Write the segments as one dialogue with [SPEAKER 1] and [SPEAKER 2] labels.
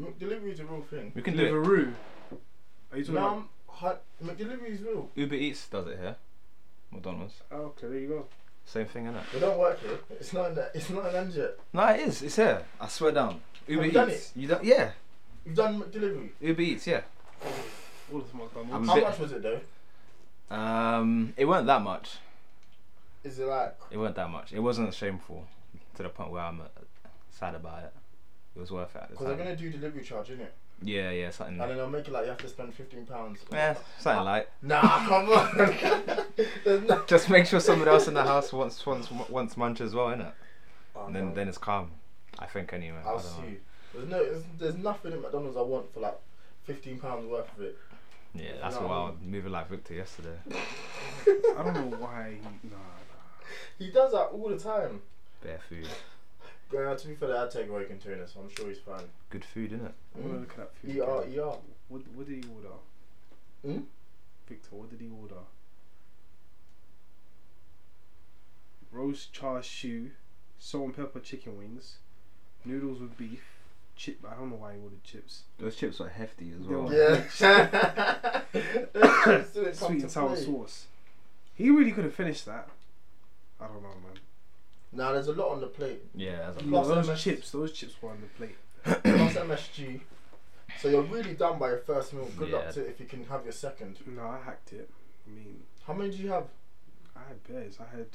[SPEAKER 1] McDelivery is a real thing.
[SPEAKER 2] We can do it.
[SPEAKER 3] Deliveroo. Are you talking
[SPEAKER 1] Now, hi- McDelivery is real.
[SPEAKER 2] Uber Eats does it here. McDonald's.
[SPEAKER 3] about? Oh, okay, there you go.
[SPEAKER 2] Same thing, innit?
[SPEAKER 1] They don't work here. It's not in that. It's not in Anjit.
[SPEAKER 2] No, it is. It's here. I swear down. Uber
[SPEAKER 1] Have you
[SPEAKER 2] Eats.
[SPEAKER 1] done
[SPEAKER 2] You don't. Yeah.
[SPEAKER 1] You've done McDelivery.
[SPEAKER 2] Uber Eats. Yeah.
[SPEAKER 3] All the smarts come
[SPEAKER 2] I'm
[SPEAKER 3] on.
[SPEAKER 1] How
[SPEAKER 2] bit-
[SPEAKER 1] much was it though?
[SPEAKER 2] Um, it weren't that much.
[SPEAKER 1] Is it like
[SPEAKER 2] It weren't that much. It wasn't shameful to the point where I'm uh, sad about it. It was worth it. At the
[SPEAKER 1] because they're
[SPEAKER 2] time.
[SPEAKER 1] gonna do delivery charge, innit?
[SPEAKER 2] Yeah, yeah, something.
[SPEAKER 1] And then they'll make it like you have to spend fifteen pounds.
[SPEAKER 2] Yeah, something like.
[SPEAKER 1] Nah, come on. There's no.
[SPEAKER 2] Just make sure someone else in the house wants wants wants munch as well, innit?
[SPEAKER 1] Oh,
[SPEAKER 2] And then
[SPEAKER 1] no.
[SPEAKER 2] then it's calm. I think anyway. I
[SPEAKER 1] I'll
[SPEAKER 2] don't
[SPEAKER 1] sue.
[SPEAKER 2] know.
[SPEAKER 1] you. There's no. There's, there's nothing at McDonald's I want for like fifteen pounds worth of it.
[SPEAKER 2] Yeah, that's
[SPEAKER 1] No.
[SPEAKER 2] why I was moving like Victor yesterday.
[SPEAKER 3] I don't know why. He, nah,
[SPEAKER 1] He does that all the time.
[SPEAKER 2] Bare food,
[SPEAKER 1] Yeah, to be fair, they had takeaway containers, so I'm sure he's fine.
[SPEAKER 2] good food, innit?
[SPEAKER 3] nah. I'm gonna look at food.
[SPEAKER 1] E R
[SPEAKER 3] again.
[SPEAKER 1] E R.
[SPEAKER 3] What, what did he order?
[SPEAKER 1] Hmm?
[SPEAKER 3] Victor, what did he order? Roast char siu, salt and pepper chicken wings, noodles with beef, chip. I don't know why he ordered chips.
[SPEAKER 2] Those chips are hefty as
[SPEAKER 3] well.
[SPEAKER 1] Yeah. Sweet
[SPEAKER 3] Sweet and sour sauce. He really could have finished that. I don't know, man.
[SPEAKER 1] Now there's a lot on the plate.
[SPEAKER 2] Yeah, that's a
[SPEAKER 1] Lots of
[SPEAKER 3] those
[SPEAKER 1] mess.
[SPEAKER 3] chips, those chips were on the plate.
[SPEAKER 1] Plus MSG. So you're really done by your first meal. Good
[SPEAKER 2] Yeah.
[SPEAKER 1] luck to if you can have your second.
[SPEAKER 3] No, I hacked it. I mean,
[SPEAKER 1] How many do you have?
[SPEAKER 3] I had bears. I had,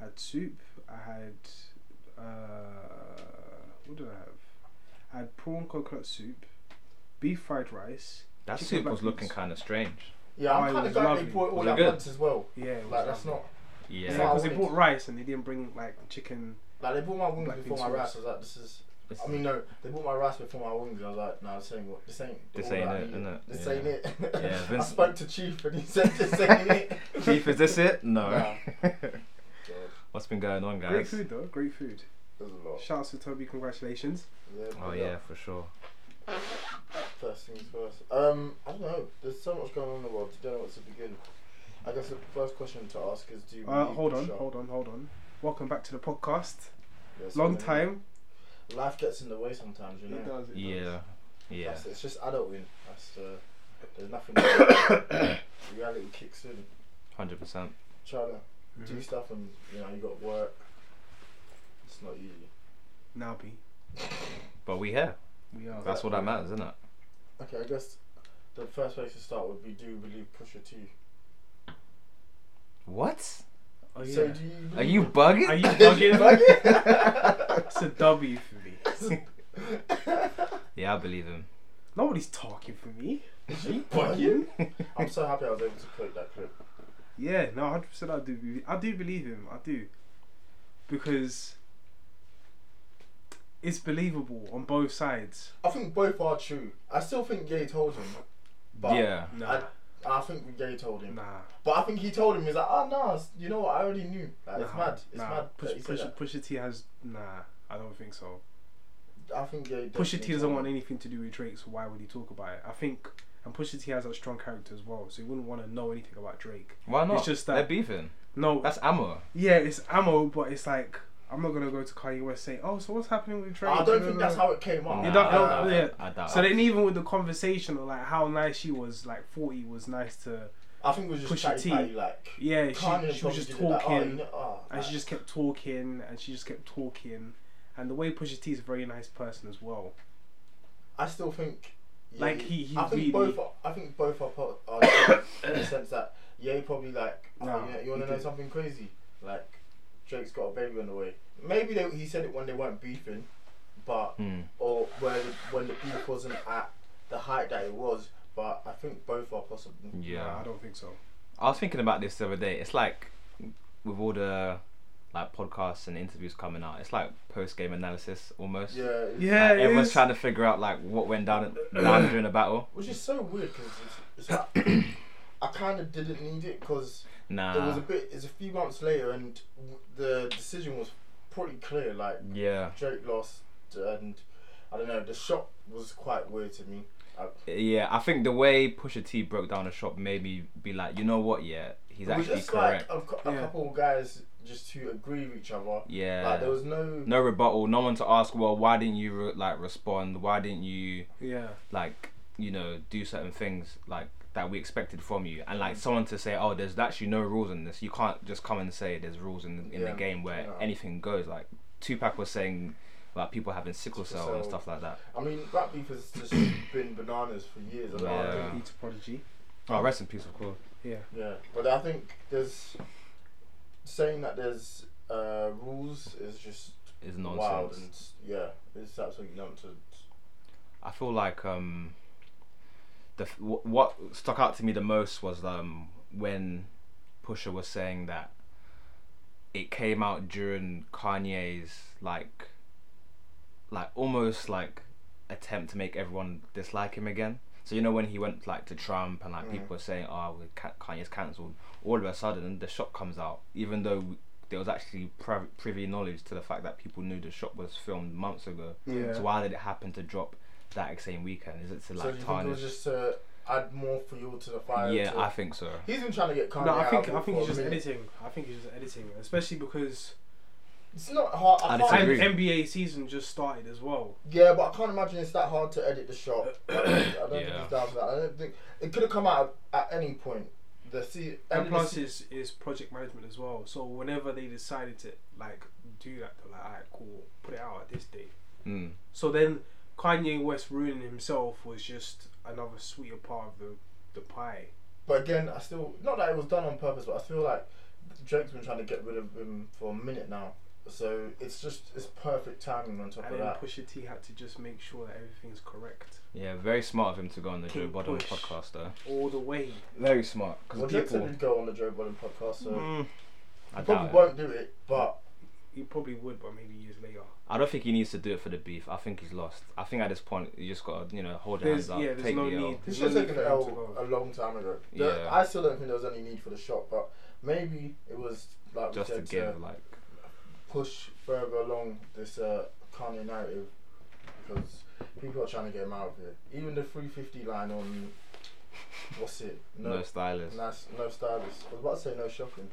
[SPEAKER 3] I had soup. I had, uh, what did I have? I had prawn coconut soup, beef fried rice.
[SPEAKER 2] That
[SPEAKER 3] Chicken
[SPEAKER 2] soup was
[SPEAKER 3] buckets.
[SPEAKER 2] looking kind of strange.
[SPEAKER 1] Yeah, I'm
[SPEAKER 3] Mine
[SPEAKER 1] kind of
[SPEAKER 3] was
[SPEAKER 1] glad
[SPEAKER 3] lovely.
[SPEAKER 1] they bought it all
[SPEAKER 2] Was it
[SPEAKER 1] at
[SPEAKER 2] good?
[SPEAKER 1] once as well.
[SPEAKER 3] Yeah, it was
[SPEAKER 1] Like that's
[SPEAKER 3] lovely.
[SPEAKER 1] not
[SPEAKER 2] Yeah,
[SPEAKER 3] Yeah,
[SPEAKER 1] what I
[SPEAKER 3] because they
[SPEAKER 1] wanted.
[SPEAKER 3] brought rice and they didn't bring like chicken.
[SPEAKER 1] like they bought my wings
[SPEAKER 3] Black bean
[SPEAKER 1] before my
[SPEAKER 3] sauce.
[SPEAKER 1] rice. I was like, this is.
[SPEAKER 2] it's-
[SPEAKER 1] I mean, no, they bought my rice before my wings. I was like, no, this ain't what. This ain't.
[SPEAKER 2] This
[SPEAKER 1] all
[SPEAKER 2] ain't
[SPEAKER 1] that I
[SPEAKER 2] it,
[SPEAKER 1] needed.
[SPEAKER 2] innit?
[SPEAKER 1] This
[SPEAKER 2] Yeah.
[SPEAKER 1] ain't it.
[SPEAKER 2] Yeah,
[SPEAKER 1] I
[SPEAKER 2] Vince-
[SPEAKER 1] spoke to Chief and he said, this ain't it.
[SPEAKER 2] Chief, is this it? No.
[SPEAKER 1] Nah.
[SPEAKER 2] What's been going on,
[SPEAKER 3] Great
[SPEAKER 2] guys?
[SPEAKER 3] food though, great food.
[SPEAKER 1] There's a lot.
[SPEAKER 3] Shouts to Toby, congratulations.
[SPEAKER 1] Yeah,
[SPEAKER 2] Oh
[SPEAKER 1] good
[SPEAKER 2] yeah,
[SPEAKER 1] luck.
[SPEAKER 2] for sure.
[SPEAKER 1] First things first. Um, I don't know. There's so much going on in the world. You don't know what to begin. I guess the first question to ask is, do you?
[SPEAKER 3] Uh,
[SPEAKER 1] believe
[SPEAKER 3] hold
[SPEAKER 1] in
[SPEAKER 3] on,
[SPEAKER 1] shock?
[SPEAKER 3] hold on, hold on. Welcome back to the podcast.
[SPEAKER 1] Yes,
[SPEAKER 3] Long
[SPEAKER 1] I mean,
[SPEAKER 3] time.
[SPEAKER 1] Life gets in the way sometimes, you know.
[SPEAKER 2] Yeah, yeah.
[SPEAKER 1] That's- it's just adulting. That's uh, there's nothing. reality kicks in.
[SPEAKER 2] Hundred percent.
[SPEAKER 1] Trying to do
[SPEAKER 3] Mhm.
[SPEAKER 1] stuff and you know you got work. It's not easy.
[SPEAKER 3] Now be.
[SPEAKER 2] But we here.
[SPEAKER 3] We are.
[SPEAKER 2] That's what that matters, isn't it?
[SPEAKER 1] Okay, I guess the first place to start would be do you believe Pusha T?
[SPEAKER 2] What?
[SPEAKER 3] Oh, yeah.
[SPEAKER 1] So do you? Believe
[SPEAKER 2] Are you bugging?
[SPEAKER 3] Are you bugging? it's a W for me.
[SPEAKER 2] yeah, I believe him.
[SPEAKER 3] Nobody's talking for me.
[SPEAKER 1] you bugging? I'm so happy I was able to put that clip.
[SPEAKER 3] Yeah, no, hundred percent. I do. be- I do believe him. I do, because it's believable on both sides.
[SPEAKER 1] I think both are true. I still think Gay told him. But
[SPEAKER 2] yeah.
[SPEAKER 3] Nah,
[SPEAKER 1] I think Gay told him.
[SPEAKER 3] nah,
[SPEAKER 1] But I think he told him, he's like, oh, no, it's- you know what, I already knew. Like, it's
[SPEAKER 3] nah,
[SPEAKER 1] mad. It's
[SPEAKER 3] nah.
[SPEAKER 1] mad. that
[SPEAKER 3] Push,
[SPEAKER 1] he said
[SPEAKER 3] push,
[SPEAKER 1] that.
[SPEAKER 3] Pusha T has nah. I don't think so.
[SPEAKER 1] I think Gay
[SPEAKER 3] Pusha T
[SPEAKER 1] definitely
[SPEAKER 3] doesn't
[SPEAKER 1] told
[SPEAKER 3] want
[SPEAKER 1] him.
[SPEAKER 3] anything to do with Drake, so why would he talk about it? I think, and Pusha T has a strong character as well, so he wouldn't want to know anything about Drake.
[SPEAKER 2] Why not?
[SPEAKER 3] It's just that-
[SPEAKER 2] they're beefing.
[SPEAKER 3] No,
[SPEAKER 2] That's ammo.
[SPEAKER 3] yeah, it's ammo, but it's like I'm not gonna go to Kanye West saying, oh, so what's happening with Drake?
[SPEAKER 1] I
[SPEAKER 3] No,
[SPEAKER 1] don't
[SPEAKER 3] no,
[SPEAKER 1] think
[SPEAKER 3] no.
[SPEAKER 1] that's how it came up.
[SPEAKER 3] You don't-
[SPEAKER 2] I
[SPEAKER 3] no,
[SPEAKER 2] doubt it.
[SPEAKER 3] yeah.
[SPEAKER 2] I doubt
[SPEAKER 3] So
[SPEAKER 2] it.
[SPEAKER 3] then, even with the conversation, of, like how nice she was, like forty was nice to.
[SPEAKER 1] I think it was just
[SPEAKER 3] Pusha
[SPEAKER 1] chatty
[SPEAKER 3] T.
[SPEAKER 1] patty, like,
[SPEAKER 3] Yeah,
[SPEAKER 1] Kanye
[SPEAKER 3] she, she was
[SPEAKER 1] probably
[SPEAKER 3] just
[SPEAKER 1] did it, like, oh, you
[SPEAKER 3] talking,
[SPEAKER 1] know- oh,
[SPEAKER 3] and she
[SPEAKER 1] like,
[SPEAKER 3] just kept talking, and she just kept talking, and the way Pusha T is a very nice person as well.
[SPEAKER 1] I still think.
[SPEAKER 3] Like,
[SPEAKER 1] Ye-
[SPEAKER 3] he- he
[SPEAKER 1] I think
[SPEAKER 3] really-
[SPEAKER 1] both. Are, I think both are, part- are different in the sense that Ye probably like. Oh,
[SPEAKER 3] Nah,
[SPEAKER 1] yeah, you want
[SPEAKER 3] he
[SPEAKER 1] to know
[SPEAKER 3] did.
[SPEAKER 1] something crazy? Like, Drake's got a baby on the way. Maybe they, he said it when they weren't beefing, but
[SPEAKER 2] Hmm.
[SPEAKER 1] or where the, when the beef wasn't at the height that it was. But I think both are possible.
[SPEAKER 2] Yeah.
[SPEAKER 3] Nah, I don't think so.
[SPEAKER 2] I was thinking about this the other day. It's like with all the like podcasts and interviews coming out, it's like post game analysis almost.
[SPEAKER 1] Yeah.
[SPEAKER 2] Like,
[SPEAKER 1] it's-
[SPEAKER 3] Yeah, it
[SPEAKER 2] everyone's
[SPEAKER 3] is.
[SPEAKER 2] trying to figure out like what went down, down during the battle.
[SPEAKER 1] Which is so weird because it's, it's like, I kind of didn't need it because there was
[SPEAKER 3] Ah.
[SPEAKER 2] Nah.
[SPEAKER 1] a bit. It's a few months later and w- the decision was pretty clear. Like.
[SPEAKER 2] yeah.
[SPEAKER 1] Drake lost, and I don't know. The shot was quite weird to me. I,
[SPEAKER 2] Yeah, I think the way Pusha T broke down the shop made me be like, you know what? Yeah, he's
[SPEAKER 1] it was
[SPEAKER 2] actually
[SPEAKER 1] just
[SPEAKER 2] correct.
[SPEAKER 1] like a, cou- a
[SPEAKER 3] Yeah.
[SPEAKER 1] couple of guys just to agree with each other.
[SPEAKER 2] Yeah.
[SPEAKER 1] Like there was no
[SPEAKER 2] no rebuttal. No one to ask. Well, why didn't you re- like respond? Why didn't you
[SPEAKER 3] Yeah.
[SPEAKER 2] like you know do certain things like that we expected from you? And like someone to say, oh, there's actually no rules in this. You can't just come and say there's rules in in
[SPEAKER 1] Yeah,
[SPEAKER 2] the game where
[SPEAKER 1] no.
[SPEAKER 2] anything goes. Like Tupac was saying about people having sickle
[SPEAKER 1] Sickle
[SPEAKER 2] cell, and
[SPEAKER 1] cell.
[SPEAKER 2] stuff like that.
[SPEAKER 1] I mean, rap beef has just been bananas for years. I don't
[SPEAKER 2] Yeah.
[SPEAKER 1] know.
[SPEAKER 3] R.I.P. to Prodigy.
[SPEAKER 2] Oh, rest in peace, of course.
[SPEAKER 3] Yeah.
[SPEAKER 1] Yeah, but I think there's saying that there's uh, rules is just
[SPEAKER 2] Is
[SPEAKER 1] wild
[SPEAKER 2] nonsense.
[SPEAKER 1] and s- yeah, it's absolutely nonsense.
[SPEAKER 2] I feel like um, the f- wh- what stuck out to me the most was um when Pusha was saying that it came out during Kanye's like like almost like attempt to make everyone dislike him again. So you know when he went like to Trump and like
[SPEAKER 1] Mm.
[SPEAKER 2] people were saying, "Oh, we ca- Kanye's cancelled." All of a sudden, the shot comes out, even though there was actually pri- privy knowledge to the fact that people knew the shot was filmed months ago.
[SPEAKER 3] Yeah.
[SPEAKER 2] So why did it happen to drop that same weekend? Is it
[SPEAKER 1] so do
[SPEAKER 2] to
[SPEAKER 1] you
[SPEAKER 2] like
[SPEAKER 1] think it was
[SPEAKER 2] tarnish?
[SPEAKER 1] just to add more fuel to the fire?
[SPEAKER 2] Yeah,
[SPEAKER 1] to-
[SPEAKER 2] I think so.
[SPEAKER 1] he's been trying to get Kanye.
[SPEAKER 3] No, I
[SPEAKER 1] out
[SPEAKER 3] think I
[SPEAKER 1] for-
[SPEAKER 3] think
[SPEAKER 1] for
[SPEAKER 3] he's
[SPEAKER 1] a
[SPEAKER 3] just
[SPEAKER 1] minute.
[SPEAKER 3] editing. I think he's just editing, especially because
[SPEAKER 1] It's not hard. I
[SPEAKER 2] I
[SPEAKER 1] can't-
[SPEAKER 2] disagree.
[SPEAKER 3] M- NBA season just started as well.
[SPEAKER 1] Yeah, but I can't imagine it's that hard to edit the shot. I don't think
[SPEAKER 2] Yeah.
[SPEAKER 1] it's down to that. I don't think it could have come out at any point. The see,
[SPEAKER 3] And plus, is is project management as well. So whenever they decided to like do that, they're like, alright, cool, put it out at this date.
[SPEAKER 2] Mm.
[SPEAKER 3] So then Kanye West ruining himself was just another sweeter part of the the pie.
[SPEAKER 1] But again, I still not that it was done on purpose, but I feel like Drake's been trying to get rid of him for a minute now. So it's just it's perfect timing on top
[SPEAKER 3] And
[SPEAKER 1] of
[SPEAKER 3] then
[SPEAKER 1] that.
[SPEAKER 3] Pusha T had to just make sure that everything's correct
[SPEAKER 2] Yeah, very smart of him to go on the Joe
[SPEAKER 3] Keep
[SPEAKER 2] Budden
[SPEAKER 3] push.
[SPEAKER 2] podcast, though.
[SPEAKER 3] all the way.
[SPEAKER 2] Very smart, because
[SPEAKER 1] Well, Drake said
[SPEAKER 2] people.
[SPEAKER 1] he'd go on the Joe Budden podcast, so
[SPEAKER 3] Mm-hmm.
[SPEAKER 2] Mm, I
[SPEAKER 1] he
[SPEAKER 2] doubt
[SPEAKER 1] probably
[SPEAKER 2] it.
[SPEAKER 1] won't do it. But
[SPEAKER 3] He probably would, but maybe years later.
[SPEAKER 2] I don't think he needs to do it for the beef. I think he's lost. I think at this point you just gotta, you know, hold your
[SPEAKER 3] There's
[SPEAKER 2] hands up,
[SPEAKER 3] yeah,
[SPEAKER 2] take
[SPEAKER 3] there's no
[SPEAKER 2] the L.
[SPEAKER 3] need.
[SPEAKER 1] he
[SPEAKER 3] There's
[SPEAKER 1] should
[SPEAKER 3] no
[SPEAKER 1] have
[SPEAKER 3] need
[SPEAKER 1] taken
[SPEAKER 3] for
[SPEAKER 1] the
[SPEAKER 3] him to
[SPEAKER 1] L
[SPEAKER 3] go.
[SPEAKER 1] a long time ago. The-
[SPEAKER 2] Yeah.
[SPEAKER 1] I still don't think there was any need for the shot, but maybe it was like we
[SPEAKER 2] Just to
[SPEAKER 1] said
[SPEAKER 2] give like
[SPEAKER 1] push further along this uh, Kanye narrative because people are trying to get him out of here. Even the 350 line on what's it?
[SPEAKER 2] no, stylist.
[SPEAKER 1] Nice, no stylist. I was about to say no shopping.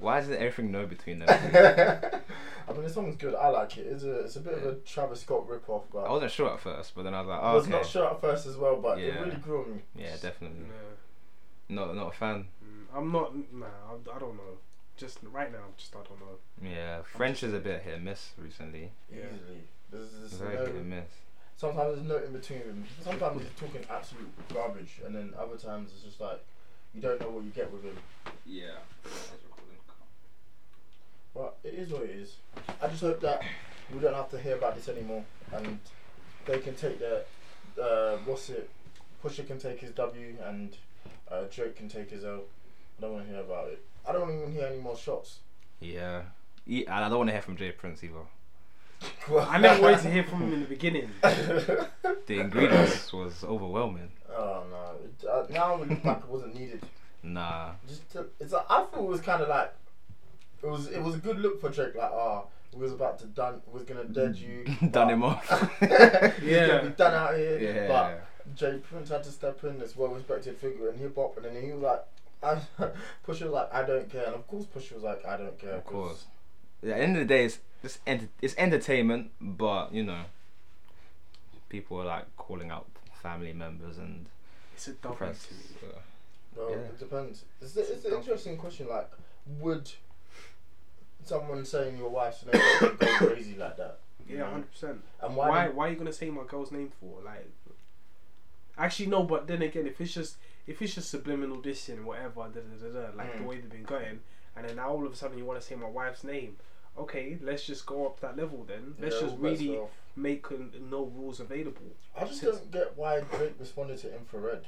[SPEAKER 2] Why isn't everything no between them?
[SPEAKER 1] I mean, the song's good. I like it. It's a, it's a bit of a Travis Scott ripoff, but
[SPEAKER 2] I wasn't sure at first, but then I was like,
[SPEAKER 1] I
[SPEAKER 2] oh,
[SPEAKER 1] was
[SPEAKER 2] okay.
[SPEAKER 1] not sure at first as well. But it
[SPEAKER 2] Yeah.
[SPEAKER 1] really grew on me.
[SPEAKER 2] Yeah, definitely.
[SPEAKER 3] Nah.
[SPEAKER 2] Not not a fan.
[SPEAKER 3] Mm, I'm not. Nah, I, I don't know. Just right now, just I don't know.
[SPEAKER 2] Yeah, French is a bit hit and miss recently.
[SPEAKER 3] Yeah.
[SPEAKER 1] Easily. There's, there's
[SPEAKER 2] Very hit
[SPEAKER 1] no,
[SPEAKER 2] and miss.
[SPEAKER 1] sometimes there's no in between. with him. Sometimes he's talking absolute garbage, and then other times it's just like you don't know what you get with him.
[SPEAKER 2] Yeah.
[SPEAKER 1] But it is what it is. I just hope that we don't have to hear about this anymore, and they can take their uh, what's it? Pusher can take his W, and uh, Drake can take his L. I don't want to hear about it. I don't even hear any more shots.
[SPEAKER 2] Yeah. E- and I don't want to hear from Jay Prince either.
[SPEAKER 3] I never wanted to hear from him in the beginning.
[SPEAKER 2] The ingredients was overwhelming.
[SPEAKER 1] Oh no! It, uh, now we look back, it wasn't needed.
[SPEAKER 2] Nah.
[SPEAKER 1] Just to, it's like, I thought it was kind of like it was it was a good look for Drake. Like ah, we was about to done, we was gonna dead you.
[SPEAKER 2] Done him
[SPEAKER 1] but-
[SPEAKER 2] off.
[SPEAKER 1] He's
[SPEAKER 3] Yeah.
[SPEAKER 1] gonna be done out here. But
[SPEAKER 2] yeah.
[SPEAKER 1] Jay Prince had to step in as well respected figure in hip hop, and then he was like, I, Pusha was like, I don't care, and of course Pusha was like, I don't care.
[SPEAKER 2] Of
[SPEAKER 1] 'cause
[SPEAKER 2] course. At the end of the day, it's it's, ent- it's entertainment, but you know, people are like calling out family members and
[SPEAKER 3] It's a double
[SPEAKER 2] press.
[SPEAKER 3] to me.
[SPEAKER 2] so-
[SPEAKER 1] Well,
[SPEAKER 2] Yeah.
[SPEAKER 1] it depends. It's, a- it's an interesting question. Like, would someone saying your wife's name go crazy like that?
[SPEAKER 3] Yeah, hundred percent.
[SPEAKER 1] And why?
[SPEAKER 3] Why?
[SPEAKER 1] did-
[SPEAKER 3] Why are you gonna say my girl's name for? Like, actually no. But then again, if it's just if it's just subliminal dissing, whatever, da da da da, like the
[SPEAKER 1] Mm.
[SPEAKER 3] way they've been going, and then now all of a sudden you want to say my wife's name. Okay, let's just go up that level then. Let's
[SPEAKER 1] Yeah,
[SPEAKER 3] just
[SPEAKER 1] all bets
[SPEAKER 3] really
[SPEAKER 1] are off.
[SPEAKER 3] make uh, no rules available.
[SPEAKER 1] I just don't get why Drake responded to infrared.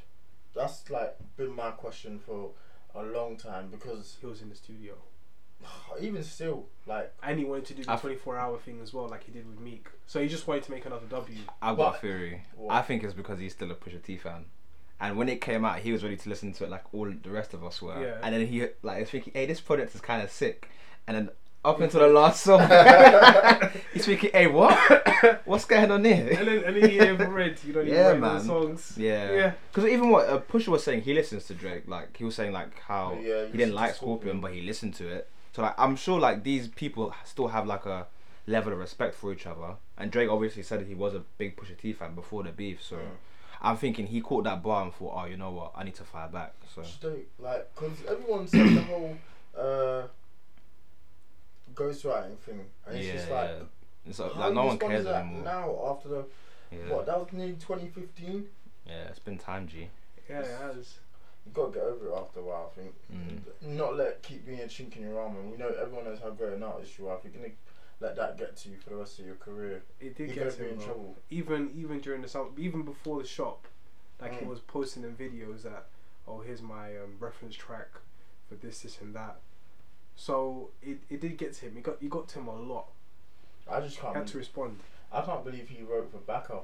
[SPEAKER 1] That's like been my question for a long time because
[SPEAKER 3] He was in the studio.
[SPEAKER 1] even still, like,
[SPEAKER 3] And he wanted to do the
[SPEAKER 2] I've-
[SPEAKER 3] 24 hour thing as well, like he did with Meek. So he just wanted to make another W.
[SPEAKER 2] I've got a
[SPEAKER 1] But-
[SPEAKER 2] theory.
[SPEAKER 1] What?
[SPEAKER 2] I think it's because he's still a Pusha T fan. And when it came out, he was ready to listen to it like all the rest of us were.
[SPEAKER 3] Yeah.
[SPEAKER 2] And then he like is thinking, "Hey, this product is kind of sick." And then up until the last song, he's thinking, "Hey, what? What's going on
[SPEAKER 3] And
[SPEAKER 2] here?"
[SPEAKER 3] then, and then he ever read, you know, he
[SPEAKER 2] Yeah,
[SPEAKER 3] yeah, read the
[SPEAKER 2] man.
[SPEAKER 3] songs.
[SPEAKER 2] Yeah.
[SPEAKER 3] Yeah.
[SPEAKER 2] Because even what uh, Pusha was saying, he listens to Drake. Like he was saying, like how
[SPEAKER 1] Yeah,
[SPEAKER 2] he
[SPEAKER 1] you
[SPEAKER 2] didn't like
[SPEAKER 1] Scorpion.
[SPEAKER 2] Scorpion, but he listened to it. So like I'm sure like these people still have like a level of respect for each other. And Drake obviously said he was a big Pusha T fan before the beef, so
[SPEAKER 1] Mm.
[SPEAKER 2] I'm thinking he caught that bar and thought, oh, you know what, I need to fire back. So
[SPEAKER 1] Just don't like because everyone says the whole uh, ghostwriting thing, and it's
[SPEAKER 2] yeah,
[SPEAKER 1] just like.
[SPEAKER 2] yeah. It's like,
[SPEAKER 1] how
[SPEAKER 2] like,
[SPEAKER 1] you
[SPEAKER 2] no one
[SPEAKER 1] respond to
[SPEAKER 2] cares
[SPEAKER 1] that
[SPEAKER 2] anymore.
[SPEAKER 1] Now after the
[SPEAKER 2] Yeah.
[SPEAKER 1] what that was nearly 2015,
[SPEAKER 2] yeah, it's been time, G.
[SPEAKER 3] Yeah, it has.
[SPEAKER 1] you gotta get over it after a while. I think
[SPEAKER 2] Mm.
[SPEAKER 1] not let it keep being a chink in your arm, and we know everyone knows how great an artist you are. If you're gonna let that get to you for the rest of your career,
[SPEAKER 3] It
[SPEAKER 1] you're
[SPEAKER 3] did
[SPEAKER 1] gonna
[SPEAKER 3] get
[SPEAKER 1] be
[SPEAKER 3] to
[SPEAKER 1] in
[SPEAKER 3] him. bro.
[SPEAKER 1] trouble.
[SPEAKER 3] Even even during the summer, even before the shop, like he
[SPEAKER 1] Mm.
[SPEAKER 3] was posting in videos that, oh here's my um, reference track for this this and that. So it, it did get to him. He got he got to him a lot.
[SPEAKER 1] I just
[SPEAKER 3] He
[SPEAKER 1] can't.
[SPEAKER 3] had to respond.
[SPEAKER 1] I can't believe he wrote for Backer,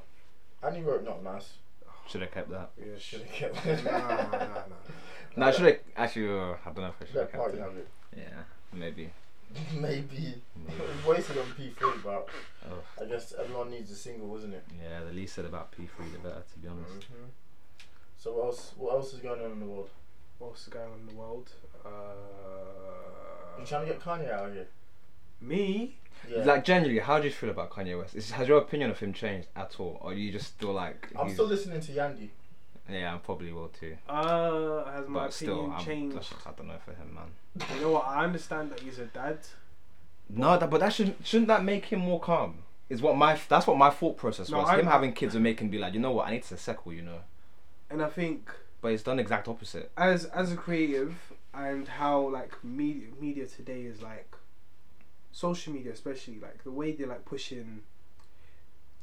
[SPEAKER 1] and he wrote not nice.
[SPEAKER 2] Should have kept that.
[SPEAKER 3] Yeah,
[SPEAKER 1] Should have
[SPEAKER 3] shit.
[SPEAKER 1] kept
[SPEAKER 3] nah, nah, nah, nah.
[SPEAKER 2] No, I should have actually. Uh, I don't know if I should have
[SPEAKER 1] Let
[SPEAKER 2] kept
[SPEAKER 1] Party
[SPEAKER 2] it.
[SPEAKER 1] have it.
[SPEAKER 2] Yeah, maybe.
[SPEAKER 1] Maybe
[SPEAKER 2] maybe.
[SPEAKER 1] wasted on P3, but
[SPEAKER 2] Oh.
[SPEAKER 1] I guess everyone needs a single, isn't it?
[SPEAKER 2] Yeah, the least said about P3, the better, to be honest.
[SPEAKER 1] Mhm. So what else? What else is going on in the world?
[SPEAKER 3] What else is going on in the world? Uh,
[SPEAKER 1] You trying to get Kanye out of here?
[SPEAKER 3] me?
[SPEAKER 2] Like generally, how do you feel about Kanye West? Is, has your opinion of him changed at all, or you just still like?
[SPEAKER 1] I'm
[SPEAKER 2] he's-
[SPEAKER 1] still listening to Yandy.
[SPEAKER 2] Yeah, I probably will too.
[SPEAKER 3] Uh, has my
[SPEAKER 2] But still,
[SPEAKER 3] opinion
[SPEAKER 2] I'm,
[SPEAKER 3] changed?
[SPEAKER 2] I don't know for him, man.
[SPEAKER 3] You know what? I understand that he's a dad.
[SPEAKER 2] No, that, but that should shouldn't that make him more calm? Is what my that's what my thought process
[SPEAKER 3] No,
[SPEAKER 2] was.
[SPEAKER 3] I-
[SPEAKER 2] him having kids would make him be like, you know what, I need to settle, you know.
[SPEAKER 3] and I think
[SPEAKER 2] But it's done the exact opposite.
[SPEAKER 3] as as a creative and how like media media today is like social media especially like the way they're like pushing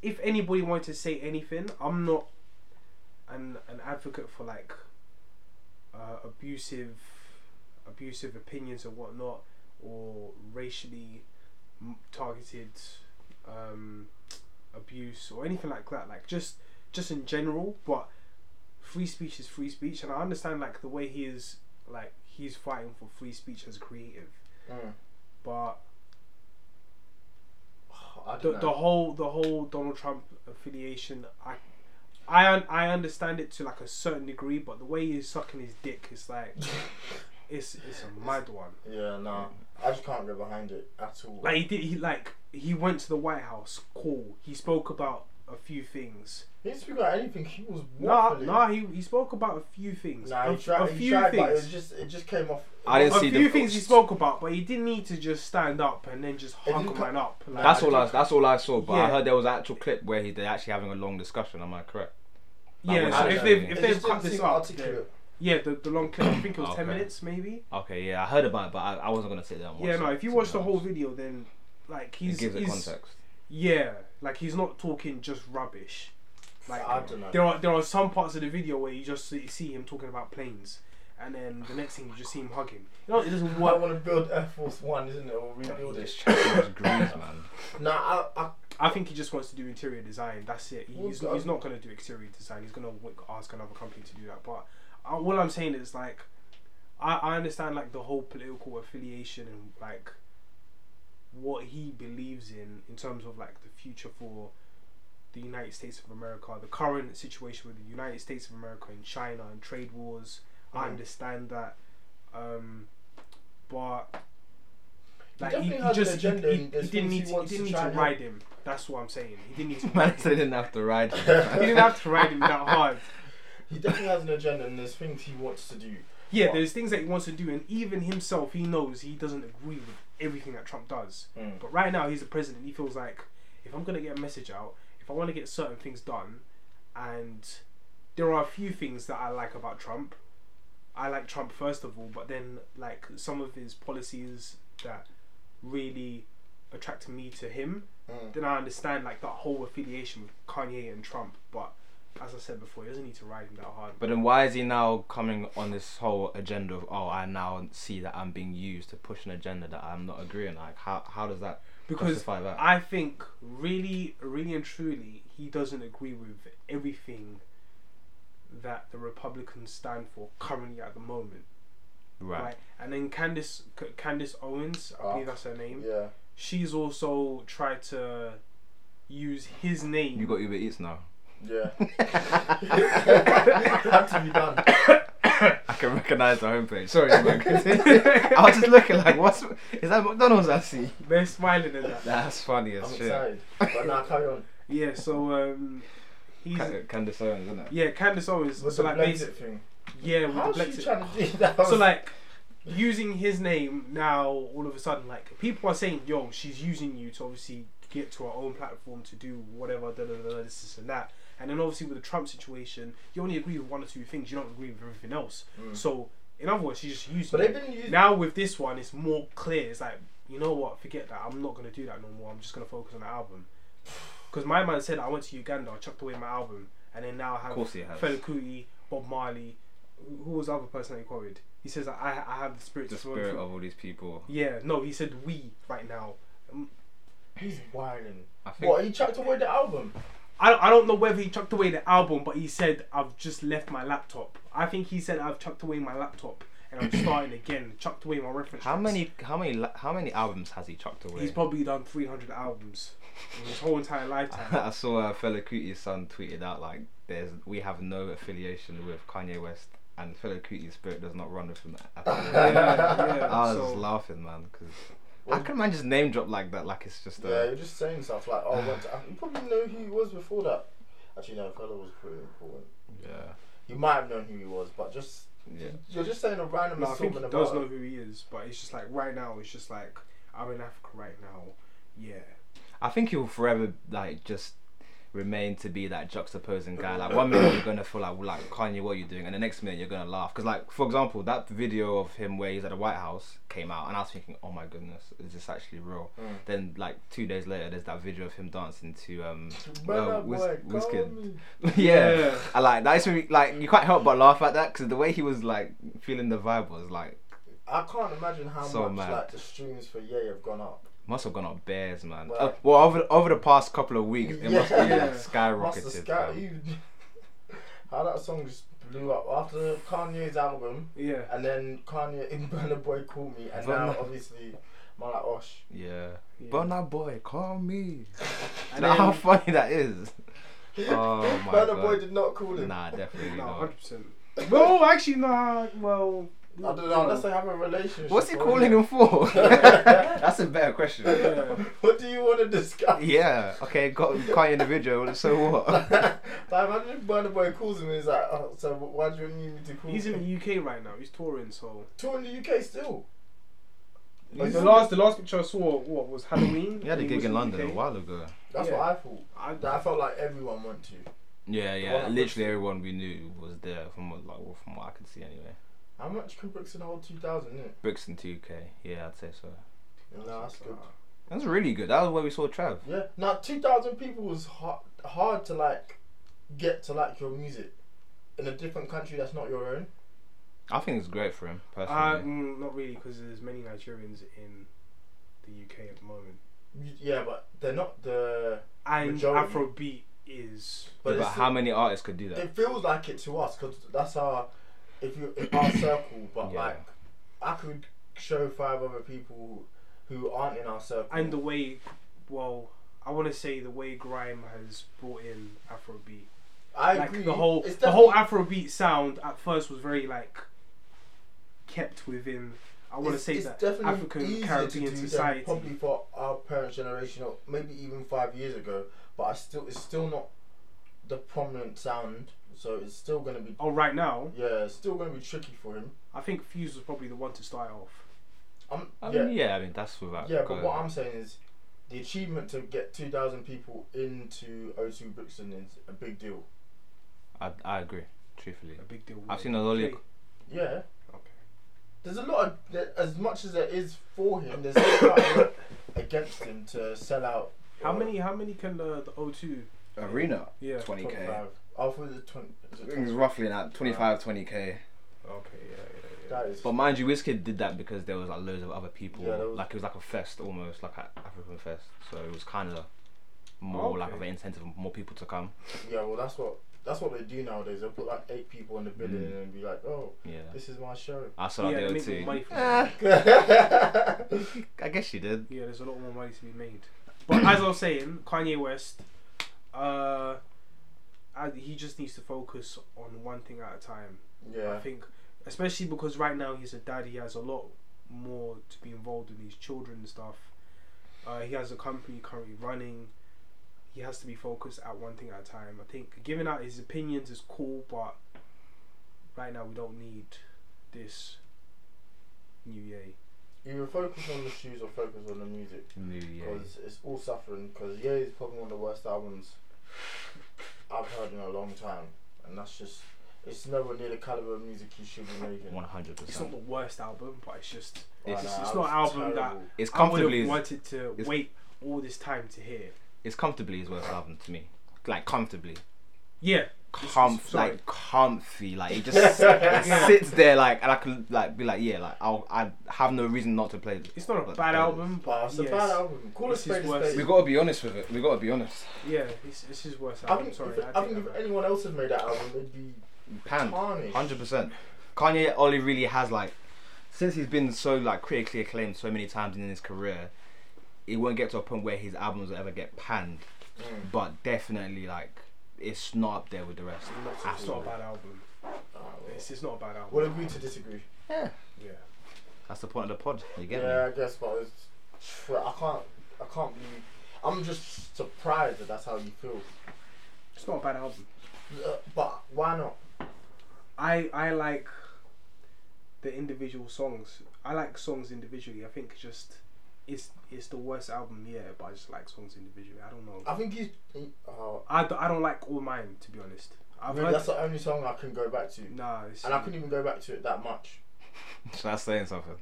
[SPEAKER 3] if anybody wanted to say anything i'm not an an advocate for like uh, abusive abusive opinions and whatnot or racially m- targeted um abuse or anything like that like just just in general but free speech is free speech, and I understand like the way he is like he's fighting for free speech as a creative,
[SPEAKER 1] Mm.
[SPEAKER 3] but
[SPEAKER 1] I don't
[SPEAKER 3] the, the
[SPEAKER 1] know.
[SPEAKER 3] whole the whole Donald Trump affiliation, I I un- I understand it to like a certain degree, but the way he's sucking his dick is like it's it's a mad one.
[SPEAKER 1] Yeah, no, I just can't get behind it at all.
[SPEAKER 3] Like he did he like he went to the White House, cool. He spoke about a few things.
[SPEAKER 1] he didn't speak about anything. He was
[SPEAKER 3] Nah,
[SPEAKER 1] waffling.
[SPEAKER 3] nah, he, he spoke about a few things.
[SPEAKER 1] Nah,
[SPEAKER 3] a,
[SPEAKER 1] he tried.
[SPEAKER 3] a
[SPEAKER 1] he
[SPEAKER 3] few
[SPEAKER 1] tried,
[SPEAKER 3] things.
[SPEAKER 1] but it was just it just came off.
[SPEAKER 2] I didn't
[SPEAKER 3] a
[SPEAKER 2] see
[SPEAKER 3] few
[SPEAKER 2] the-
[SPEAKER 3] things he spoke about, but he didn't need to just stand up and then just
[SPEAKER 1] It
[SPEAKER 3] hug
[SPEAKER 1] didn't
[SPEAKER 3] man up. Like,
[SPEAKER 2] That's all I that's all I saw. But I
[SPEAKER 3] Yeah.
[SPEAKER 2] heard there was an actual clip where he, they're actually having a long discussion. Am I correct?
[SPEAKER 3] yeah.
[SPEAKER 2] was
[SPEAKER 3] So if
[SPEAKER 2] actually-
[SPEAKER 1] It
[SPEAKER 3] they've if
[SPEAKER 1] just
[SPEAKER 3] they've
[SPEAKER 1] didn't
[SPEAKER 3] cut this
[SPEAKER 1] seem
[SPEAKER 3] up,
[SPEAKER 1] articulate.
[SPEAKER 3] yeah, the, the long clip. I think it was ten
[SPEAKER 2] Okay.
[SPEAKER 3] minutes, maybe.
[SPEAKER 2] Okay, yeah, I heard about it, but I, I wasn't gonna sit there. And watch
[SPEAKER 3] yeah, no.
[SPEAKER 2] it,
[SPEAKER 3] If you
[SPEAKER 2] to
[SPEAKER 3] watch
[SPEAKER 2] be
[SPEAKER 3] the whole
[SPEAKER 2] honest.
[SPEAKER 3] video, then like
[SPEAKER 2] it
[SPEAKER 3] he's,
[SPEAKER 2] gives it
[SPEAKER 3] he's-
[SPEAKER 2] context.
[SPEAKER 3] yeah, like he's not talking just rubbish. Like
[SPEAKER 1] I don't know.
[SPEAKER 3] there are there are some parts of the video where you just see, see him talking about planes, and then the next thing you just see him hugging. You know, it doesn't
[SPEAKER 1] I
[SPEAKER 3] work.
[SPEAKER 1] want to build Air Force One, isn't it? Or rebuild
[SPEAKER 2] Just
[SPEAKER 1] it.
[SPEAKER 2] check his grooves, man.
[SPEAKER 1] Nah, I, I,
[SPEAKER 3] I think he just wants to do interior design. That's it. He-
[SPEAKER 1] Well,
[SPEAKER 3] He's,
[SPEAKER 1] that-
[SPEAKER 3] he's not going to do exterior design. He's going to ask another company to do that. But uh, all I'm saying is like, I, I understand like the whole political affiliation and like what he believes in in terms of like the future for the United States of America, the current situation with the United States of America and China and trade wars. I
[SPEAKER 1] Mhm.
[SPEAKER 3] understand that, um, but.
[SPEAKER 1] He
[SPEAKER 3] Like he,
[SPEAKER 1] definitely
[SPEAKER 3] he
[SPEAKER 1] has an
[SPEAKER 3] just he,
[SPEAKER 1] agenda
[SPEAKER 3] he-
[SPEAKER 1] in this
[SPEAKER 3] he
[SPEAKER 1] things
[SPEAKER 3] didn't
[SPEAKER 1] he
[SPEAKER 3] need to, he
[SPEAKER 1] wants to
[SPEAKER 3] didn't need
[SPEAKER 1] try
[SPEAKER 3] to
[SPEAKER 1] and help.
[SPEAKER 3] ride him. That's what I'm saying. He didn't need to.
[SPEAKER 2] Man
[SPEAKER 3] ride
[SPEAKER 2] said he
[SPEAKER 3] him.
[SPEAKER 2] didn't have to ride.
[SPEAKER 3] he didn't have to ride him that hard.
[SPEAKER 1] he definitely has an agenda, and there's things he wants to do.
[SPEAKER 3] Yeah,
[SPEAKER 1] What?
[SPEAKER 3] there's things that he wants to do, and even himself, he knows he doesn't agree with everything that Trump does.
[SPEAKER 1] Mm.
[SPEAKER 3] But right now, he's the president. He feels like if I'm gonna get a message out, if I want to get certain things done, and there are a few things that I like about Trump. I like Trump first of all, but then like some of his policies that really attract me to him.
[SPEAKER 1] Mm.
[SPEAKER 3] then I understand like that whole affiliation with Kanye and Trump. But as I said before, he doesn't need to ride him that hard.
[SPEAKER 2] But then why is he now coming on this whole agenda of oh I now see that I'm being used to push an agenda that I'm not agreeing like how how does that
[SPEAKER 3] Because
[SPEAKER 2] justify that?
[SPEAKER 3] I think really, really and truly, he doesn't agree with everything that the Republicans stand for currently at the moment.
[SPEAKER 2] right.
[SPEAKER 3] And then Candice, C- Candice Owens, I
[SPEAKER 1] Ah.
[SPEAKER 3] believe that's her name.
[SPEAKER 1] Yeah.
[SPEAKER 3] She's also tried to use his name.
[SPEAKER 2] You got Uber Eats now.
[SPEAKER 1] Yeah. Had to be done.
[SPEAKER 2] I can recognize the homepage. Sorry, man. I was just looking like, what's is that McDonald's I see?
[SPEAKER 3] They're smiling at that.
[SPEAKER 2] That's funny as
[SPEAKER 1] I'm
[SPEAKER 2] shit.
[SPEAKER 1] excited. But now carry on.
[SPEAKER 3] Yeah, so um, he's
[SPEAKER 2] Ca- Candace Owens, isn't it?
[SPEAKER 3] yeah, Candace Owens.
[SPEAKER 1] With
[SPEAKER 3] So
[SPEAKER 1] the
[SPEAKER 3] like,
[SPEAKER 1] Brexit
[SPEAKER 3] basi-
[SPEAKER 1] thing.
[SPEAKER 3] yeah, with
[SPEAKER 1] How's
[SPEAKER 3] the
[SPEAKER 1] she
[SPEAKER 3] Brexit.
[SPEAKER 1] trying to do that?
[SPEAKER 3] So like using his name now all of a sudden like people are saying, Yo, she's using you to obviously get to her own platform to do whatever da da da da, this, this and that. And then obviously with the Trump situation, you only agree with one or two things, you don't agree with everything else.
[SPEAKER 1] Mm.
[SPEAKER 3] So in other words, she's just using
[SPEAKER 1] but
[SPEAKER 3] you.
[SPEAKER 1] they've been using.
[SPEAKER 3] now with this one it's more clear. It's like, you know what, forget that, I'm not gonna do that no more, I'm just gonna focus on the album. Because my man said I went to Uganda, I chucked away my album and then now I have
[SPEAKER 2] Of course he has.
[SPEAKER 3] Fela Kuti, Bob Marley. Who- Who was the other person that he quoted? He says, I, I have the spirit
[SPEAKER 2] The
[SPEAKER 3] to
[SPEAKER 2] spirit of all these people.
[SPEAKER 3] Yeah, no, he said we right now.
[SPEAKER 1] He's whining.
[SPEAKER 2] I think
[SPEAKER 1] What? He chucked away the album.
[SPEAKER 3] I, I don't know whether he chucked away the album, but he said, I've just left my laptop. I think he said, I've chucked away my laptop and I'm starting again. Chucked away my reference.
[SPEAKER 2] how
[SPEAKER 3] tracks.
[SPEAKER 2] many how many la- how many albums has he chucked away?
[SPEAKER 3] He's probably done 300 albums in his whole entire lifetime.
[SPEAKER 2] I saw uh, Fela Kuti's son tweeted out like, "There's we have no affiliation with Kanye West, and Fela Kuti's spirit does not run with him." At all.
[SPEAKER 3] yeah, yeah.
[SPEAKER 2] I was
[SPEAKER 3] so,
[SPEAKER 2] laughing, man, because I can man just name drop like that, like it's just. Uh,
[SPEAKER 1] Yeah, you're just saying stuff like, oh, I went to, Af- you probably know who he was before that. Actually, no, Fella was pretty important.
[SPEAKER 2] yeah.
[SPEAKER 1] You might have known who he was, but just
[SPEAKER 2] Yeah.
[SPEAKER 1] you're just saying a random
[SPEAKER 3] No, I think he
[SPEAKER 1] assortment of
[SPEAKER 3] does
[SPEAKER 1] art.
[SPEAKER 3] know who he is, but it's just like right now, it's just like I'm in Africa right now. Yeah,
[SPEAKER 2] I think he'll forever like just remain to be that juxtaposing guy. Like one minute you're gonna feel like well, like Kanye, what are you doing? And the next minute you're gonna laugh because like for example that video of him where he's at the White House came out and I was thinking, oh my goodness, is this actually real?
[SPEAKER 1] Mm.
[SPEAKER 2] Then like two days later, there's that video of him dancing to um.
[SPEAKER 1] Man,
[SPEAKER 2] uh,
[SPEAKER 1] that
[SPEAKER 2] Wiz-
[SPEAKER 1] boy
[SPEAKER 2] Wizkid.
[SPEAKER 1] called me.
[SPEAKER 2] yeah.
[SPEAKER 3] Yeah.
[SPEAKER 2] I like that. It's really, like you can't help but laugh at that because the way he was like feeling the vibe was like
[SPEAKER 1] I can't imagine how
[SPEAKER 2] So
[SPEAKER 1] much
[SPEAKER 2] mad.
[SPEAKER 1] like the streams for Ye have gone up.
[SPEAKER 2] must have gone up bears, man.
[SPEAKER 1] Wow.
[SPEAKER 2] Uh, well, over over the past couple of weeks, it must be like
[SPEAKER 1] Yeah. Must
[SPEAKER 2] skyrocketed.
[SPEAKER 1] have scout
[SPEAKER 2] fam.
[SPEAKER 1] you. How that song just blew up after Kanye's album,
[SPEAKER 3] yeah.
[SPEAKER 1] and then Kanye in Burner Boy Call Me, and
[SPEAKER 2] But
[SPEAKER 1] now
[SPEAKER 2] no.
[SPEAKER 1] obviously man like oh, Osh.
[SPEAKER 2] Yeah.
[SPEAKER 3] yeah.
[SPEAKER 2] But now, boy, call me.
[SPEAKER 3] And
[SPEAKER 2] Like, how
[SPEAKER 3] then-
[SPEAKER 2] funny that is. Oh my
[SPEAKER 1] Burner Boy
[SPEAKER 2] God.
[SPEAKER 1] did not call him.
[SPEAKER 2] Nah, definitely
[SPEAKER 3] No,
[SPEAKER 2] not.
[SPEAKER 3] hundred percent. Well, actually, nah. Well,
[SPEAKER 1] I don't know, unless they have a relationship.
[SPEAKER 2] What's he
[SPEAKER 1] or-
[SPEAKER 2] calling him for? That's a better question.
[SPEAKER 3] Yeah.
[SPEAKER 1] What do you want to discuss?
[SPEAKER 2] Yeah. Okay. Got Kanye in the video. So what?
[SPEAKER 1] like, imagine if Burner Boy calls him and he's like, oh, so why do you need me to call
[SPEAKER 3] He's
[SPEAKER 1] you?
[SPEAKER 3] in the UK right now. He's touring, so
[SPEAKER 1] Tour in the UK still.
[SPEAKER 3] like
[SPEAKER 1] He's
[SPEAKER 3] the
[SPEAKER 1] in-
[SPEAKER 3] last the last picture I saw what was Halloween.
[SPEAKER 2] He had a
[SPEAKER 3] and
[SPEAKER 2] gig
[SPEAKER 3] was
[SPEAKER 2] in London
[SPEAKER 3] the
[SPEAKER 2] a
[SPEAKER 3] UK.
[SPEAKER 2] while ago.
[SPEAKER 1] That's
[SPEAKER 3] Yeah.
[SPEAKER 1] what I thought.
[SPEAKER 3] I,
[SPEAKER 1] That I felt like everyone went to.
[SPEAKER 2] Yeah,
[SPEAKER 1] one
[SPEAKER 2] yeah.
[SPEAKER 1] that looks-
[SPEAKER 2] Literally everyone we knew was there from what, like well, from what I could see anyway.
[SPEAKER 1] How much can Brixton hold? 2,000, innit?
[SPEAKER 2] Brixton 2K. Yeah, I'd say so.
[SPEAKER 1] No, that's good.
[SPEAKER 2] That's really good. That was where we saw Trav.
[SPEAKER 1] Yeah. Now, 2,000 people was hard, hard to like get to like your music in a different country that's not your own.
[SPEAKER 2] I think it's great for him personally.
[SPEAKER 3] Uh, mm, not really, because there's many Nigerians in the UK at the moment,
[SPEAKER 1] Y- Yeah, but they're not the.
[SPEAKER 3] and
[SPEAKER 1] Majority.
[SPEAKER 3] Afrobeat is.
[SPEAKER 1] But,
[SPEAKER 2] but
[SPEAKER 1] it's
[SPEAKER 2] how many artists could do that?
[SPEAKER 1] it feels like it to us because that's our if you in our circle but
[SPEAKER 2] Yeah.
[SPEAKER 1] like i could show five other people who aren't in our circle
[SPEAKER 3] And the way, well, I want to say the way grime has brought in Afrobeat,
[SPEAKER 1] i
[SPEAKER 3] like
[SPEAKER 1] agree
[SPEAKER 3] the whole
[SPEAKER 1] it's
[SPEAKER 3] the whole
[SPEAKER 1] definitely-
[SPEAKER 3] Afrobeat sound at first was very like kept within. I want to
[SPEAKER 1] it's-
[SPEAKER 3] say
[SPEAKER 1] it's
[SPEAKER 3] that
[SPEAKER 1] definitely easier
[SPEAKER 3] African
[SPEAKER 1] to do
[SPEAKER 3] Caribbean
[SPEAKER 1] than
[SPEAKER 3] society.
[SPEAKER 1] probably for our parents generation or maybe even five years ago but i still it's still not the prominent sound so it's still going to be
[SPEAKER 3] Oh, right now,
[SPEAKER 1] yeah it's still going to be tricky for him
[SPEAKER 3] I think Fuse was probably the one to start off.
[SPEAKER 1] i'm
[SPEAKER 2] I
[SPEAKER 1] yeah
[SPEAKER 2] mean, yeah. I mean that's without.
[SPEAKER 1] Yeah, but
[SPEAKER 2] going.
[SPEAKER 1] what I'm saying is the achievement to get 2,000 people into O2 Brixton is a big deal.
[SPEAKER 2] I, I agree, truthfully.
[SPEAKER 3] A big deal.
[SPEAKER 2] I've seen a lolly.
[SPEAKER 3] Okay.
[SPEAKER 1] Yeah.
[SPEAKER 3] Okay.
[SPEAKER 1] There's a lot of, there, as much as there is for him, there's still quite a lot against him to sell out.
[SPEAKER 3] How
[SPEAKER 1] uh,
[SPEAKER 3] many? How many can the, the O2?
[SPEAKER 2] Arena,
[SPEAKER 3] Yeah.
[SPEAKER 2] 20k.
[SPEAKER 1] 25. I thought it was 20. Is
[SPEAKER 2] I
[SPEAKER 1] it
[SPEAKER 2] think it's
[SPEAKER 1] 20?
[SPEAKER 2] roughly that 25, 20k.
[SPEAKER 3] Okay. Yeah. Yeah.
[SPEAKER 1] That is.
[SPEAKER 2] But mind you, Wizkid did that because there was like loads of other people.
[SPEAKER 1] Yeah, there was-
[SPEAKER 2] Like it was like a fest almost, like an African fest. So it was kind of more like
[SPEAKER 3] Okay.
[SPEAKER 2] of an incentive for more people to come.
[SPEAKER 1] Yeah, well, that's what that's what they do nowadays. They'll put like eight people in the building
[SPEAKER 2] Mm.
[SPEAKER 1] and be like, oh,
[SPEAKER 2] Yeah.
[SPEAKER 1] this is my show.
[SPEAKER 2] I saw
[SPEAKER 3] Yeah,
[SPEAKER 2] the
[SPEAKER 3] they make more money
[SPEAKER 2] O2.
[SPEAKER 3] from
[SPEAKER 2] Eh,
[SPEAKER 1] yeah,
[SPEAKER 2] I guess she did.
[SPEAKER 3] Yeah. There's a lot more money to be made. But as I was saying, Kanye West, uh, I, he just needs to focus on one thing at a time. I think especially because right now he's a dad. He has a lot more to be involved with his children and stuff. Uh, he has a company currently running. He has to be focused at one thing at a time. I think giving out his opinions is cool, but right now we don't need this new yay.
[SPEAKER 1] Either focus on the shoes or focus on the music
[SPEAKER 2] New Year.
[SPEAKER 1] because it's all suffering. Because yeah, is probably one of the worst albums I've heard in a long time, and that's just it's nowhere near the caliber of music you should be making.
[SPEAKER 2] One hundred
[SPEAKER 3] It's not
[SPEAKER 2] percent.
[SPEAKER 3] the worst album, but it's just
[SPEAKER 1] Right
[SPEAKER 2] It's-
[SPEAKER 1] now,
[SPEAKER 3] it's not
[SPEAKER 1] it's
[SPEAKER 3] album that-
[SPEAKER 1] terrible.
[SPEAKER 2] It's
[SPEAKER 3] I would
[SPEAKER 2] comfortably
[SPEAKER 3] have
[SPEAKER 2] his,
[SPEAKER 3] wanted to
[SPEAKER 2] it's-
[SPEAKER 3] wait all this time to hear.
[SPEAKER 2] it's comfortably his worst album to me. Like comfortably,
[SPEAKER 3] Yeah, it's-
[SPEAKER 2] comf
[SPEAKER 3] sorry.
[SPEAKER 2] like comfy. Like it just it sits there like and I can like be like yeah like I'll I have no reason not to play this.
[SPEAKER 3] it's not a
[SPEAKER 2] But-
[SPEAKER 3] bad album,
[SPEAKER 1] Wow,
[SPEAKER 3] but
[SPEAKER 1] it's
[SPEAKER 3] yes,
[SPEAKER 1] a bad album. Call it
[SPEAKER 3] This is
[SPEAKER 1] space
[SPEAKER 3] worse.
[SPEAKER 1] space.
[SPEAKER 2] We gotta be honest with it. We gotta be honest.
[SPEAKER 3] yeah, it's, it's his worst
[SPEAKER 1] I
[SPEAKER 3] album.
[SPEAKER 1] think,
[SPEAKER 3] sorry,
[SPEAKER 1] if,
[SPEAKER 3] I
[SPEAKER 1] I think
[SPEAKER 3] think
[SPEAKER 1] if anyone else had made that album, it'd be
[SPEAKER 2] Panned.
[SPEAKER 1] tarnished.
[SPEAKER 2] Hundred percent. Kanye only really has like, since he's been so like critically acclaimed so many times in his career, it won't get to a point where his albums will ever get panned.
[SPEAKER 1] Mm.
[SPEAKER 2] But definitely like, it's not up there with the rest.
[SPEAKER 3] it's not a bad album.
[SPEAKER 1] Ah, well.
[SPEAKER 3] It's, it's not a bad album.
[SPEAKER 1] We'll agree to disagree.
[SPEAKER 2] Yeah.
[SPEAKER 3] yeah.
[SPEAKER 2] That's the point of the pod. You get
[SPEAKER 1] yeah,
[SPEAKER 2] me?
[SPEAKER 1] I guess, but it's, I can't, I can't believe. I'm just surprised that that's how you feel.
[SPEAKER 3] It's not a bad album.
[SPEAKER 1] Uh, But why not?
[SPEAKER 3] I I like the individual songs. I like songs individually. I think just it's it's the worst album, yeah. But I just like songs individually. I don't know.
[SPEAKER 1] I think he's. He, oh,
[SPEAKER 3] I, d- I don't like all mine to be honest. I've
[SPEAKER 1] really,
[SPEAKER 3] heard
[SPEAKER 1] that's the only song I can go back to,
[SPEAKER 3] nah. It's,
[SPEAKER 1] and I couldn't even go back to it that much.
[SPEAKER 2] So that's saying something.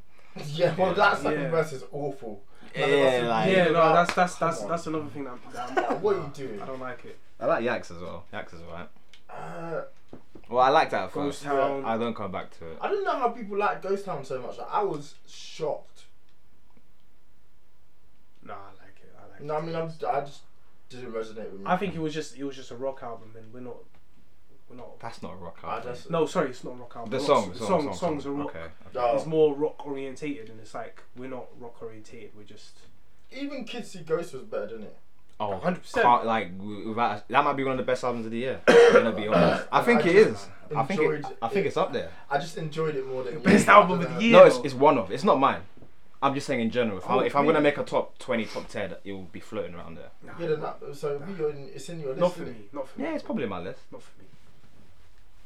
[SPEAKER 1] yeah, well, that second
[SPEAKER 3] Yeah.
[SPEAKER 1] verse is awful. None of us
[SPEAKER 2] Yeah,
[SPEAKER 1] have
[SPEAKER 2] like
[SPEAKER 3] yeah,
[SPEAKER 1] been
[SPEAKER 3] no,
[SPEAKER 1] about-
[SPEAKER 3] that's that's
[SPEAKER 1] Come
[SPEAKER 3] that's
[SPEAKER 1] on.
[SPEAKER 3] that's another thing that, I'm- that I'm-
[SPEAKER 1] What are you doing?
[SPEAKER 3] I don't like it.
[SPEAKER 2] I like Yaks as well. Yaks is alright.
[SPEAKER 1] Uh,
[SPEAKER 2] Well, I like that at first.
[SPEAKER 3] Ghost Town.
[SPEAKER 2] I don't come back to it.
[SPEAKER 1] I don't know how people like Ghost Town so much. Like, I was shocked.
[SPEAKER 3] Nah, I like it. I like
[SPEAKER 1] No,
[SPEAKER 3] it.
[SPEAKER 1] I mean, I'm, I just didn't resonate with me.
[SPEAKER 3] I think it was just it was just a rock album, and we're not we're not.
[SPEAKER 2] That's not a rock
[SPEAKER 1] I
[SPEAKER 2] album.
[SPEAKER 1] just
[SPEAKER 3] No, sorry, it's not a rock album.
[SPEAKER 2] the
[SPEAKER 3] Rock-
[SPEAKER 2] song,
[SPEAKER 3] the
[SPEAKER 2] song,
[SPEAKER 3] song,
[SPEAKER 2] song,
[SPEAKER 3] songs
[SPEAKER 2] song.
[SPEAKER 3] are rock.
[SPEAKER 2] Okay.
[SPEAKER 1] No.
[SPEAKER 3] It's more rock orientated, and it's like we're not rock orientated. We're just
[SPEAKER 1] even Kids See Ghosts was better, didn't it?
[SPEAKER 2] Oh,
[SPEAKER 3] 100%.
[SPEAKER 2] can't- Like w- without, that might be one of the best albums of the year. I'm gonna be honest. I think it is. I think it,
[SPEAKER 1] Enjoyed
[SPEAKER 2] I think
[SPEAKER 1] it.
[SPEAKER 2] it's up there.
[SPEAKER 1] I just enjoyed it more than you.
[SPEAKER 3] best album of the year.
[SPEAKER 2] No, it's, it's one of. It's not mine. I'm just saying in general. If,
[SPEAKER 3] Oh,
[SPEAKER 2] I, if I'm
[SPEAKER 3] really?
[SPEAKER 2] gonna make a top twenty, top ten, it will be floating around there.
[SPEAKER 3] Nah,
[SPEAKER 1] Yeah, then that, so we are in, it's in your list.
[SPEAKER 3] not for
[SPEAKER 1] isn't it?
[SPEAKER 3] me. Not for me.
[SPEAKER 2] Yeah, it's probably in my list.
[SPEAKER 3] not for me.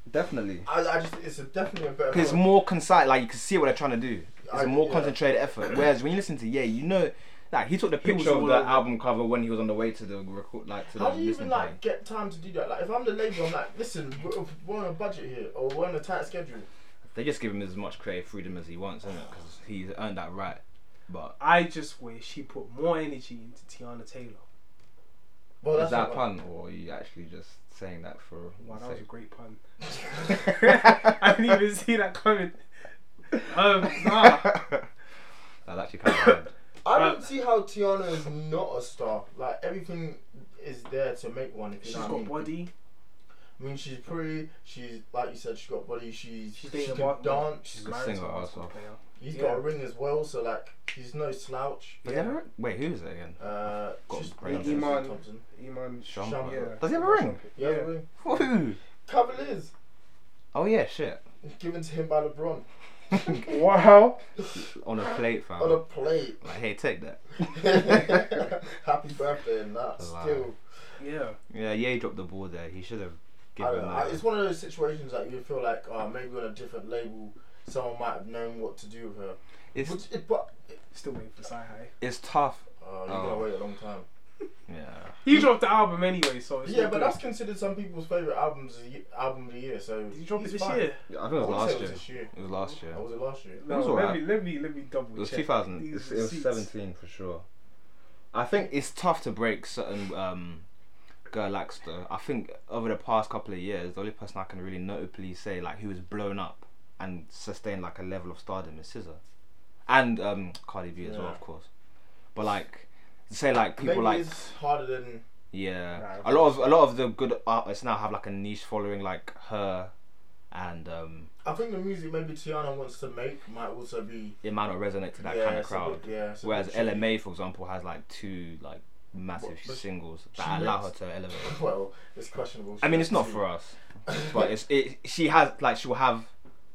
[SPEAKER 2] Definitely.
[SPEAKER 1] I, I just it's a, definitely a better.
[SPEAKER 2] Because it's
[SPEAKER 1] album.
[SPEAKER 2] more concise. Like you can see what they're trying to do. It's
[SPEAKER 1] I-
[SPEAKER 2] a more
[SPEAKER 1] yeah.
[SPEAKER 2] concentrated effort. Whereas when you listen to Yeah, you know, like he took the
[SPEAKER 3] He was
[SPEAKER 2] picture of
[SPEAKER 3] all
[SPEAKER 2] the
[SPEAKER 3] over it.
[SPEAKER 2] album cover when he was on the way to the record, like to
[SPEAKER 1] How
[SPEAKER 2] the
[SPEAKER 1] do you even
[SPEAKER 2] listening
[SPEAKER 1] like
[SPEAKER 2] party.
[SPEAKER 1] get time to do that? Like if I'm the label, I'm like, listen, we're, we're on a budget here, or we're on a tight schedule.
[SPEAKER 2] They just give him as much creative freedom as he wants, isn't it? Because he's earned that right. But
[SPEAKER 3] I just wish he put more energy into Tiana Taylor.
[SPEAKER 1] Well,
[SPEAKER 2] is that
[SPEAKER 1] Oh, not
[SPEAKER 2] a
[SPEAKER 1] my-
[SPEAKER 2] pun, or are you actually just saying that for?
[SPEAKER 3] Wow, that was a
[SPEAKER 2] sake?
[SPEAKER 3] great pun. I didn't even see that coming. Um, nah.
[SPEAKER 2] That's actually kind of hard.
[SPEAKER 1] I don't
[SPEAKER 3] Right.
[SPEAKER 1] see how Tiana is not a star. Like everything is there to make one. If you
[SPEAKER 3] She's
[SPEAKER 1] know what I
[SPEAKER 3] got
[SPEAKER 1] mean.
[SPEAKER 3] body.
[SPEAKER 1] I mean, she's pretty. She's like you said, she's got body. She's,
[SPEAKER 3] She's
[SPEAKER 1] she
[SPEAKER 3] dating
[SPEAKER 1] can
[SPEAKER 3] a bar-
[SPEAKER 1] dance.
[SPEAKER 3] She's
[SPEAKER 2] a
[SPEAKER 3] married to
[SPEAKER 2] singer
[SPEAKER 3] a basketball
[SPEAKER 2] also.
[SPEAKER 3] player.
[SPEAKER 1] He's
[SPEAKER 3] Yeah.
[SPEAKER 1] got a ring as well, so like he's no slouch.
[SPEAKER 2] Does
[SPEAKER 3] Yeah.
[SPEAKER 2] he have a ring? Wait, who is it again?
[SPEAKER 1] Uh,
[SPEAKER 2] Got
[SPEAKER 1] she's
[SPEAKER 2] brains.
[SPEAKER 1] Lindsay
[SPEAKER 3] Iman.
[SPEAKER 1] Thompson.
[SPEAKER 3] Iman.
[SPEAKER 2] Sean
[SPEAKER 1] Sean
[SPEAKER 2] Paul.
[SPEAKER 1] Paul.
[SPEAKER 2] Does he have a ring?
[SPEAKER 1] Yeah,
[SPEAKER 3] Yeah.
[SPEAKER 1] yeah.
[SPEAKER 2] Woohoo!
[SPEAKER 1] Cavaliers
[SPEAKER 2] Oh yeah, shit.
[SPEAKER 1] given to him by LeBron
[SPEAKER 3] Wow.
[SPEAKER 2] On a plate,
[SPEAKER 1] on a
[SPEAKER 2] fam.
[SPEAKER 1] plate.
[SPEAKER 2] Like, hey, take that.
[SPEAKER 1] Happy birthday and that.
[SPEAKER 2] Wow.
[SPEAKER 1] Still,
[SPEAKER 3] Yeah.
[SPEAKER 2] Yeah, yeah, dropped the ball there. He should have
[SPEAKER 1] I
[SPEAKER 2] given
[SPEAKER 1] don't know. I-
[SPEAKER 2] that.
[SPEAKER 1] It's one of those situations that you feel like, oh, maybe on a different label, someone might have known what to do with her.
[SPEAKER 2] It's
[SPEAKER 1] Which it, but
[SPEAKER 3] Still waiting for Sci High.
[SPEAKER 2] it's tough.
[SPEAKER 1] oh, you're
[SPEAKER 2] Oh.
[SPEAKER 1] gonna wait a long time.
[SPEAKER 2] Yeah.
[SPEAKER 3] He dropped the album anyway, so it's
[SPEAKER 1] Yeah,
[SPEAKER 3] all
[SPEAKER 1] but
[SPEAKER 3] good.
[SPEAKER 1] that's considered some people's favorite albums of the ye- album of the year. So
[SPEAKER 3] Did you drop it
[SPEAKER 1] he's
[SPEAKER 3] this
[SPEAKER 1] fine.
[SPEAKER 3] year?
[SPEAKER 2] I think
[SPEAKER 1] I
[SPEAKER 2] it
[SPEAKER 1] wouldn't
[SPEAKER 2] was
[SPEAKER 1] say
[SPEAKER 2] last
[SPEAKER 1] it
[SPEAKER 2] year.
[SPEAKER 1] was this year.
[SPEAKER 2] It was last year.
[SPEAKER 1] Or was it last year?
[SPEAKER 2] was
[SPEAKER 3] let
[SPEAKER 2] alright.
[SPEAKER 3] me let me let me double
[SPEAKER 2] It was
[SPEAKER 3] check.
[SPEAKER 2] 2000.
[SPEAKER 3] These
[SPEAKER 2] It was
[SPEAKER 3] receipts.
[SPEAKER 2] 17 for sure. I think it's tough to break certain um, girl acts though. I think over the past couple of years, the only person I can really notably say like who was blown up and sustained like a level of stardom is Scissor, and um, Cardi B as well,
[SPEAKER 1] Yeah.
[SPEAKER 2] of course. But like, say like people
[SPEAKER 1] Maybe
[SPEAKER 2] like
[SPEAKER 1] it's harder than
[SPEAKER 2] yeah, a
[SPEAKER 3] Nah.
[SPEAKER 2] lot of a lot of the good artists now have like a niche following like her, and um,
[SPEAKER 1] I think the music maybe Tiana wants to make might also be
[SPEAKER 2] it might not resonate to that
[SPEAKER 1] yeah,
[SPEAKER 2] kind of
[SPEAKER 1] it's a bit-
[SPEAKER 2] crowd.
[SPEAKER 1] yeah. it's a
[SPEAKER 2] Whereas
[SPEAKER 1] bit tricky.
[SPEAKER 2] LMA, for example, has like two like massive
[SPEAKER 1] What, but
[SPEAKER 2] singles
[SPEAKER 1] she
[SPEAKER 2] that allow her
[SPEAKER 1] makes-
[SPEAKER 2] to elevate.
[SPEAKER 1] Well, it's questionable.
[SPEAKER 2] I mean, it's not for us, but it's it. She has like she'll have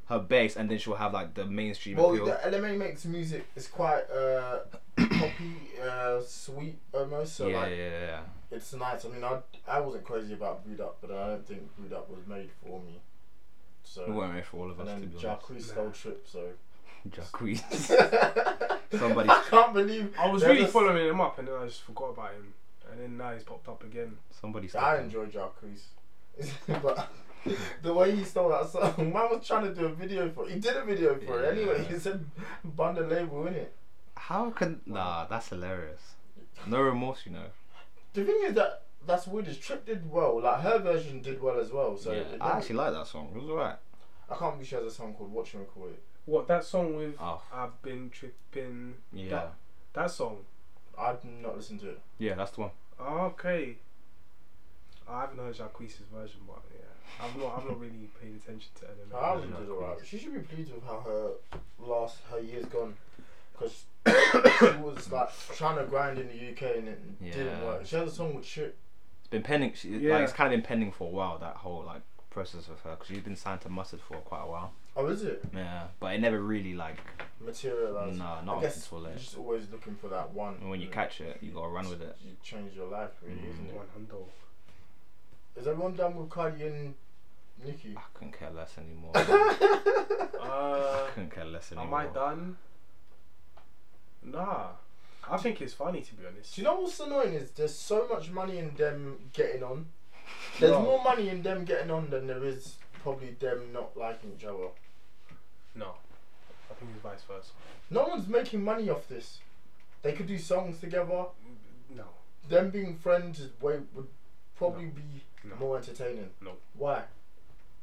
[SPEAKER 2] her base, and then she'll have like the mainstream
[SPEAKER 1] Well,
[SPEAKER 2] appeal.
[SPEAKER 1] the LMA makes music is quite uh, poppy, uh, sweet almost. So
[SPEAKER 2] yeah,
[SPEAKER 1] like,
[SPEAKER 2] yeah, yeah, yeah.
[SPEAKER 1] it's nice. I mean, I, I wasn't crazy about Brewed Up, but I don't think Brewed Up was made for me. So
[SPEAKER 2] It won't wait for all of
[SPEAKER 1] and
[SPEAKER 2] us to
[SPEAKER 1] then
[SPEAKER 2] be honest.
[SPEAKER 1] Jacques
[SPEAKER 3] Nah.
[SPEAKER 1] stole Trip, so
[SPEAKER 2] Jacquees.
[SPEAKER 1] somebody. I can't believe
[SPEAKER 3] I was
[SPEAKER 1] they're
[SPEAKER 3] really
[SPEAKER 1] just-
[SPEAKER 3] following him up, and then I just forgot about him. And then now he's popped up again.
[SPEAKER 2] Somebody
[SPEAKER 1] I
[SPEAKER 2] stop him.
[SPEAKER 1] enjoy Jacques, but the way he stole that song, man was trying to do a video for. He did a video for it anyway.
[SPEAKER 2] Yeah.
[SPEAKER 1] He said, "Bun the label in it."
[SPEAKER 2] How can nah? That's hilarious. No remorse, you know.
[SPEAKER 1] The thing is that that's weird. Is Trip did well. Like her version did well as well. So
[SPEAKER 2] yeah,
[SPEAKER 1] it
[SPEAKER 2] I
[SPEAKER 1] never-
[SPEAKER 2] actually like that song. It was alright.
[SPEAKER 1] I can't believe she has a song called Watch and Record It.
[SPEAKER 3] What that song with?
[SPEAKER 2] Oh,
[SPEAKER 3] I've been tripping.
[SPEAKER 2] yeah,
[SPEAKER 3] That- That song.
[SPEAKER 1] I'd not listen to it.
[SPEAKER 2] yeah, that's the one.
[SPEAKER 3] Okay. I haven't heard Jacquees' version, but yeah, I've not. I've not really paid attention to
[SPEAKER 1] Her
[SPEAKER 3] LMA.
[SPEAKER 1] album did alright. She should be pleased with how her last her year's gone, because she was like trying to grind in the UK and it didn't
[SPEAKER 2] Yeah.
[SPEAKER 1] work. She has a song with Trip.
[SPEAKER 2] It's been pending. She,
[SPEAKER 3] Yeah.
[SPEAKER 2] like, it's kind of been pending for a while. That whole like process of her because she's been signed to Mustard for quite a while.
[SPEAKER 1] Oh, is it
[SPEAKER 2] Yeah, but it never really like
[SPEAKER 1] materialized?
[SPEAKER 2] nah,
[SPEAKER 1] I
[SPEAKER 2] not
[SPEAKER 1] guess
[SPEAKER 2] until
[SPEAKER 1] You're
[SPEAKER 2] it.
[SPEAKER 1] just always looking for that one.
[SPEAKER 2] And when you
[SPEAKER 1] innit?
[SPEAKER 2] catch it, you gotta run with it.
[SPEAKER 1] you change your life, really,
[SPEAKER 2] Mm.
[SPEAKER 1] isn't
[SPEAKER 3] One handle.
[SPEAKER 1] it? Is everyone done with Cardi and Nicki?
[SPEAKER 2] I couldn't care less anymore. I
[SPEAKER 3] Uh,
[SPEAKER 2] couldn't care less
[SPEAKER 3] am I
[SPEAKER 2] anymore.
[SPEAKER 3] done? Nah, I think it's funny to be honest.
[SPEAKER 1] Do you know what's annoying is there's so much money in them getting on. There's
[SPEAKER 3] No.
[SPEAKER 1] more money in them getting on than there is probably them not liking each other.
[SPEAKER 3] No, I think it's vice versa.
[SPEAKER 1] No one's making money off this. They could do songs together.
[SPEAKER 3] No,
[SPEAKER 1] Them being friends is way would probably
[SPEAKER 3] No.
[SPEAKER 1] be
[SPEAKER 3] no.
[SPEAKER 1] more entertaining.
[SPEAKER 3] No.
[SPEAKER 1] Why?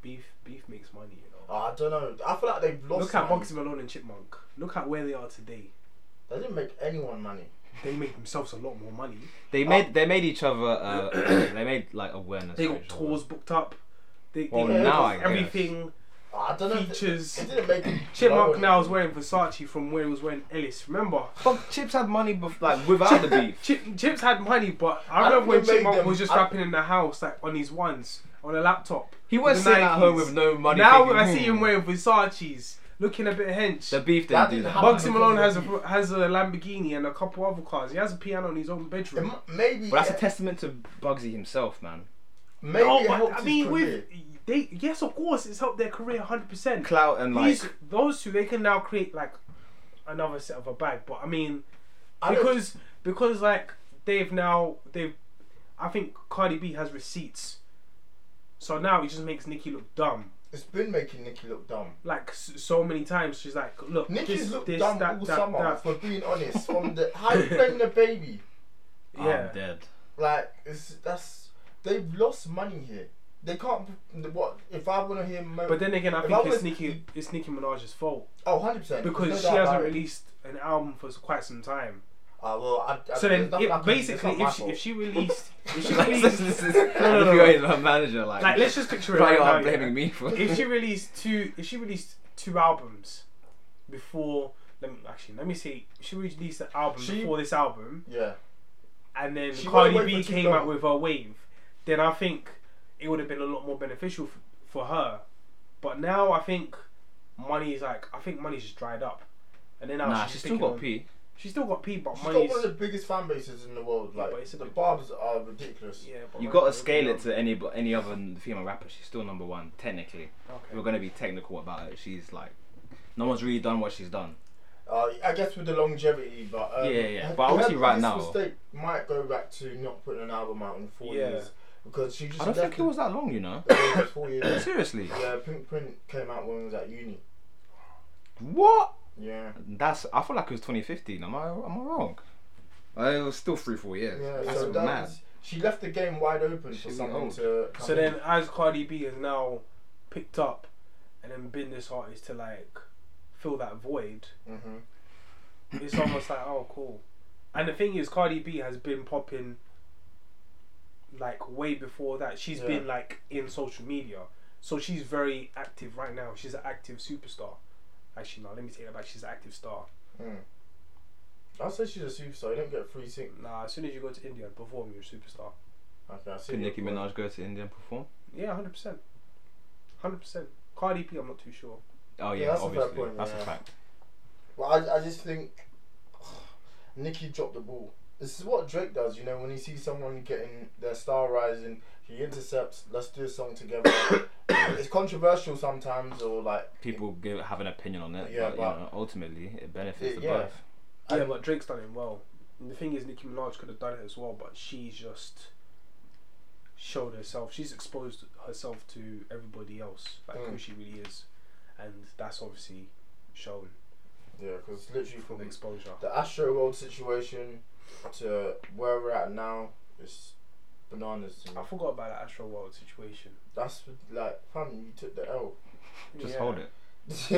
[SPEAKER 3] Beef, beef makes money. You know.
[SPEAKER 1] I don't know. I feel like they've lost.
[SPEAKER 3] Look at
[SPEAKER 1] money.
[SPEAKER 3] Bugsy Malone and Chipmunk. Look at where they are today.
[SPEAKER 1] They didn't make anyone money.
[SPEAKER 3] They make themselves a lot more money.
[SPEAKER 2] They made they made each other. Uh, they made like awareness.
[SPEAKER 3] They
[SPEAKER 2] for
[SPEAKER 3] got
[SPEAKER 2] each other.
[SPEAKER 3] tours booked up. They, they
[SPEAKER 2] Well,
[SPEAKER 3] got
[SPEAKER 1] now I
[SPEAKER 2] guess.
[SPEAKER 3] everything.
[SPEAKER 1] I don't know. if they-
[SPEAKER 3] Features.
[SPEAKER 1] They didn't make.
[SPEAKER 3] Chipmunk
[SPEAKER 1] no.
[SPEAKER 3] now is wearing Versace from where he was wearing Ellis. Remember,
[SPEAKER 2] Fuck, Chips had money bef- like without the beef.
[SPEAKER 3] Chip, Chips had money, but
[SPEAKER 1] I
[SPEAKER 3] I remember when
[SPEAKER 1] think they made
[SPEAKER 3] Chipmunk
[SPEAKER 1] them-
[SPEAKER 3] was just
[SPEAKER 1] I-
[SPEAKER 3] rapping in the house, like on his ones, on a laptop.
[SPEAKER 2] He was
[SPEAKER 3] The
[SPEAKER 2] sitting at home
[SPEAKER 3] 90s.
[SPEAKER 2] with no money.
[SPEAKER 3] now
[SPEAKER 2] thinking,
[SPEAKER 3] I see him
[SPEAKER 2] "Hmm."
[SPEAKER 3] wearing Versace's, looking a bit hench.
[SPEAKER 2] The beef
[SPEAKER 1] That
[SPEAKER 2] didn't do
[SPEAKER 1] didn't
[SPEAKER 2] that.
[SPEAKER 1] happen.
[SPEAKER 3] Bugsy Malone has a has a Lamborghini and a couple other cars. He has a piano in his own
[SPEAKER 1] It
[SPEAKER 3] bedroom.
[SPEAKER 1] m- Maybe.
[SPEAKER 2] But that's a
[SPEAKER 1] it-
[SPEAKER 2] testament to Bugsy himself, man.
[SPEAKER 1] Maybe
[SPEAKER 3] No,
[SPEAKER 1] it
[SPEAKER 3] but
[SPEAKER 1] helped
[SPEAKER 3] I
[SPEAKER 1] his
[SPEAKER 3] mean,
[SPEAKER 1] career.
[SPEAKER 3] with they yes, of course, it's helped their career hundred percent.
[SPEAKER 2] Clout and like,
[SPEAKER 3] These those two, they can now create like another set of a bag. But I mean,
[SPEAKER 1] I don't-
[SPEAKER 3] because because like they've now they've, I think Cardi B has receipts, so now it just makes Nicki look dumb.
[SPEAKER 1] It's been making Nikki look dumb.
[SPEAKER 3] Like s- so many times, she's like, look,
[SPEAKER 1] Nikki's
[SPEAKER 3] this,
[SPEAKER 1] looked
[SPEAKER 3] this,
[SPEAKER 1] dumb
[SPEAKER 3] that,
[SPEAKER 1] all
[SPEAKER 3] that,
[SPEAKER 1] summer.
[SPEAKER 3] that.
[SPEAKER 1] For being honest, from the how you playing the baby,
[SPEAKER 3] yeah.
[SPEAKER 2] I'm
[SPEAKER 1] um,
[SPEAKER 2] dead.
[SPEAKER 1] like it's, that's they've lost money here. They can't. What if I want to hear? Mo-
[SPEAKER 3] But then again, I
[SPEAKER 1] If
[SPEAKER 3] think
[SPEAKER 1] I was-
[SPEAKER 3] it's Nicki it's Nicki Minaj's fault
[SPEAKER 1] oh, 100 percent.
[SPEAKER 3] because she hasn't released an album for quite some time.
[SPEAKER 1] Uh, well, I, I,
[SPEAKER 3] So
[SPEAKER 1] there's
[SPEAKER 3] then,
[SPEAKER 1] nothing
[SPEAKER 3] if-
[SPEAKER 1] I can do. It's
[SPEAKER 3] basically,
[SPEAKER 1] not my
[SPEAKER 3] if she,
[SPEAKER 1] fault.
[SPEAKER 3] if she released, if she
[SPEAKER 2] Like, this,
[SPEAKER 3] released,
[SPEAKER 2] this is
[SPEAKER 3] no, no,
[SPEAKER 2] if
[SPEAKER 3] no.
[SPEAKER 2] you're my manager, like,
[SPEAKER 3] like, let's just picture it
[SPEAKER 2] try
[SPEAKER 3] right
[SPEAKER 2] you
[SPEAKER 3] now.
[SPEAKER 2] are
[SPEAKER 3] yeah.
[SPEAKER 2] blaming me for.
[SPEAKER 3] if she released two, if she released two albums before, let me actually let me see. She released an album
[SPEAKER 1] She-
[SPEAKER 3] before this album,
[SPEAKER 1] yeah,
[SPEAKER 3] and then
[SPEAKER 1] She
[SPEAKER 3] Cardi
[SPEAKER 1] went away
[SPEAKER 3] B
[SPEAKER 1] for too
[SPEAKER 3] came
[SPEAKER 1] long.
[SPEAKER 3] out with her wave. Then I think it would have been a lot more beneficial f- for her. But now I think money is like I think money's just dried up, and then now
[SPEAKER 2] nah,
[SPEAKER 3] she's
[SPEAKER 2] she's still
[SPEAKER 3] picking
[SPEAKER 2] got
[SPEAKER 3] on-
[SPEAKER 2] P.
[SPEAKER 3] She's still got P, but
[SPEAKER 1] she's got
[SPEAKER 3] money's
[SPEAKER 1] one of the biggest fan bases in the world.
[SPEAKER 3] Yeah,
[SPEAKER 1] Like
[SPEAKER 3] but it's a
[SPEAKER 1] the
[SPEAKER 3] bit-
[SPEAKER 1] barbs are ridiculous.
[SPEAKER 3] yeah. But
[SPEAKER 2] You
[SPEAKER 3] money's
[SPEAKER 2] gotta
[SPEAKER 3] not
[SPEAKER 2] scale
[SPEAKER 3] really
[SPEAKER 2] it to any any other female rapper. She's still number one technically. If
[SPEAKER 3] up. Okay.
[SPEAKER 2] We're gonna be technical about it. She's like, no one's really done what she's done.
[SPEAKER 1] Uh, I guess with the longevity, but um,
[SPEAKER 2] Yeah, yeah, yeah.
[SPEAKER 1] her-
[SPEAKER 2] But obviously
[SPEAKER 1] her
[SPEAKER 2] right
[SPEAKER 1] biggest
[SPEAKER 2] now-
[SPEAKER 1] mistake might go back to not putting an album out in four
[SPEAKER 3] Yeah.
[SPEAKER 1] years because she just
[SPEAKER 2] I don't think
[SPEAKER 1] left
[SPEAKER 2] it was that long, you know.
[SPEAKER 1] it was four years.
[SPEAKER 2] Seriously,
[SPEAKER 1] Yeah, Pink Print came out when we was at uni.
[SPEAKER 2] what?
[SPEAKER 1] Yeah.
[SPEAKER 2] That's. I feel like it was 2015. Am I? Am I wrong? Uh, It was still three, four years.
[SPEAKER 1] Yeah,
[SPEAKER 2] That's
[SPEAKER 1] so that
[SPEAKER 2] mad.
[SPEAKER 1] was- she left the game wide open for
[SPEAKER 2] She's
[SPEAKER 1] someone
[SPEAKER 2] old.
[SPEAKER 1] to. Come
[SPEAKER 3] So
[SPEAKER 1] in.
[SPEAKER 3] then, as Cardi B has now picked up and then been this artist to like fill that void,
[SPEAKER 1] Mhm.
[SPEAKER 3] it's almost like oh cool. And the thing is, Cardi B has been popping like way before that. She's
[SPEAKER 1] Yeah.
[SPEAKER 3] been like in social media, so she's very active right now. She's an active superstar. Actually, no, let me take that back. She's an active star.
[SPEAKER 1] Mm. I'll say she's a superstar. You don't get free sync.
[SPEAKER 3] Nah, as soon as you go to India and perform, you're a superstar.
[SPEAKER 1] Okay, I see.
[SPEAKER 2] Could
[SPEAKER 1] your
[SPEAKER 2] Nicki
[SPEAKER 1] point.
[SPEAKER 2] Minaj go to India and perform?
[SPEAKER 3] Yeah, hundred percent, hundred percent. Cardi B, I'm not too sure.
[SPEAKER 2] Oh
[SPEAKER 1] Yeah,
[SPEAKER 2] yeah,
[SPEAKER 1] that's a fair
[SPEAKER 2] obviously,
[SPEAKER 1] point,
[SPEAKER 2] that's
[SPEAKER 1] yeah.
[SPEAKER 2] a fact.
[SPEAKER 1] Well, I, I just think Nicki dropped the ball. This is what Drake does, you know, when he sees someone getting their star rising, he intercepts, let's do a song together. it's controversial sometimes, or like,
[SPEAKER 2] People give have an opinion on it,
[SPEAKER 1] Yeah,
[SPEAKER 2] but,
[SPEAKER 1] but-
[SPEAKER 2] you know, ultimately it benefits
[SPEAKER 1] Yeah,
[SPEAKER 2] the
[SPEAKER 1] yeah.
[SPEAKER 2] both.
[SPEAKER 3] Yeah,
[SPEAKER 1] I-
[SPEAKER 3] but Drake's done it well. And the thing is, Nicki Minaj could have done it as well, but she's just showed herself. She's exposed herself to everybody else, like
[SPEAKER 2] Hmm.
[SPEAKER 3] who
[SPEAKER 1] Mm.
[SPEAKER 3] she really is, and that's obviously shown
[SPEAKER 1] yeah, because literally
[SPEAKER 3] from the
[SPEAKER 1] from
[SPEAKER 3] exposure.
[SPEAKER 1] the Astro World situation to where we're at now, it's bananas to me.
[SPEAKER 3] I forgot about the Astro World situation.
[SPEAKER 1] That's like, fam, you took the L.
[SPEAKER 2] Just
[SPEAKER 3] Yeah.
[SPEAKER 2] hold it.
[SPEAKER 1] she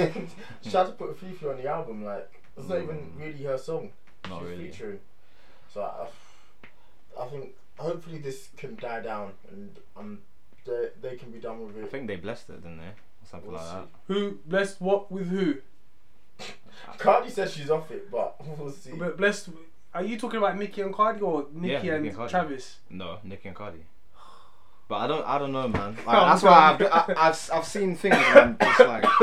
[SPEAKER 1] had to put Fifi on the album, like, it's not even
[SPEAKER 2] Mm.
[SPEAKER 1] really her song.
[SPEAKER 2] Not
[SPEAKER 1] She's
[SPEAKER 2] really.
[SPEAKER 1] featuring. So I, I think hopefully this can die down and um, they, they can be done with
[SPEAKER 2] I
[SPEAKER 1] it.
[SPEAKER 2] think they blessed it, didn't they? Or something
[SPEAKER 1] We'll
[SPEAKER 2] like that.
[SPEAKER 3] Who blessed what with who?
[SPEAKER 1] Cardi says she's off it, but we'll see.
[SPEAKER 3] But blessed. Are you talking about Mickey and Cardi or Nicki
[SPEAKER 2] Yeah,
[SPEAKER 3] and,
[SPEAKER 2] Nicki and Cardi.
[SPEAKER 3] Travis?
[SPEAKER 2] No, Nicki and Cardi. But I don't, I don't know, man. Like,
[SPEAKER 3] Oh,
[SPEAKER 2] that's
[SPEAKER 3] God.
[SPEAKER 2] why I've, I, I've, I've seen things and I'm just like,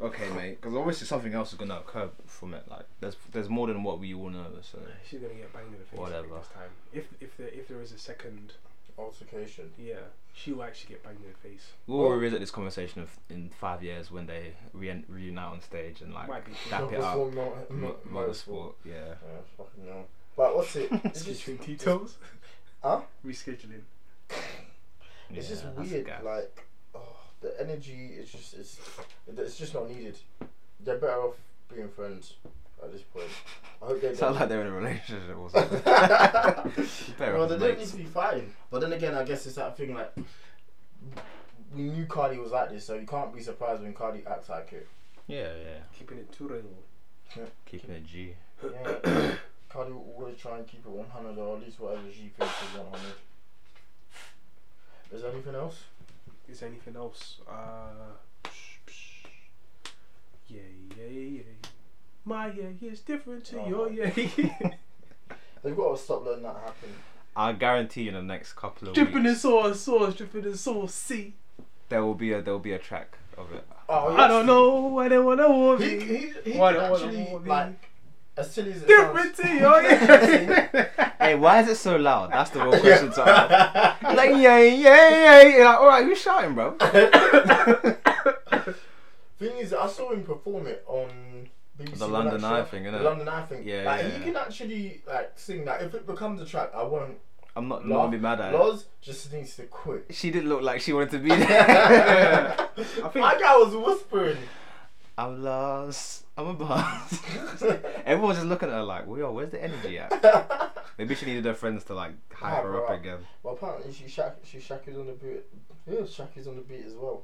[SPEAKER 2] okay, mate, because obviously something else is gonna occur from it. Like, there's, there's more than what we all know. So
[SPEAKER 3] She's gonna get banged in the face I think,
[SPEAKER 2] Whatever.
[SPEAKER 3] this time. If if there if there is a second,
[SPEAKER 1] Altercation.
[SPEAKER 3] yeah, she will actually get banged in the face.
[SPEAKER 2] we'll revisit this conversation of, in five years when they re- reunite on stage and like
[SPEAKER 3] Might be.
[SPEAKER 2] dap it up.
[SPEAKER 1] Motorsport, mo- mo-
[SPEAKER 2] Mo-
[SPEAKER 1] motorsport.
[SPEAKER 2] Motorsport, yeah.
[SPEAKER 1] Yeah, fucking no. But what's it? It's just,
[SPEAKER 3] Rescheduling details.
[SPEAKER 1] Huh?
[SPEAKER 3] Rescheduling.
[SPEAKER 1] it's
[SPEAKER 2] Yeah,
[SPEAKER 1] just
[SPEAKER 2] that's
[SPEAKER 1] weird.
[SPEAKER 2] gas.
[SPEAKER 1] Like, oh, the energy is just it's it's just not needed. They're better off being friends at this point. I hope they
[SPEAKER 2] Sounds
[SPEAKER 1] don't.
[SPEAKER 2] like they're in a relationship or something. Better
[SPEAKER 1] well,
[SPEAKER 2] off
[SPEAKER 1] they don't
[SPEAKER 2] mates.
[SPEAKER 1] need to be fighting. But then again, I guess it's that thing like we knew Cardi was like this, so you can't be surprised when Cardi acts like it.
[SPEAKER 2] Yeah, yeah.
[SPEAKER 3] Keeping it too real.
[SPEAKER 2] Keeping it G.
[SPEAKER 1] Yeah. Cardi will always try and keep it 100 or at least whatever she thinks is 100. Is there anything else?
[SPEAKER 3] Is there anything else? Uh, yeah, yeah, yeah. My yeah is different to
[SPEAKER 1] Oh.
[SPEAKER 3] your yeah.
[SPEAKER 1] They've got to stop letting that happen.
[SPEAKER 2] I guarantee you, in the next couple of
[SPEAKER 3] dripping in
[SPEAKER 2] weeks,
[SPEAKER 3] sauce, sauce, dripping in sauce. See,
[SPEAKER 2] there will be a there will be a track of it.
[SPEAKER 1] Oh,
[SPEAKER 3] I don't know what they wanna want
[SPEAKER 1] He,
[SPEAKER 3] me.
[SPEAKER 1] he, he
[SPEAKER 3] What-
[SPEAKER 1] could
[SPEAKER 3] what-
[SPEAKER 1] actually,
[SPEAKER 3] what-
[SPEAKER 1] like, as silly as it
[SPEAKER 3] Different
[SPEAKER 1] sounds.
[SPEAKER 3] to your yeah.
[SPEAKER 2] Hey, why is it so loud? That's the real question to ask. Like, yeah, yeah, yeah. You're like, all right, who's shouting, bro?
[SPEAKER 1] Thing is, I saw him perform it on BBC
[SPEAKER 2] The London
[SPEAKER 1] Black Show.
[SPEAKER 2] Eye thing,
[SPEAKER 1] The
[SPEAKER 2] innit?
[SPEAKER 1] London Eye thing.
[SPEAKER 2] Yeah,
[SPEAKER 1] like,
[SPEAKER 2] yeah,
[SPEAKER 1] he
[SPEAKER 2] yeah.
[SPEAKER 1] can actually like sing that. If it becomes a track, I won't.
[SPEAKER 2] I'm not, not
[SPEAKER 1] laugh.
[SPEAKER 2] gonna be mad at it.
[SPEAKER 1] Loz just needs to quit.
[SPEAKER 2] She didn't look like she wanted to be there.
[SPEAKER 3] I think
[SPEAKER 1] My guy was whispering.
[SPEAKER 2] I'm lost. I'm a boss. Everyone's just looking at her like, well, where's the energy at? Maybe she needed her friends to like hype
[SPEAKER 1] Hype her
[SPEAKER 2] her up
[SPEAKER 1] up.
[SPEAKER 2] again.
[SPEAKER 1] well, apparently she Shaq, she Shaq is on the beat. Yeah, Shaq is on the beat as well.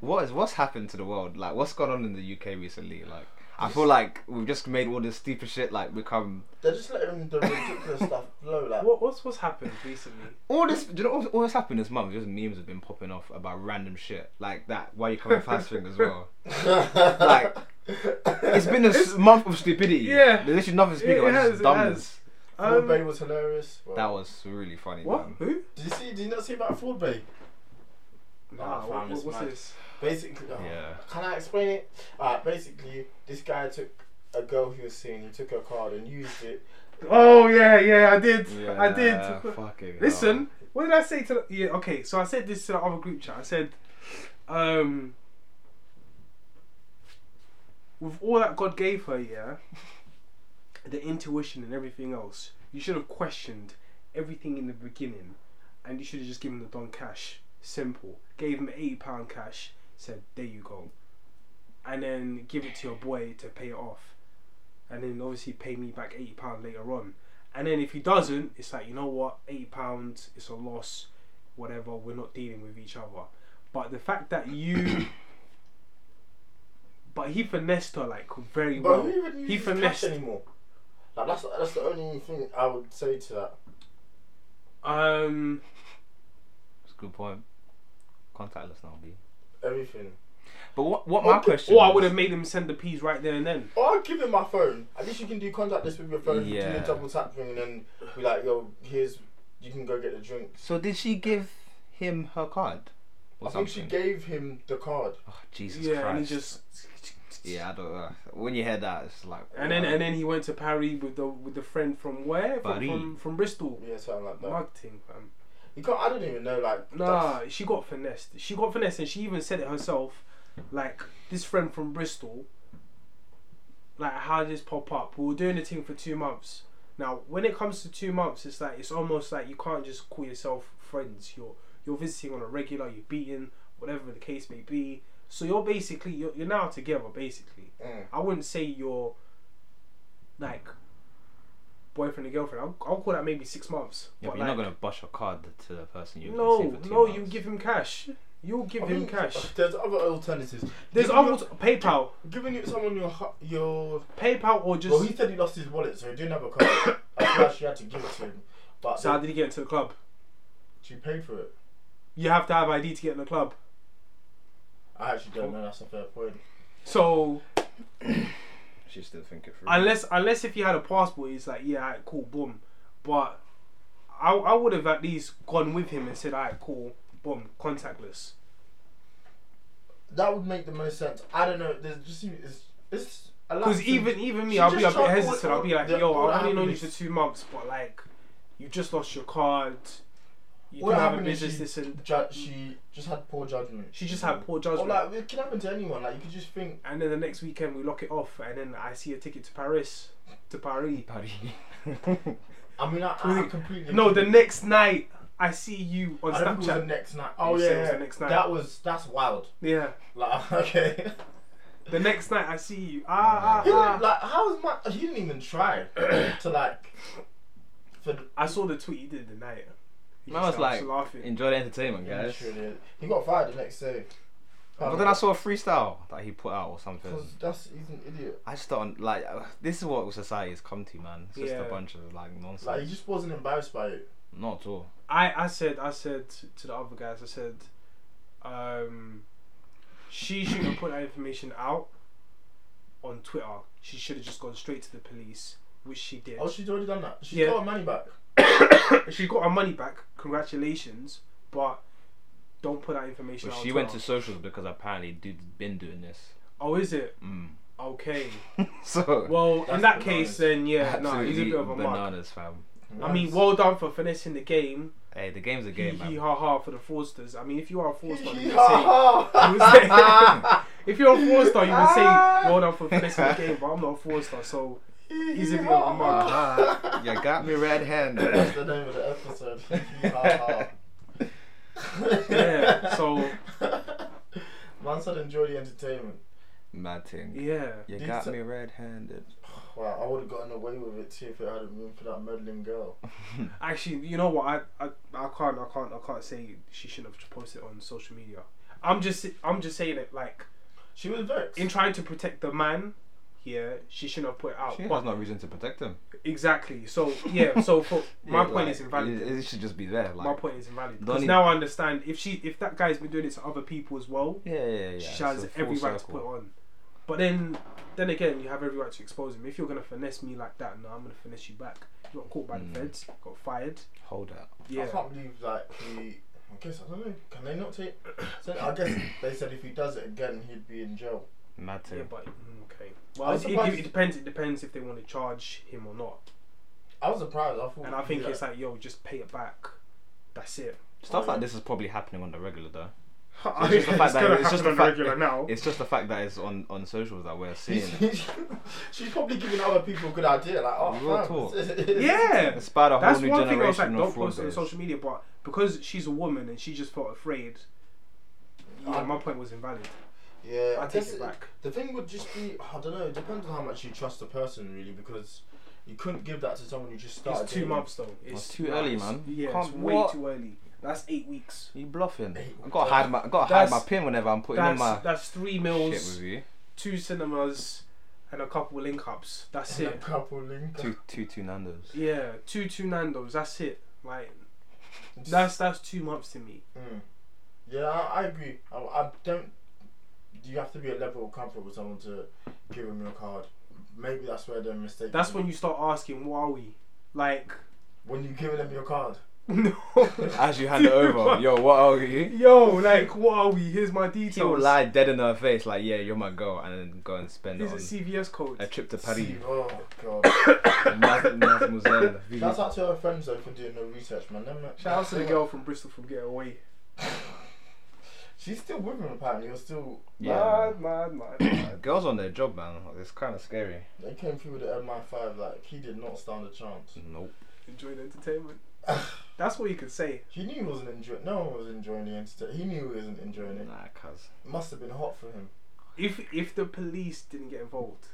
[SPEAKER 2] What is what's happened to the world? Like, what's gone on in the UK recently? Like, I feel like we've just made all this stupid shit like become
[SPEAKER 1] They're just letting the ridiculous stuff flow. Like,
[SPEAKER 3] what, what's what's happened recently?
[SPEAKER 2] all this. Do you know what- all that's happened this month? Just memes have been popping off about random shit like that. Why you coming fast thing as well? Like, it's been a s- month of stupidity.
[SPEAKER 3] Yeah.
[SPEAKER 2] there's literally nothing to speak
[SPEAKER 3] It
[SPEAKER 2] about.
[SPEAKER 3] has,
[SPEAKER 2] it's just
[SPEAKER 3] it
[SPEAKER 2] dumbness.
[SPEAKER 3] has.
[SPEAKER 1] Ford
[SPEAKER 3] Um,
[SPEAKER 1] Bay was hilarious. Well,
[SPEAKER 2] That was really funny.
[SPEAKER 3] what?
[SPEAKER 1] Um,
[SPEAKER 2] man.
[SPEAKER 3] Who?
[SPEAKER 1] Did you see? Did you not see about Ford Bay?
[SPEAKER 3] Nah,
[SPEAKER 1] oh, I
[SPEAKER 3] Ah, what,
[SPEAKER 1] found this
[SPEAKER 3] what's
[SPEAKER 1] mad.
[SPEAKER 3] this?
[SPEAKER 1] Basically, oh,
[SPEAKER 2] Yeah.
[SPEAKER 1] Can I explain it? Alright, basically, this guy took a girl he was seeing, he took her card and used it.
[SPEAKER 3] Oh yeah, yeah, I did. I
[SPEAKER 2] Yeah,
[SPEAKER 3] did.
[SPEAKER 2] Fucking
[SPEAKER 3] Listen, what did I say to the, yeah? Okay, so I said this to the other group chat. I said, um, with all that God gave her, yeah, the intuition and everything else, you should have questioned everything in the beginning, and you should have just given the don cash. Simple. Gave him eighty pound cash. Said, there you go, and then give it to your boy to pay it off, and then obviously pay me back eighty pound later on. And then if he doesn't, it's like you know what, eighty pounds, it's a loss, whatever. We're not dealing with each other. But the fact that you, but he finessed her like very
[SPEAKER 1] But
[SPEAKER 3] well.
[SPEAKER 1] who even
[SPEAKER 3] he
[SPEAKER 1] uses cash
[SPEAKER 3] finessed.
[SPEAKER 1] anymore? Like, that's, that's the only thing I would say to that.
[SPEAKER 3] Um,
[SPEAKER 2] It's a good point. Contactless now, B.
[SPEAKER 1] Everything.
[SPEAKER 2] But what? What my
[SPEAKER 1] Okay.
[SPEAKER 2] question?
[SPEAKER 3] or I
[SPEAKER 2] is-
[SPEAKER 3] would have made him send the peas right there and then.
[SPEAKER 1] Or I'd give him my phone. At least you can do contactless with your phone, do
[SPEAKER 2] Yeah.
[SPEAKER 1] a double tap thing, and then be like, yo, here's, you can go get the drinks.
[SPEAKER 2] So did she give him her card?
[SPEAKER 1] I
[SPEAKER 2] or
[SPEAKER 1] think
[SPEAKER 2] something.
[SPEAKER 1] she gave him the card.
[SPEAKER 2] oh, Jesus
[SPEAKER 3] yeah,
[SPEAKER 2] Christ.
[SPEAKER 3] and he just.
[SPEAKER 2] Yeah, I don't. Uh, when you hear that, it's like.
[SPEAKER 3] And then and then he went to Paris with the with the friend from where? From
[SPEAKER 2] Paris.
[SPEAKER 3] from, from Bristol.
[SPEAKER 1] Yeah, something like that.
[SPEAKER 3] Mugged him, fam.
[SPEAKER 1] you can't. I don't even know. Like
[SPEAKER 3] Nah, she got finessed. She got finessed, and she even said it herself. Like this friend from Bristol. Like how did this pop up? We were doing the thing for two months. Now, when it comes to two months, it's like it's almost like you can't just call yourself friends. You're you're visiting on a regular. You're beating whatever the case may be. So you're basically you're, you're now together. Basically,
[SPEAKER 1] Mm.
[SPEAKER 3] I wouldn't say you're like boyfriend and girlfriend. I'll, I'll call that maybe six months.
[SPEAKER 2] Yeah, but
[SPEAKER 3] But,
[SPEAKER 2] you're
[SPEAKER 3] like,
[SPEAKER 2] not gonna bush a card to the person you.
[SPEAKER 3] no,
[SPEAKER 2] see for two
[SPEAKER 3] no,
[SPEAKER 2] months.
[SPEAKER 3] you give him cash. You'll give
[SPEAKER 1] I
[SPEAKER 3] him
[SPEAKER 1] mean,
[SPEAKER 3] cash.
[SPEAKER 1] There's other alternatives.
[SPEAKER 3] There's
[SPEAKER 1] Giving
[SPEAKER 3] almost PayPal,
[SPEAKER 1] your- giving you someone your hu- your.
[SPEAKER 3] PayPal or just.
[SPEAKER 1] Well, he said he lost his wallet, so he didn't have a card. That's why she had to give it to him. But
[SPEAKER 3] so how did he get into the club?
[SPEAKER 1] she paid for it.
[SPEAKER 3] You have to have ID to get in the club.
[SPEAKER 1] I actually don't know. That's a fair point.
[SPEAKER 3] So
[SPEAKER 2] Mm. She still think it through.
[SPEAKER 3] unless unless if you had a passport, it's like yeah, alright, cool, boom. But I I would have at least gone with him and said alright, cool, boom, contactless.
[SPEAKER 1] That would make the most sense. I don't know. There's just it's it's. a lapse
[SPEAKER 3] Because
[SPEAKER 1] in-
[SPEAKER 3] even even me,
[SPEAKER 1] She
[SPEAKER 3] I'll be a
[SPEAKER 1] just
[SPEAKER 3] bit
[SPEAKER 1] tried to
[SPEAKER 3] hesitant. I'll be like,
[SPEAKER 1] order-
[SPEAKER 3] yo,
[SPEAKER 1] order
[SPEAKER 3] I've only known you for
[SPEAKER 1] happiness.
[SPEAKER 3] two months, but like, you just lost your card. You
[SPEAKER 1] What
[SPEAKER 3] don't have a
[SPEAKER 1] happened is
[SPEAKER 3] business.
[SPEAKER 1] she-
[SPEAKER 3] This
[SPEAKER 1] Ju-
[SPEAKER 3] and
[SPEAKER 1] she just had poor judgment.
[SPEAKER 3] she just had poor
[SPEAKER 1] Or
[SPEAKER 3] judgment.
[SPEAKER 1] like it can happen to anyone. Like you could just think.
[SPEAKER 3] and then the next weekend we lock it off, and then I see a ticket to Paris, to Paris.
[SPEAKER 1] I mean, I, I, I completely.
[SPEAKER 3] No, the
[SPEAKER 1] agree.
[SPEAKER 3] next night I see you on
[SPEAKER 1] I don't think it was the
[SPEAKER 3] Snapchat.
[SPEAKER 1] next night. Oh
[SPEAKER 3] You
[SPEAKER 1] yeah,
[SPEAKER 3] said it was
[SPEAKER 1] yeah.
[SPEAKER 3] the next night.
[SPEAKER 1] that was that's wild.
[SPEAKER 3] Yeah,
[SPEAKER 1] Like okay,
[SPEAKER 3] the next night I see you. Ah,
[SPEAKER 1] he didn't,
[SPEAKER 3] ah, ah.
[SPEAKER 1] like how is my? He didn't even try to like. For the,
[SPEAKER 3] I saw the tweet you did the night. You
[SPEAKER 2] Man
[SPEAKER 3] just-
[SPEAKER 2] was like,
[SPEAKER 3] laughing.
[SPEAKER 2] enjoy the entertainment, guys.
[SPEAKER 1] Literally, he got fired the next day.
[SPEAKER 2] But then I saw a freestyle that he put out or something.
[SPEAKER 1] Because that's he's an idiot.
[SPEAKER 2] I just don't like. uh, This is what society has come to, man. It's just
[SPEAKER 3] Yeah.
[SPEAKER 2] a bunch of like nonsense.
[SPEAKER 1] Like he just wasn't embarrassed by it.
[SPEAKER 2] Not at all.
[SPEAKER 3] I, I said I said to the other guys I said um, she shouldn't have put that information out on Twitter. She should have just gone straight to the police, which she did.
[SPEAKER 1] Oh, she's already done that. She's
[SPEAKER 3] Yeah.
[SPEAKER 1] got her money back.
[SPEAKER 3] she got her money back. Congratulations, but don't put that information
[SPEAKER 2] But
[SPEAKER 3] out. on
[SPEAKER 2] she went to
[SPEAKER 3] Twitter.
[SPEAKER 2] socials because apparently dude's been doing this.
[SPEAKER 3] Oh, is it
[SPEAKER 2] Mm.
[SPEAKER 3] okay?
[SPEAKER 2] so
[SPEAKER 3] Well, in
[SPEAKER 1] That's
[SPEAKER 3] that
[SPEAKER 1] bananas.
[SPEAKER 3] case, then yeah, no, he's a bit of a mark.
[SPEAKER 2] bananas, fam.
[SPEAKER 3] I mean, well done for finessing the game.
[SPEAKER 2] Hey, the game's a
[SPEAKER 3] He
[SPEAKER 2] game, man.
[SPEAKER 3] he ha ha for the fraudsters. I mean, if you are a fraudster, then say-
[SPEAKER 1] Hee-haw.
[SPEAKER 3] You would say- if you're a four star, you would say well done for finishing the game, but I'm not a four star, so he's a bit of a mug.
[SPEAKER 2] Ah, you got me red-handed.
[SPEAKER 1] That's the name of the episode. Hee-haw-ha.
[SPEAKER 3] Yeah, so
[SPEAKER 1] Man said enjoy the entertainment.
[SPEAKER 2] Mad thing.
[SPEAKER 3] yeah,
[SPEAKER 2] You
[SPEAKER 1] Did
[SPEAKER 2] got
[SPEAKER 1] so-
[SPEAKER 2] me red-handed.
[SPEAKER 1] Wow, I would have gotten away with it too if it hadn't been for that meddling girl.
[SPEAKER 3] actually, you know what? I, I I can't I can't I can't say she shouldn't have posted it on social media. I'm just I'm just saying it like
[SPEAKER 1] She was vexed.
[SPEAKER 3] in trying to protect the man. Yeah, she shouldn't have put it out.
[SPEAKER 2] She
[SPEAKER 3] but
[SPEAKER 2] has no reason to protect him.
[SPEAKER 3] exactly. So yeah. So for my
[SPEAKER 2] Yeah,
[SPEAKER 3] point
[SPEAKER 2] like,
[SPEAKER 3] is invalid.
[SPEAKER 2] It, it should just be there. Like,
[SPEAKER 3] my point is invalid
[SPEAKER 2] Don't
[SPEAKER 3] because
[SPEAKER 2] even-
[SPEAKER 3] now I understand if she if that guy's been doing it to other people as well,
[SPEAKER 2] Yeah, yeah, yeah. it's
[SPEAKER 3] she has
[SPEAKER 2] a full
[SPEAKER 3] every right to
[SPEAKER 2] circle.
[SPEAKER 3] put it on. But then, then again, you have every right to expose him. If you're gonna finesse me like that, no, I'm gonna finesse you back. You got caught by the
[SPEAKER 2] Mm.
[SPEAKER 3] feds, got fired.
[SPEAKER 2] Hold out.
[SPEAKER 3] Yeah,
[SPEAKER 1] I can't believe like he. I guess I don't know. Can they not take? So I guess they said if he does it again, he'd be in jail.
[SPEAKER 2] Mad thing.
[SPEAKER 3] yeah, but mm, okay.
[SPEAKER 1] I
[SPEAKER 3] Well,
[SPEAKER 1] was
[SPEAKER 3] it, it,
[SPEAKER 1] surprised-
[SPEAKER 3] it depends. It depends if they want to charge him or not.
[SPEAKER 1] I was surprised. I thought.
[SPEAKER 3] And I
[SPEAKER 1] he'd
[SPEAKER 3] think
[SPEAKER 1] be
[SPEAKER 3] it's like, yo, just pay it back. That's it.
[SPEAKER 2] Stuff
[SPEAKER 1] Oh, yeah.
[SPEAKER 2] like this is probably happening on the regular though.
[SPEAKER 3] I
[SPEAKER 2] just the
[SPEAKER 3] mean,
[SPEAKER 2] fact
[SPEAKER 3] it's
[SPEAKER 2] that-
[SPEAKER 3] gonna
[SPEAKER 2] it's just
[SPEAKER 3] happen on
[SPEAKER 2] the fact
[SPEAKER 3] regular
[SPEAKER 2] that-
[SPEAKER 3] now.
[SPEAKER 2] It's just the fact that it's on on socials that we're seeing. it.
[SPEAKER 1] She's probably giving other people a good idea. Like, oh,
[SPEAKER 2] Real
[SPEAKER 1] fam,
[SPEAKER 2] talk.
[SPEAKER 1] it's- it's-
[SPEAKER 3] Yeah,
[SPEAKER 2] It's about a whole
[SPEAKER 3] that's
[SPEAKER 2] new
[SPEAKER 3] one thing I was like,
[SPEAKER 2] generation
[SPEAKER 3] don't
[SPEAKER 2] of
[SPEAKER 3] post it on
[SPEAKER 2] fraudsters.
[SPEAKER 3] social media. But because she's a woman and she just felt afraid, yeah,
[SPEAKER 1] I-
[SPEAKER 3] my point was invalid.
[SPEAKER 1] Yeah,
[SPEAKER 3] I
[SPEAKER 1] I
[SPEAKER 3] take
[SPEAKER 1] guess
[SPEAKER 3] it back.
[SPEAKER 1] The thing would just be, I don't know. It depends on how much you trust the person, really, because you couldn't give that to someone you just started.
[SPEAKER 3] It's two
[SPEAKER 1] dating.
[SPEAKER 3] months though. It's
[SPEAKER 2] too early, man.
[SPEAKER 3] Yeah,
[SPEAKER 2] Can't-
[SPEAKER 3] it's way
[SPEAKER 2] what?
[SPEAKER 3] too early. That's eight weeks.
[SPEAKER 2] You bluffing?
[SPEAKER 1] Hey,
[SPEAKER 2] I gotta hide my I gotta hide my
[SPEAKER 3] That's-
[SPEAKER 2] pin whenever I'm putting
[SPEAKER 3] that's
[SPEAKER 2] in my
[SPEAKER 3] that's three
[SPEAKER 2] shit
[SPEAKER 3] meals,
[SPEAKER 2] with you.
[SPEAKER 3] two cinemas, and a couple link ups. That's
[SPEAKER 1] And a
[SPEAKER 3] it.
[SPEAKER 1] couple link.
[SPEAKER 2] Two two two Nandos.
[SPEAKER 3] Yeah, two two Nando's. That's it. Like that's that's two months to me.
[SPEAKER 1] Mm. Yeah, I, I agree. I, I don't. You have to be a level of comfort with someone to give them your card. Maybe that's where they're mistaken.
[SPEAKER 3] That's when you start asking, what are we? Like,
[SPEAKER 1] when you give them your card.
[SPEAKER 3] No.
[SPEAKER 2] As you hand it over, yo, what are you?
[SPEAKER 3] Yo, like, what are we? Here's my details.
[SPEAKER 2] He will lie dead in her face, like, yeah, you're my girl, and then go and spend
[SPEAKER 3] Here's
[SPEAKER 2] it
[SPEAKER 3] a
[SPEAKER 2] on
[SPEAKER 3] CVS code.
[SPEAKER 2] a trip to Paris.
[SPEAKER 1] See, Oh god.
[SPEAKER 2] Mas- mademoiselle.
[SPEAKER 1] Shouts out to her friends though for doing no research, man. Them- uh,
[SPEAKER 3] Shout out to the
[SPEAKER 1] them-
[SPEAKER 3] girl from Bristol from Get Away.
[SPEAKER 1] She's still with him apparently. You're still.
[SPEAKER 2] Yeah.
[SPEAKER 3] Mad, mad, mad, mad.
[SPEAKER 2] Girls on their job, man. It's kind of scary.
[SPEAKER 1] They came through with the MI5 like he did not stand a chance.
[SPEAKER 2] Nope.
[SPEAKER 3] Enjoy the entertainment. That's what you could say.
[SPEAKER 1] He knew he wasn't enjoying. No one was enjoying the entertainment. He knew he wasn't enjoying it.
[SPEAKER 2] Nah, cuz.
[SPEAKER 1] It must have been hot for him.
[SPEAKER 3] If if the police didn't get involved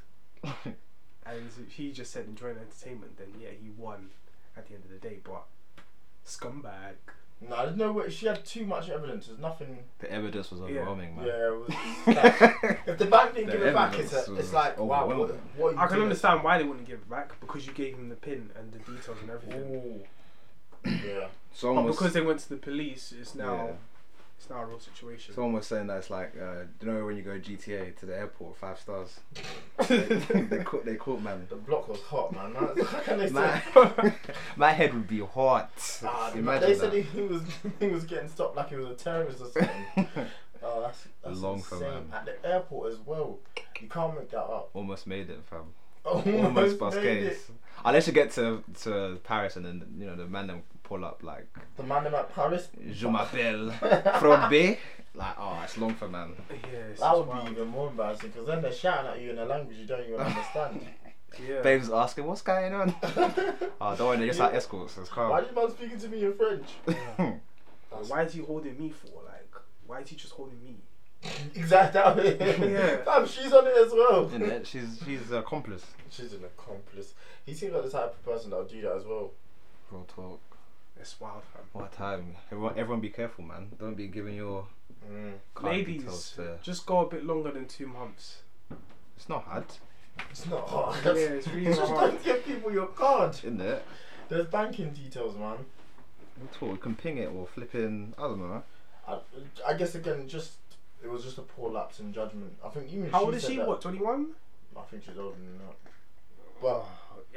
[SPEAKER 3] and he just said enjoy the entertainment, then yeah, he won at the end of the day. But scumbag.
[SPEAKER 1] Nah, there's no way. She had too much evidence. There's nothing.
[SPEAKER 2] The evidence was overwhelming, man.
[SPEAKER 1] Yeah, it was. like, if the bank didn't
[SPEAKER 2] The
[SPEAKER 1] give it back, it's,
[SPEAKER 2] evidence
[SPEAKER 1] a, it's
[SPEAKER 2] was
[SPEAKER 1] like wow. What,
[SPEAKER 2] overwhelming.
[SPEAKER 1] what are you
[SPEAKER 3] I can
[SPEAKER 1] doing?
[SPEAKER 3] understand why they wouldn't give it back because you gave him the pin and the details and everything.
[SPEAKER 1] Ooh. Yeah.
[SPEAKER 2] Someone
[SPEAKER 3] But
[SPEAKER 2] was,
[SPEAKER 3] because they went to the police, it's now
[SPEAKER 2] Yeah.
[SPEAKER 3] it's now a real situation.
[SPEAKER 2] someone was saying that it's like, uh, you know, when you go GTA to the airport, five stars. they caught, they caught, man.
[SPEAKER 1] The block was hot, man. That's- How can they say?
[SPEAKER 2] My, my head would be hot.
[SPEAKER 1] Ah,
[SPEAKER 2] Imagine
[SPEAKER 1] they said
[SPEAKER 2] that.
[SPEAKER 1] he, he was he was getting stopped like he was a terrorist or something. oh, that's, that's
[SPEAKER 2] Long for
[SPEAKER 1] insane.
[SPEAKER 2] man.
[SPEAKER 1] At the airport as well. You can't make that up.
[SPEAKER 2] Almost made it, fam.
[SPEAKER 1] Almost
[SPEAKER 2] Almost
[SPEAKER 1] made it.
[SPEAKER 2] Basquets. Unless you get to to Paris and then you know the man them pull up like
[SPEAKER 1] The man in at Paris.
[SPEAKER 2] Je m'appelle Frobé. Like oh, it's long for man.
[SPEAKER 3] yeah, it's
[SPEAKER 1] That
[SPEAKER 3] just
[SPEAKER 1] would
[SPEAKER 3] wild.
[SPEAKER 1] be even more embarrassing because then they're shouting at you in a language you don't even understand.
[SPEAKER 3] yeah.
[SPEAKER 2] Babe's asking what's going on. oh, don't worry, they're just like escorts. It's
[SPEAKER 1] Why
[SPEAKER 2] calm.
[SPEAKER 1] are you man speaking to me in French?
[SPEAKER 3] Like, why is he holding me for? Like, why is he just holding me?
[SPEAKER 1] Exactly.
[SPEAKER 3] Yeah.
[SPEAKER 1] Fam, she's on it as well.
[SPEAKER 2] Isn't it? She's she's a accomplice.
[SPEAKER 1] She's an accomplice. He seems like the type of person that would do that as well.
[SPEAKER 2] Real talk.
[SPEAKER 3] It's wild, fam.
[SPEAKER 2] What time? Everyone, everyone, be careful, man. Don't be giving your
[SPEAKER 1] Mm.
[SPEAKER 2] card details
[SPEAKER 3] Ladies,
[SPEAKER 2] to.
[SPEAKER 3] just go a bit longer than two months.
[SPEAKER 2] It's not hard,
[SPEAKER 1] It's not hard.
[SPEAKER 3] Yeah, it's really
[SPEAKER 1] Just
[SPEAKER 3] hard.
[SPEAKER 1] don't give people your card.
[SPEAKER 2] isn't it?
[SPEAKER 1] There's banking details, man.
[SPEAKER 2] Real talk. You can ping it or flipping. I don't know.
[SPEAKER 1] I, I guess again, just it was just a poor lapse in judgment. I think even
[SPEAKER 3] How
[SPEAKER 1] she
[SPEAKER 3] old is
[SPEAKER 1] said
[SPEAKER 3] she?
[SPEAKER 1] that-
[SPEAKER 3] What, 21?
[SPEAKER 1] I think she's older than that. But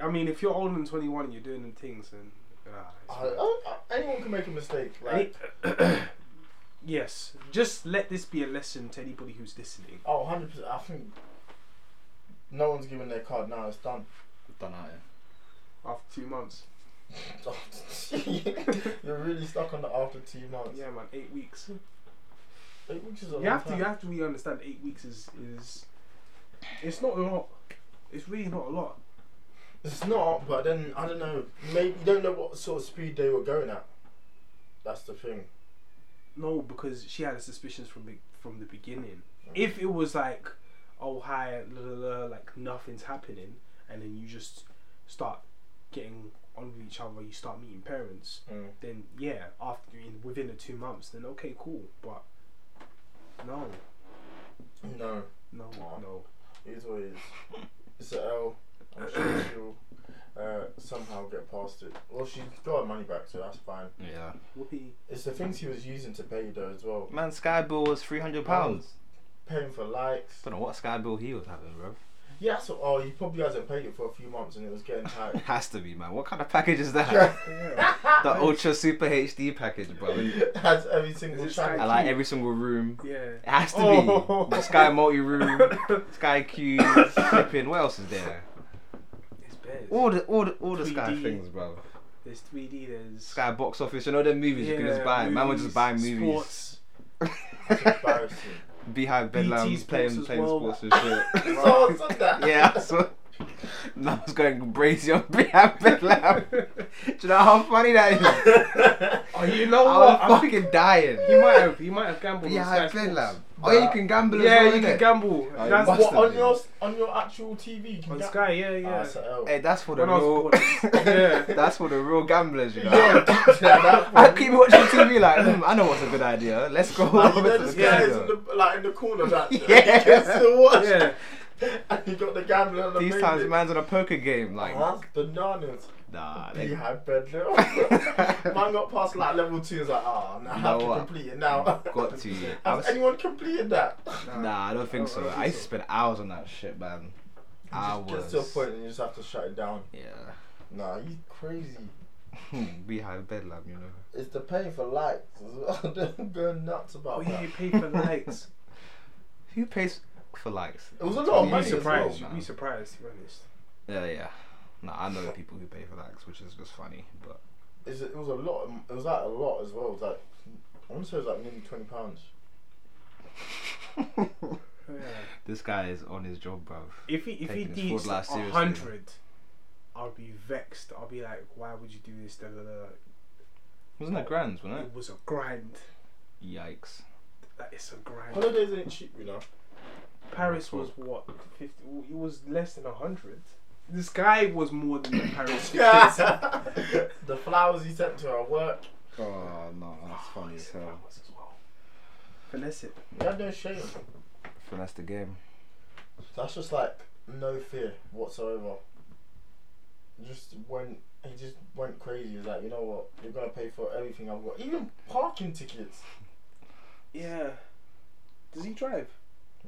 [SPEAKER 3] I mean, if you're older than 21 and you're doing them things, then. ah, it's
[SPEAKER 1] I,
[SPEAKER 3] wild.
[SPEAKER 1] I, I, anyone can make a mistake. Like,
[SPEAKER 3] yes, just let this be a lesson to anybody who's listening.
[SPEAKER 1] oh, 100 percent. I think no one's given their card now. It's done.
[SPEAKER 2] Done out
[SPEAKER 3] After two months.
[SPEAKER 1] You're really stuck on the after two months.
[SPEAKER 3] Yeah, man, eight weeks.
[SPEAKER 1] Eight weeks is a
[SPEAKER 3] You
[SPEAKER 1] long
[SPEAKER 3] have to,
[SPEAKER 1] time.
[SPEAKER 3] you have to really understand eight weeks is. is it's not a lot. It's really not a lot.
[SPEAKER 1] It's not, but then I don't know. Maybe you don't know what sort of speed they were going at. That's the thing.
[SPEAKER 3] No, because she had suspicions from be- from the beginning. If it was like, oh hi, la, la, la, like nothing's happening, and then you just start getting on with each other, you start meeting parents,
[SPEAKER 1] Mm.
[SPEAKER 3] then yeah, after in, within the two months, then okay, cool. But no,
[SPEAKER 1] No.
[SPEAKER 3] no,
[SPEAKER 1] Aw.
[SPEAKER 3] no.
[SPEAKER 1] It's what it is. It's a L. I'm sure she'll uh, somehow get past it. Well, she's got her money back, so that's fine.
[SPEAKER 2] yeah. Yeah.
[SPEAKER 3] Whoopee.
[SPEAKER 1] It's the things he was using to pay though as well.
[SPEAKER 2] Man, Sky Bill was three hundred pounds.
[SPEAKER 1] Paying for likes.
[SPEAKER 2] Don't know what Sky Bill he was having, bro.
[SPEAKER 1] Yeah, so oh, he probably hasn't paid it for a few months and it was getting
[SPEAKER 2] It
[SPEAKER 1] tight.
[SPEAKER 2] has to be, man. What kind of package is that?
[SPEAKER 3] Yeah.
[SPEAKER 2] the Ultra Super HD package, bro.
[SPEAKER 1] Has every single
[SPEAKER 3] Is it
[SPEAKER 1] channel.
[SPEAKER 2] I like every single room.
[SPEAKER 3] yeah.
[SPEAKER 2] It has to
[SPEAKER 3] Oh.
[SPEAKER 2] be Sky Multi Room, Sky Q, flipping. What else is there?
[SPEAKER 3] It's bad.
[SPEAKER 2] All the all the all the Sky
[SPEAKER 3] 3D.
[SPEAKER 2] things, bro.
[SPEAKER 3] There's 3D. There's
[SPEAKER 2] Sky Box Office. You know them movies you can just buy. Man would just buy movies.
[SPEAKER 3] Sports.
[SPEAKER 1] It's embarrassing.
[SPEAKER 2] Beehive
[SPEAKER 3] BT
[SPEAKER 2] Bedlam
[SPEAKER 3] Sports
[SPEAKER 2] playing
[SPEAKER 3] as
[SPEAKER 2] playing
[SPEAKER 3] well.
[SPEAKER 2] sports and shit.
[SPEAKER 1] Someone said Oh, that.
[SPEAKER 2] yeah, so. I was going crazy on Beehive Bedlam. Do you know how funny that is?
[SPEAKER 3] Oh, you know
[SPEAKER 2] I
[SPEAKER 3] what?
[SPEAKER 2] was
[SPEAKER 3] I think
[SPEAKER 2] fucking dying.
[SPEAKER 3] he might have. He might have gambled. on
[SPEAKER 2] Yeah,
[SPEAKER 3] Sky Sports.
[SPEAKER 2] Glen Lab. Oh, yeah, you can gamble as
[SPEAKER 3] yeah,
[SPEAKER 2] well,
[SPEAKER 3] you can
[SPEAKER 2] innit?
[SPEAKER 3] gamble.
[SPEAKER 2] Oh, you
[SPEAKER 3] That's
[SPEAKER 2] must-
[SPEAKER 3] what
[SPEAKER 1] What on your on your actual TV? You can
[SPEAKER 3] on
[SPEAKER 1] get-
[SPEAKER 3] Sky. Yeah,
[SPEAKER 1] Ah,
[SPEAKER 3] yeah.
[SPEAKER 1] it's a L.
[SPEAKER 2] Hey, that's for the
[SPEAKER 3] When I was
[SPEAKER 2] real.
[SPEAKER 3] born. Yeah.
[SPEAKER 2] that's for the real gamblers, you know.
[SPEAKER 1] Yeah, that
[SPEAKER 2] I keep watching TV like, hmm, I know what's a good idea. Let's go
[SPEAKER 1] And you
[SPEAKER 2] over
[SPEAKER 1] know
[SPEAKER 2] to the
[SPEAKER 1] this guy is in
[SPEAKER 2] casino.
[SPEAKER 1] the, like in the corner that
[SPEAKER 2] Yeah.
[SPEAKER 1] he gets to watch.
[SPEAKER 3] yeah.
[SPEAKER 1] And you got the gambler and the
[SPEAKER 2] These times, man's on a poker game. Like,
[SPEAKER 1] Oh, that's bananas.
[SPEAKER 2] nah,
[SPEAKER 1] He
[SPEAKER 2] they,
[SPEAKER 1] had bedlam. Man got past like level two. Is like, ah, now I
[SPEAKER 2] Now
[SPEAKER 1] have to
[SPEAKER 2] what?
[SPEAKER 1] complete it now.
[SPEAKER 2] got to. I
[SPEAKER 1] Has
[SPEAKER 2] was,
[SPEAKER 1] anyone completed that?
[SPEAKER 2] nah, I don't think so. I used to spend hours on that shit, man.
[SPEAKER 1] It just gets to a
[SPEAKER 2] Hours.
[SPEAKER 1] point and you just have to shut it down.
[SPEAKER 2] Yeah.
[SPEAKER 1] Nah, you crazy.
[SPEAKER 2] Beehive bedlam, you know.
[SPEAKER 1] It's the paying for likes as well. They're going nuts about
[SPEAKER 3] Oh, yeah,
[SPEAKER 1] that.
[SPEAKER 3] you pay for likes.
[SPEAKER 2] Who pays for likes?
[SPEAKER 1] It was a lot of
[SPEAKER 2] Twenty
[SPEAKER 1] money
[SPEAKER 2] years
[SPEAKER 3] You'd be
[SPEAKER 1] as
[SPEAKER 3] surprised.
[SPEAKER 2] old
[SPEAKER 3] You'd be
[SPEAKER 2] now.
[SPEAKER 3] surprised, to be honest.
[SPEAKER 2] Yeah, yeah. Nah, I know people who pay for likes, which is just funny. But
[SPEAKER 1] It's, it was a lot. It was like a lot as well. It was like I want to say it was like nearly twenty pounds.
[SPEAKER 3] Yeah.
[SPEAKER 2] this guy is on his job, bro.
[SPEAKER 3] If he if he
[SPEAKER 2] Taking his fraud
[SPEAKER 3] deeds a
[SPEAKER 2] life seriously.
[SPEAKER 3] hundred, I'll be vexed. I'll be like, why would you do this? Da, da, da.
[SPEAKER 2] Wasn't it grands, wasn't
[SPEAKER 3] It was a grind.
[SPEAKER 2] it? Yikes.
[SPEAKER 3] That is a grind.
[SPEAKER 1] Holidays ain't cheap, you know.
[SPEAKER 3] Paris was what fifty. It was less than a hundred. This guy was more than the Paris.
[SPEAKER 1] the flowers he sent to her work.
[SPEAKER 2] Oh no, that's funny as hell.
[SPEAKER 3] Finesse it.
[SPEAKER 1] He had no shame.
[SPEAKER 2] Finesse the game.
[SPEAKER 1] That's just like no fear whatsoever. Just went. He just went crazy. He was like, you know what? You're gonna pay for everything I've got, even parking tickets.
[SPEAKER 3] Yeah. Does he drive?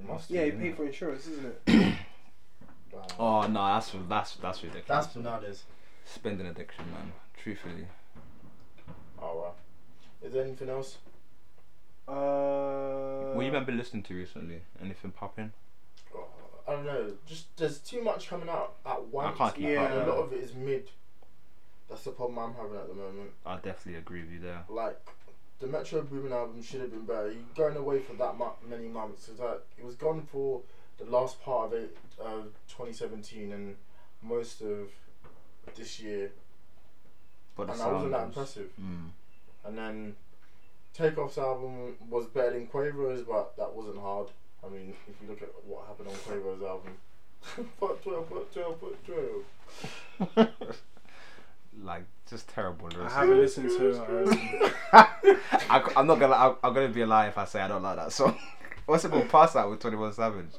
[SPEAKER 1] You must.
[SPEAKER 3] Yeah, he
[SPEAKER 2] Yeah.
[SPEAKER 3] paid for insurance, isn't it?
[SPEAKER 1] Wow.
[SPEAKER 2] Oh no, that's that's that's ridiculous.
[SPEAKER 1] That's bananas.
[SPEAKER 2] spending addiction, man. Truthfully.
[SPEAKER 1] Oh wow. Is there anything else?
[SPEAKER 3] Uh.
[SPEAKER 2] what you been been listening to recently? Anything popping?
[SPEAKER 1] Oh, I don't know. Just there's too much coming out at once.
[SPEAKER 2] can't keep
[SPEAKER 1] and
[SPEAKER 3] up.
[SPEAKER 1] a lot of it is mid. That's the problem I'm having at the moment.
[SPEAKER 2] I definitely agree with you there.
[SPEAKER 1] Like the Metro Boomin album should have been better. You going away for that mu- many months? It's like it was gone for the last part of it, uh, 2017, and most of this year,
[SPEAKER 2] But the
[SPEAKER 1] and that wasn't that
[SPEAKER 2] sound was-
[SPEAKER 1] impressive.
[SPEAKER 2] Mm.
[SPEAKER 1] And then Takeoff's album was better than Quavo's, but that wasn't hard. I mean, if you look at what happened on Quavo's album, put 12, put 12, put 12.
[SPEAKER 2] Hmm. like just terrible
[SPEAKER 3] I
[SPEAKER 2] lyrics.
[SPEAKER 3] haven't listened to. Um,
[SPEAKER 2] I, am not gonna. I, I'm gonna be a lie if I say I don't like that song. What's it called? Pass out with Twenty One Savage.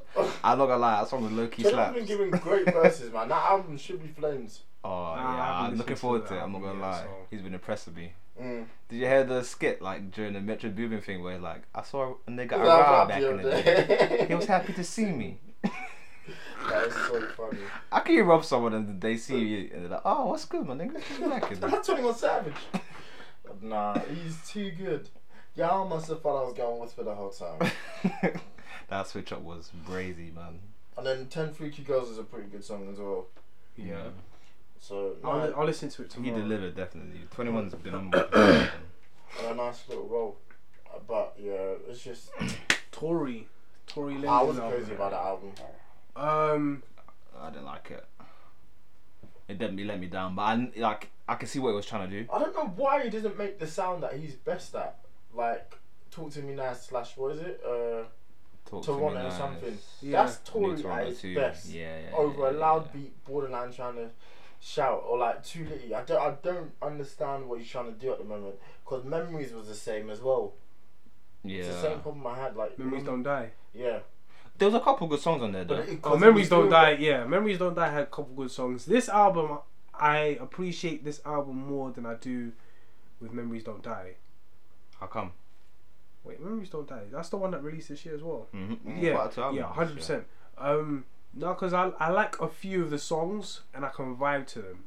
[SPEAKER 2] I'm not gonna lie. That song was low key
[SPEAKER 1] Takeoff's
[SPEAKER 2] slaps.
[SPEAKER 1] been giving great verses, man. That album should be flames.
[SPEAKER 2] Oh
[SPEAKER 3] I
[SPEAKER 2] yeah,
[SPEAKER 3] haven't
[SPEAKER 2] I'm looking
[SPEAKER 3] listened to
[SPEAKER 2] forward
[SPEAKER 3] the
[SPEAKER 2] to it. I'm not
[SPEAKER 3] album
[SPEAKER 2] gonna
[SPEAKER 3] yet,
[SPEAKER 2] lie.
[SPEAKER 3] so-
[SPEAKER 2] He's been impressed with me.
[SPEAKER 1] Mm.
[SPEAKER 2] Did you hear the skit like during the Metro Boomin thing where like I saw a nigga
[SPEAKER 1] That
[SPEAKER 2] around
[SPEAKER 1] robbed
[SPEAKER 2] back
[SPEAKER 1] the
[SPEAKER 2] in the
[SPEAKER 1] other
[SPEAKER 2] day.
[SPEAKER 1] day.
[SPEAKER 2] He was happy to see me.
[SPEAKER 1] That was so funny.
[SPEAKER 2] How can you rob someone and they see you and they're like, oh, what's good, my nigga? Just relaxing."
[SPEAKER 1] That's 21 Savage. Nah, he's too good. Y'all must have thought I was going with for the whole time.
[SPEAKER 2] that switch up was brazy, man.
[SPEAKER 1] And then 10 Freaky Girls is a pretty good song as well.
[SPEAKER 3] yeah.
[SPEAKER 1] So,
[SPEAKER 3] I'll,
[SPEAKER 1] nah,
[SPEAKER 3] I'll listen to it
[SPEAKER 2] He
[SPEAKER 3] tomorrow.
[SPEAKER 2] delivered definitely. Twenty one's been on. my-
[SPEAKER 1] and a nice little roll. Uh, But yeah, it's just
[SPEAKER 3] Tory. Tory Lanez.
[SPEAKER 1] I was
[SPEAKER 3] album.
[SPEAKER 1] crazy about that album.
[SPEAKER 3] Um,
[SPEAKER 2] I didn't like it. It definitely let me down, but I like I could see what it was trying to do.
[SPEAKER 1] I don't know why he doesn't make the sound that he's best at. Like talk to me nice slash what is it? Uh,
[SPEAKER 2] Talk
[SPEAKER 1] Toronto
[SPEAKER 2] to me nice.
[SPEAKER 1] something.
[SPEAKER 3] yeah.
[SPEAKER 1] That's
[SPEAKER 2] New
[SPEAKER 1] Tory at
[SPEAKER 2] Toronto
[SPEAKER 1] his
[SPEAKER 2] too.
[SPEAKER 1] best.
[SPEAKER 2] Yeah, yeah.
[SPEAKER 1] Over a
[SPEAKER 2] yeah,
[SPEAKER 1] loud
[SPEAKER 2] yeah.
[SPEAKER 1] beat, borderline trying to shout or like too litty. I don't I don't understand what he's trying to do at the moment. Cause memories was the same as well.
[SPEAKER 2] Yeah.
[SPEAKER 1] It's the same problem I had. Like mm,
[SPEAKER 3] memories don't die.
[SPEAKER 1] Yeah.
[SPEAKER 2] There was a couple good songs on there though.
[SPEAKER 1] it- 'cause
[SPEAKER 3] Oh,
[SPEAKER 1] it
[SPEAKER 3] memories
[SPEAKER 1] was
[SPEAKER 3] don't
[SPEAKER 1] good.
[SPEAKER 3] die. Yeah, memories don't die had a couple good songs. This album, I appreciate this album more than I do with memories don't die.
[SPEAKER 2] How come?
[SPEAKER 3] Wait, memories don't die. That's the one that released this year as well.
[SPEAKER 1] Mm.
[SPEAKER 2] Mm-hmm.
[SPEAKER 3] Yeah, yeah, hundred percent. Um, no, because I I like a few of the songs and I can vibe to them.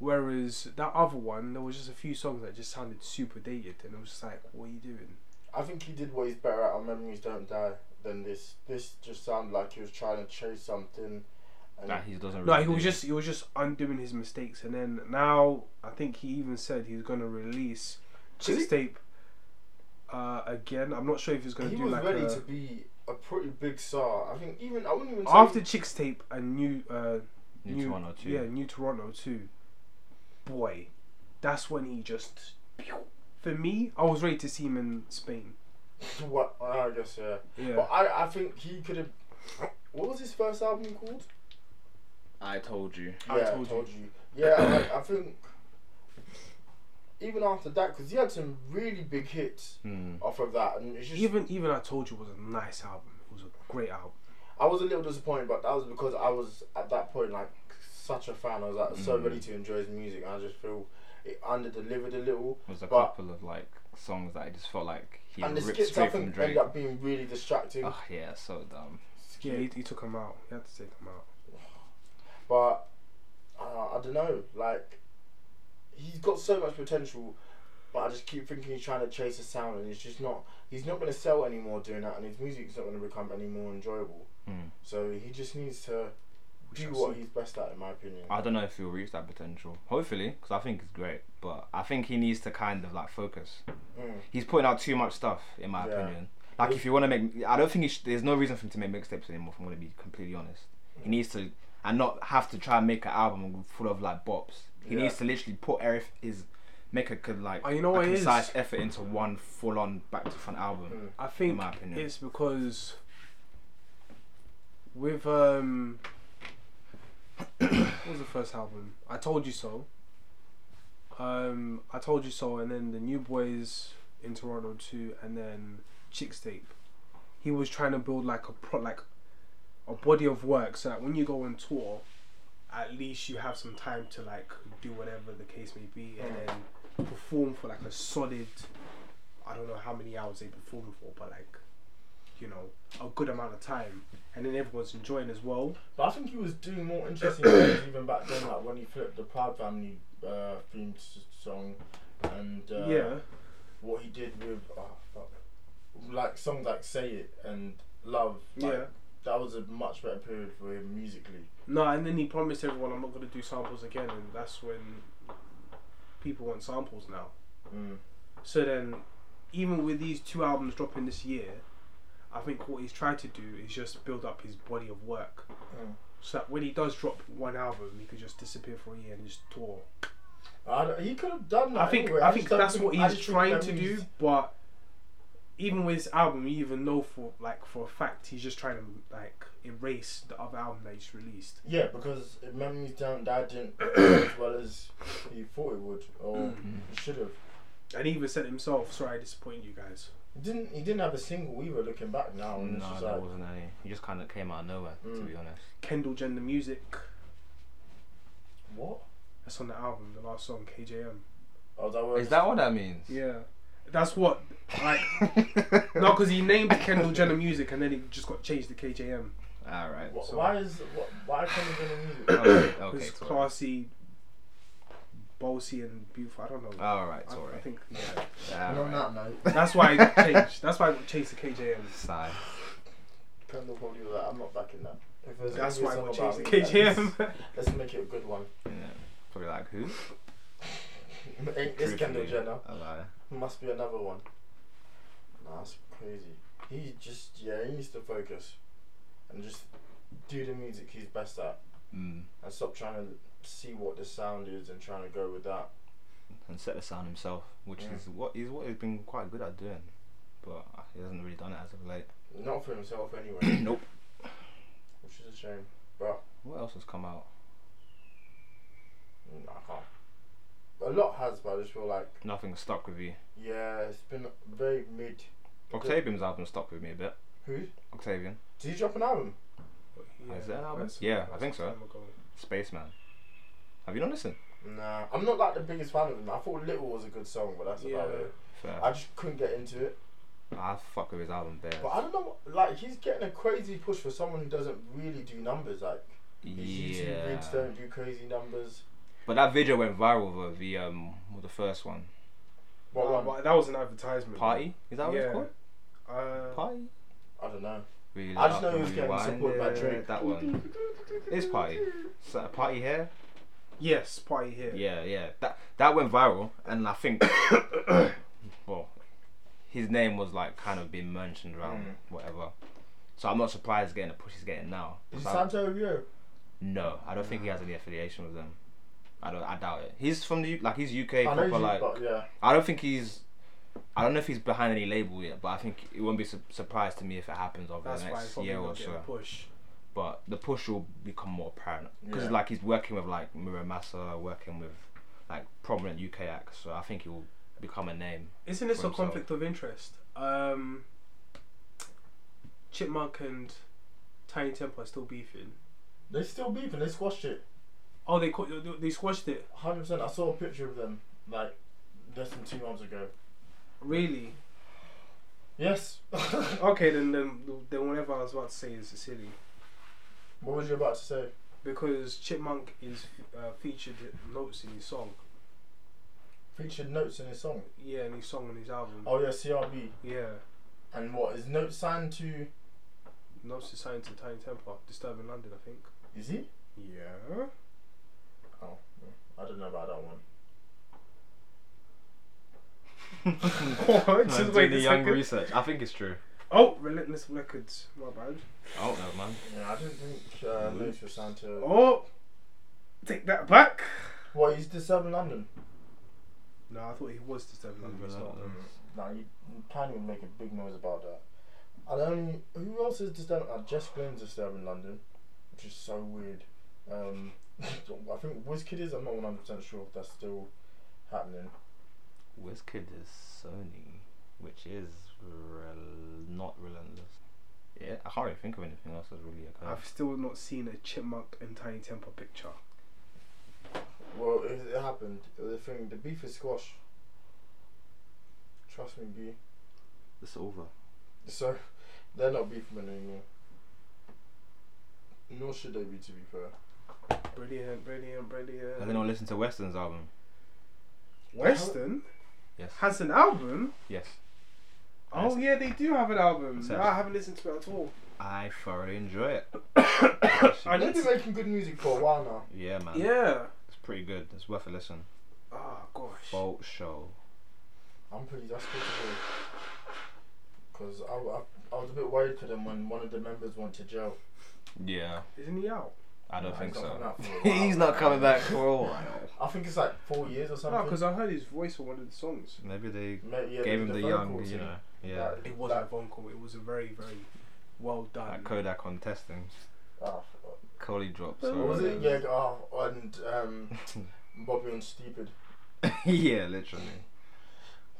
[SPEAKER 3] Whereas that other one, there was just a few songs that just sounded super dated, and it was just like, what are you doing?
[SPEAKER 1] I think he did what he's better at on Memories Don't Die than this. This just sounded like he was trying to chase something. And
[SPEAKER 2] That he doesn't.
[SPEAKER 3] No,
[SPEAKER 2] really
[SPEAKER 3] he was
[SPEAKER 2] do.
[SPEAKER 3] just he was just undoing his mistakes, and then now I think he even said he's gonna release
[SPEAKER 1] Is he-
[SPEAKER 3] Chicks Tape uh, again. I'm not sure if he's gonna
[SPEAKER 1] he
[SPEAKER 3] do
[SPEAKER 1] was
[SPEAKER 3] like
[SPEAKER 1] ready
[SPEAKER 3] a,
[SPEAKER 1] to be a pretty big star. I think even I wouldn't even say
[SPEAKER 3] after Chicks Tape and new uh,
[SPEAKER 2] New Toronto too.
[SPEAKER 3] yeah New Toronto too. Boy, that's when he just for me I was ready to see him in Spain.
[SPEAKER 1] what uh, I guess yeah. But
[SPEAKER 3] Yeah,
[SPEAKER 1] I I think he could have. What was his first album called?
[SPEAKER 2] I told you.
[SPEAKER 3] I
[SPEAKER 1] yeah,
[SPEAKER 3] Told You.
[SPEAKER 1] Yeah, I, I think even after that, because he had some really big hits off of that, and it's just
[SPEAKER 3] even even I told you was a nice album. It was a great album.
[SPEAKER 1] I was a little disappointed, but that was because I was at that point like such a fan. I was like so
[SPEAKER 2] Mm.
[SPEAKER 1] ready to enjoy his music. I just feel it under delivered a little,
[SPEAKER 2] It was a
[SPEAKER 1] But-
[SPEAKER 2] couple of like songs that I just felt like he
[SPEAKER 1] and the
[SPEAKER 2] ripped
[SPEAKER 1] skits I
[SPEAKER 2] straight from
[SPEAKER 1] think
[SPEAKER 2] Drake.
[SPEAKER 1] ended up being really distracting.
[SPEAKER 2] Oh yeah, so dumb.
[SPEAKER 3] Yeah, he, he took him out. He had to take him out.
[SPEAKER 1] But uh, I don't know, like he's got so much potential, but I just keep thinking he's trying to chase a sound, and it's just not. He's not going to sell anymore doing that, and his music's not going to become any more enjoyable.
[SPEAKER 2] Mm.
[SPEAKER 1] So he just needs to
[SPEAKER 2] We
[SPEAKER 1] do
[SPEAKER 2] shall
[SPEAKER 1] what
[SPEAKER 2] see.
[SPEAKER 1] he's best at, in my opinion.
[SPEAKER 2] I don't know if he'll reach that potential. Hopefully, because I think he's great. But I think he needs to kind of like focus.
[SPEAKER 1] Mm.
[SPEAKER 2] He's putting out too much stuff, in my
[SPEAKER 1] Yeah.
[SPEAKER 2] opinion. Like if you want to make, I don't think he sh- there's no reason for him to make mixtapes anymore. If I'm going to be completely honest, he needs to and not have to try and make an album full of like bops. He
[SPEAKER 1] Yeah.
[SPEAKER 2] needs to literally put everyth- his make a good like
[SPEAKER 3] Oh, you know
[SPEAKER 2] a
[SPEAKER 3] what it is?
[SPEAKER 2] concise effort into one full on back to front album.
[SPEAKER 1] Mm.
[SPEAKER 3] I think
[SPEAKER 2] in my opinion.
[SPEAKER 3] it's because with um what was the first album? I told you so. Um, I told you so, and then the New Boys in Toronto too, and then Chicks Tape. He was trying to build like a pro, like a body of work, so that when you go on tour, at least you have some time to like do whatever the case may be, and
[SPEAKER 1] Mm.
[SPEAKER 3] then perform for like a solid. I don't know how many hours they perform for, but like, you know, a good amount of time, and then everyone's enjoying as well.
[SPEAKER 1] But I think he was doing more interesting things even back then, like when he flipped the Proud Family uh, themed s- song, and uh,
[SPEAKER 3] yeah.
[SPEAKER 1] what he did with oh, fuck, like songs like "Say It" and "Love." Like,
[SPEAKER 3] Yeah.
[SPEAKER 1] that was a much better period for him musically.
[SPEAKER 3] No, and then he promised everyone I'm not gonna do samples again, and that's when people want samples now.
[SPEAKER 1] Mm.
[SPEAKER 3] So then, even with these two albums dropping this year, I think what he's tried to do is just build up his body of work,
[SPEAKER 1] Mm.
[SPEAKER 3] so that when he does drop one album, he could just disappear for a year and just tour.
[SPEAKER 1] I don't- he could have done that.
[SPEAKER 3] I think
[SPEAKER 1] anyway.
[SPEAKER 3] I
[SPEAKER 1] just
[SPEAKER 3] think
[SPEAKER 1] don't
[SPEAKER 3] that's what
[SPEAKER 1] I
[SPEAKER 3] he's
[SPEAKER 1] just think
[SPEAKER 3] trying
[SPEAKER 1] that
[SPEAKER 3] to
[SPEAKER 1] he's-
[SPEAKER 3] do, but even with his album, you even know for like for a fact he's just trying to like erase the other album that he's released.
[SPEAKER 1] Yeah, because if memories don't die didn't do as well as he thought it would or
[SPEAKER 3] Mm.
[SPEAKER 1] should have.
[SPEAKER 3] And he even said himself, "Sorry, I disappointed you guys."
[SPEAKER 1] He didn't he didn't have a single either looking back now and it's
[SPEAKER 2] No,
[SPEAKER 1] just
[SPEAKER 2] there
[SPEAKER 1] like
[SPEAKER 2] wasn't any. He just kind of came out of nowhere, to
[SPEAKER 1] Mm.
[SPEAKER 2] be honest.
[SPEAKER 3] Kendall Jenner music.
[SPEAKER 1] what?
[SPEAKER 3] That's on the album, the last song, KJM.
[SPEAKER 1] Oh that was
[SPEAKER 2] Is that what that means?
[SPEAKER 3] Yeah, that's what. Like, no, because he named it Kendall Jenner music, and then it just got changed to KJM.
[SPEAKER 2] All right.
[SPEAKER 1] Wh-
[SPEAKER 3] so-
[SPEAKER 1] why is what, why can't he do the music?
[SPEAKER 2] okay.
[SPEAKER 3] Because
[SPEAKER 2] okay
[SPEAKER 3] it's
[SPEAKER 2] sorry.
[SPEAKER 3] classy, bossy, and beautiful. I don't know.
[SPEAKER 2] All right.
[SPEAKER 3] I,
[SPEAKER 2] Ah, Sorry.
[SPEAKER 3] I think yeah.
[SPEAKER 1] And
[SPEAKER 2] All
[SPEAKER 1] on
[SPEAKER 2] right.
[SPEAKER 1] that note,
[SPEAKER 3] that's why it got changed. That's why it got changed to KJM.
[SPEAKER 2] Sigh.
[SPEAKER 1] Kendall probably was like, I'm not backing that. If there's
[SPEAKER 3] That's
[SPEAKER 1] gonna
[SPEAKER 3] why
[SPEAKER 1] be
[SPEAKER 3] it got
[SPEAKER 1] a song
[SPEAKER 3] changed to
[SPEAKER 1] about me, like,
[SPEAKER 3] KJM.
[SPEAKER 1] Let's, let's make it a good one.
[SPEAKER 2] Yeah. Probably like who?
[SPEAKER 1] Ain't this Kendall
[SPEAKER 2] Truthfully,
[SPEAKER 1] Jenner?
[SPEAKER 2] Oh, a lie.
[SPEAKER 1] Must be another one. Nah, that's crazy. He just yeah, he needs to focus and just do the music he's best at
[SPEAKER 2] Mm.
[SPEAKER 1] and stop trying to see what the sound is and trying to go with that.
[SPEAKER 2] And set the sound himself, which
[SPEAKER 1] Yeah.
[SPEAKER 2] is what is what he's been quite good at doing, but he hasn't really done it as of late.
[SPEAKER 1] Not for himself anyway,
[SPEAKER 2] nope.
[SPEAKER 1] which is a shame. But
[SPEAKER 2] What else has come out?
[SPEAKER 1] mm, I can't. A lot has, but I just feel like
[SPEAKER 2] Nothing stuck with you.
[SPEAKER 1] yeah, it's been very mid.
[SPEAKER 2] Octavian's album stuck with me a bit.
[SPEAKER 1] Who
[SPEAKER 2] Octavian,
[SPEAKER 1] did he drop an album?
[SPEAKER 2] Is that an album?
[SPEAKER 3] that's-
[SPEAKER 2] Yeah,
[SPEAKER 3] that's
[SPEAKER 2] I think
[SPEAKER 3] some
[SPEAKER 2] so.
[SPEAKER 3] time ago.
[SPEAKER 2] Spaceman. Have you not listened?
[SPEAKER 1] Nah, I'm not like the biggest fan of him. I thought Little was a good song, but that's about
[SPEAKER 3] Yeah.
[SPEAKER 1] it.
[SPEAKER 2] Fair.
[SPEAKER 1] I just couldn't get into it.
[SPEAKER 2] I fuck with his album bare.
[SPEAKER 1] But I don't know, like he's getting a crazy push for someone who doesn't really do numbers. Like his YouTube
[SPEAKER 2] Yeah.
[SPEAKER 1] vids don't do crazy numbers.
[SPEAKER 2] But that video went viral though. The um, well, the first one.
[SPEAKER 1] What
[SPEAKER 3] Nah,
[SPEAKER 1] one?
[SPEAKER 3] but that was an advertisement.
[SPEAKER 2] Party. Is that what it's
[SPEAKER 3] Yeah.
[SPEAKER 2] called?
[SPEAKER 3] Uh,
[SPEAKER 2] Party.
[SPEAKER 1] I don't know.
[SPEAKER 2] Really
[SPEAKER 1] I just
[SPEAKER 2] Love
[SPEAKER 1] know
[SPEAKER 2] You
[SPEAKER 1] it was getting
[SPEAKER 2] Rewind,
[SPEAKER 1] supported by
[SPEAKER 2] yeah,
[SPEAKER 1] Drake.
[SPEAKER 2] That one. It's party. Is that a party here?
[SPEAKER 3] yes, party here.
[SPEAKER 2] Yeah, yeah. That that went viral, and I think, well, his name was like kind of being mentioned around
[SPEAKER 1] Mm.
[SPEAKER 2] whatever. So I'm not surprised he's getting the push he's getting now.
[SPEAKER 1] Is Mm. it
[SPEAKER 2] 'Cause I-
[SPEAKER 1] Santo Rio?
[SPEAKER 2] no, I don't think he has any affiliation with them. I don't. I doubt it. He's from the U- like he's
[SPEAKER 1] I
[SPEAKER 2] UK
[SPEAKER 1] know
[SPEAKER 2] proper
[SPEAKER 1] you,
[SPEAKER 2] like.
[SPEAKER 1] but yeah.
[SPEAKER 2] I don't think he's. I don't know if he's behind any label yet, but I think it won't be su- surprised to me if it happens over
[SPEAKER 3] That's
[SPEAKER 2] the
[SPEAKER 3] why it's
[SPEAKER 2] next
[SPEAKER 3] probably
[SPEAKER 2] year
[SPEAKER 3] not
[SPEAKER 2] or
[SPEAKER 3] getting a
[SPEAKER 2] so.
[SPEAKER 3] push.
[SPEAKER 2] But the push will become more apparent because
[SPEAKER 1] Yeah.
[SPEAKER 2] like he's working with like Muramasa, working with like prominent UK acts, so I think he will become a name.
[SPEAKER 3] Isn't this
[SPEAKER 2] For
[SPEAKER 3] a conflict of interest? Um, Chipmunk and Tiny Temper are still beefing.
[SPEAKER 1] They still beefing. They squashed it.
[SPEAKER 3] Oh, they caught, they- they squashed it.
[SPEAKER 1] Hundred percent. I saw a picture of them like less than two months ago.
[SPEAKER 3] Really?
[SPEAKER 1] Yes. what
[SPEAKER 3] Okay, then then then whatever I was about to say is silly
[SPEAKER 1] was you about to say?
[SPEAKER 3] because Chipmunk is uh, featured notes in his song.
[SPEAKER 1] featured notes in his song.
[SPEAKER 3] Yeah, and his song on his album.
[SPEAKER 1] Oh yeah, CRB.
[SPEAKER 3] Yeah,
[SPEAKER 1] And what is notes signed to?
[SPEAKER 3] Notes to Science and Tiny Temper, Disturbing London, I think.
[SPEAKER 1] Is he?
[SPEAKER 3] Yeah.
[SPEAKER 1] Oh, I don't know about that one.
[SPEAKER 2] I'm
[SPEAKER 3] Just
[SPEAKER 2] doing
[SPEAKER 3] wait
[SPEAKER 2] the
[SPEAKER 3] a
[SPEAKER 2] young
[SPEAKER 3] second.
[SPEAKER 2] research. I think it's true.
[SPEAKER 3] Oh, Relentless Records. My bad.
[SPEAKER 2] I don't know, man.
[SPEAKER 1] Yeah, I didn't think uh, notes was signed to.
[SPEAKER 3] Oh, take that back.
[SPEAKER 1] Well, he's disturbing London.
[SPEAKER 3] No, I thought he was Disturbing London.
[SPEAKER 2] London,
[SPEAKER 3] It's not. uh,
[SPEAKER 2] London.
[SPEAKER 1] Now you Pan would make a big noise about that. And only who else is disturbing? Uh, Jess Glynn's disturbing London, which is so weird. Um, I think Wizkid is. I'm not 100 percent sure if that's still happening.
[SPEAKER 2] Wizkid is Sony, which is rel- not relentless. Yeah, I can't really think of anything else that's really occurred.
[SPEAKER 3] I've still not seen a Chipmunk and Tiny Temper picture.
[SPEAKER 1] Well, it, it happened. The thing, the beef is squash. Trust me, B.
[SPEAKER 2] It's over.
[SPEAKER 1] So they're not beefing anymore. Nor should they be, to be fair.
[SPEAKER 3] Brilliant, brilliant, brilliant.
[SPEAKER 2] Has anyone listened to Weston's album?
[SPEAKER 3] Weston
[SPEAKER 2] Yes.
[SPEAKER 3] has an album.
[SPEAKER 2] yes.
[SPEAKER 3] Oh yeah, they do have an album.
[SPEAKER 2] What's
[SPEAKER 3] No,
[SPEAKER 2] that?
[SPEAKER 3] I haven't listened to it at all.
[SPEAKER 2] I thoroughly enjoy it.
[SPEAKER 3] I
[SPEAKER 1] They've
[SPEAKER 3] need
[SPEAKER 1] been
[SPEAKER 3] to,
[SPEAKER 1] making good music for a while now.
[SPEAKER 2] Yeah, man.
[SPEAKER 3] yeah.
[SPEAKER 2] It's pretty good. It's worth a listen.
[SPEAKER 3] Oh gosh.
[SPEAKER 2] Bolt show.
[SPEAKER 1] I'm pretty that's good to Because I, I, I was a bit worried for them when one of the members went to jail.
[SPEAKER 2] Yeah,
[SPEAKER 3] Isn't he out?
[SPEAKER 2] I don't
[SPEAKER 1] Nah,
[SPEAKER 2] think
[SPEAKER 1] he's not
[SPEAKER 2] so.
[SPEAKER 1] coming out for a while. um,
[SPEAKER 2] he's not coming back for a while.
[SPEAKER 1] I think it's like four years or
[SPEAKER 3] No,
[SPEAKER 1] something.
[SPEAKER 3] because I heard his voice on one of the songs.
[SPEAKER 2] Maybe they
[SPEAKER 1] Maybe, yeah,
[SPEAKER 2] gave him the
[SPEAKER 1] phone
[SPEAKER 2] young,
[SPEAKER 1] calls
[SPEAKER 2] you
[SPEAKER 1] and-
[SPEAKER 2] know. Yeah.
[SPEAKER 1] Like,
[SPEAKER 3] It wasn't a vocal. It was a very, very well done.
[SPEAKER 2] Like Kodak on testing.
[SPEAKER 1] ah, fuck.
[SPEAKER 2] Coley drops.
[SPEAKER 3] What
[SPEAKER 2] or
[SPEAKER 1] was it? Yeah,
[SPEAKER 2] whatever.
[SPEAKER 1] oh, and um, Bobby and Stupid.
[SPEAKER 2] yeah, literally.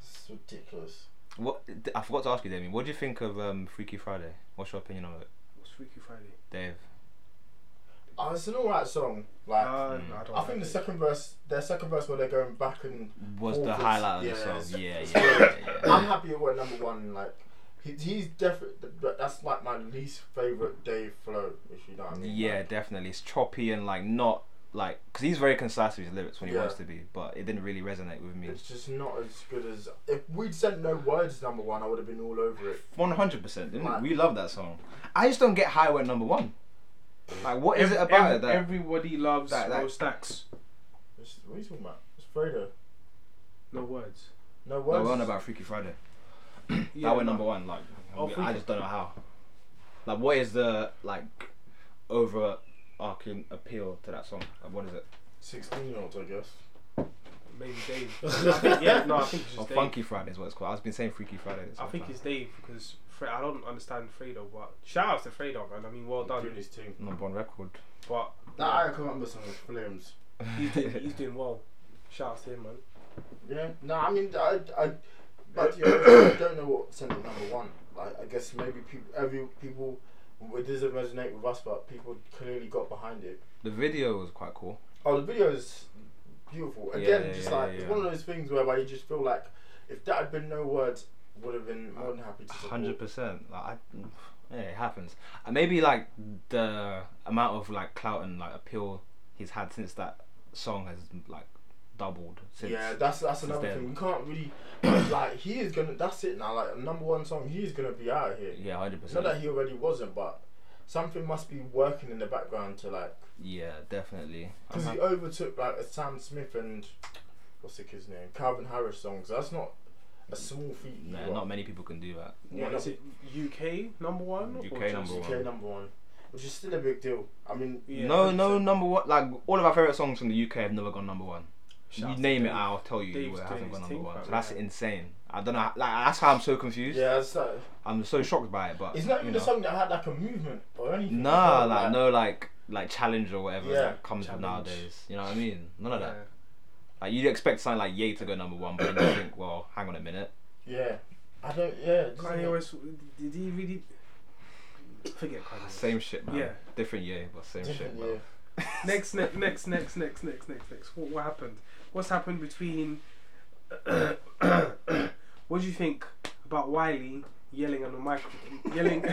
[SPEAKER 1] It's ridiculous.
[SPEAKER 2] What I forgot to ask you, Damien. What do you think of um, Freaky Friday? What's your opinion on it,
[SPEAKER 3] What's Freaky Friday?
[SPEAKER 2] Dave?
[SPEAKER 1] Uh, it's an alright song. Like,
[SPEAKER 3] Uh,
[SPEAKER 2] Mm.
[SPEAKER 3] no, I don't
[SPEAKER 1] I think the
[SPEAKER 3] like it.
[SPEAKER 1] second verse, their second verse where they're going back and
[SPEAKER 2] Was
[SPEAKER 1] All
[SPEAKER 2] the
[SPEAKER 1] this-
[SPEAKER 2] highlight of
[SPEAKER 1] yeah,
[SPEAKER 2] the song?
[SPEAKER 1] it's-
[SPEAKER 2] Yeah,
[SPEAKER 1] it's
[SPEAKER 2] yeah, yeah,
[SPEAKER 1] good.
[SPEAKER 2] yeah.
[SPEAKER 1] I'm happy it went number one. Like he, he's definitely that's like my least favorite Dave flow, if you know what I mean.
[SPEAKER 2] Yeah,
[SPEAKER 1] Like,
[SPEAKER 2] definitely. It's choppy and like not like because he's very concise with his lyrics when he
[SPEAKER 1] Yeah.
[SPEAKER 2] wants to be, but it didn't really resonate with me.
[SPEAKER 1] it's just not as good as if we'd sent no words number one. I would have been all over it.
[SPEAKER 2] One hundred percent.
[SPEAKER 1] Right.
[SPEAKER 2] We love that song. I just don't get how it went number one. Like, what is it
[SPEAKER 3] Ev-
[SPEAKER 2] about
[SPEAKER 3] ev-
[SPEAKER 2] it that?
[SPEAKER 3] everybody loves
[SPEAKER 2] that- that-
[SPEAKER 3] Will Stacks?
[SPEAKER 1] It's, what are you talking about? It's Fredo.
[SPEAKER 3] No words.
[SPEAKER 1] No
[SPEAKER 2] No,
[SPEAKER 1] words.
[SPEAKER 2] we're on about Freaky Friday.
[SPEAKER 3] Yeah,
[SPEAKER 2] that went
[SPEAKER 3] no.
[SPEAKER 2] number one. Like,
[SPEAKER 3] Oh,
[SPEAKER 2] we- I
[SPEAKER 3] Freaky-
[SPEAKER 2] just don't know how. Like, what is the like overarching appeal to that song? Like, what is it?
[SPEAKER 1] Sixteen year olds, I guess.
[SPEAKER 3] Maybe Dave. I think, yeah, no, I think it's
[SPEAKER 2] Oh,
[SPEAKER 3] just Dave.
[SPEAKER 2] Funky Friday is what it's called. I've been saying Freaky Friday. this
[SPEAKER 3] I
[SPEAKER 2] whole
[SPEAKER 3] think
[SPEAKER 2] time.
[SPEAKER 3] it's Dave because Fre- I don't understand Fredo, but shout out to Fredo, man. I mean, well done.
[SPEAKER 1] Do this too.
[SPEAKER 2] number one record.
[SPEAKER 3] But
[SPEAKER 1] Nah, I can't remember some of Flames.
[SPEAKER 3] he's doing, he's doing well. Shout out to him, man.
[SPEAKER 1] Yeah. No, I mean, I, I, but you know, I don't know what sent it number one. Like, I guess maybe people, every people, it doesn't resonate with us, but people clearly got behind it.
[SPEAKER 2] The video was quite cool.
[SPEAKER 1] Oh, the video is beautiful.
[SPEAKER 2] Yeah,
[SPEAKER 1] Again,
[SPEAKER 2] yeah,
[SPEAKER 1] just
[SPEAKER 2] yeah,
[SPEAKER 1] like
[SPEAKER 2] yeah,
[SPEAKER 1] it's
[SPEAKER 2] yeah.
[SPEAKER 1] one of those things where, where you just feel like if that had been no words, would have been more than happy to support.
[SPEAKER 2] Hundred percent. Like, I, yeah, it happens. And maybe like the amount of like clout and like appeal he's had since that song has like doubled since.
[SPEAKER 1] yeah, that's that's
[SPEAKER 2] since
[SPEAKER 1] another
[SPEAKER 2] then.
[SPEAKER 1] thing. You can't really like he is gonna. That's it now. Like number one song, he is gonna be out here.
[SPEAKER 2] Yeah,
[SPEAKER 1] Not
[SPEAKER 2] hundred percent.
[SPEAKER 1] that he already wasn't, but something must be working in the background to like
[SPEAKER 2] Yeah, definitely. I'm
[SPEAKER 1] because he
[SPEAKER 2] hap-
[SPEAKER 1] overtook like a Sam Smith and what's the kid's name, Calvin Harris songs. That's not a small feat.
[SPEAKER 2] Nah,
[SPEAKER 1] either.
[SPEAKER 2] not many people can do that.
[SPEAKER 3] What is it? UK number one? or
[SPEAKER 2] UK
[SPEAKER 3] just-
[SPEAKER 2] number
[SPEAKER 1] UK number one, which is still a big deal. I mean,
[SPEAKER 3] Yeah,
[SPEAKER 2] no, no
[SPEAKER 1] 100%.
[SPEAKER 2] number one. Like all of our favorite songs from the UK have never gone number one.
[SPEAKER 3] Shout
[SPEAKER 2] you
[SPEAKER 3] out to
[SPEAKER 2] name it,
[SPEAKER 3] Dave.
[SPEAKER 2] I'll tell you
[SPEAKER 3] Dave's
[SPEAKER 2] it
[SPEAKER 3] doing
[SPEAKER 2] hasn't gone
[SPEAKER 3] his
[SPEAKER 2] number
[SPEAKER 3] thing,
[SPEAKER 2] one.
[SPEAKER 3] fam,
[SPEAKER 2] So that's
[SPEAKER 3] yeah.
[SPEAKER 2] insane. I don't know. Like that's how I'm so confused.
[SPEAKER 1] Yeah, it's, uh,
[SPEAKER 2] I'm so shocked by it. But
[SPEAKER 1] it's not
[SPEAKER 2] you
[SPEAKER 1] even
[SPEAKER 2] know.
[SPEAKER 1] a song that had like a movement or anything.
[SPEAKER 2] Nah,
[SPEAKER 1] It's not
[SPEAKER 2] like no, like like challenge or whatever
[SPEAKER 1] Yeah,
[SPEAKER 2] that comes
[SPEAKER 3] challenge.
[SPEAKER 2] with nowadays. You know what I mean? None of that.
[SPEAKER 3] Yeah.
[SPEAKER 2] Like you'd expect something like Ye to go number one, but then you think, well, hang on a minute.
[SPEAKER 1] Yeah, I don't. Yeah, it doesn't
[SPEAKER 3] Kanye
[SPEAKER 1] make-
[SPEAKER 3] West, did he really? Forget Kanye. West.
[SPEAKER 2] Same shit, man.
[SPEAKER 3] Yeah.
[SPEAKER 2] Different Ye, but same shit,
[SPEAKER 1] different,
[SPEAKER 2] man.
[SPEAKER 1] yeah.
[SPEAKER 3] Next, next, next, next, next, next, next, next. What, what happened? What's happened between? what do you think about Wiley yelling on the mic, yelling,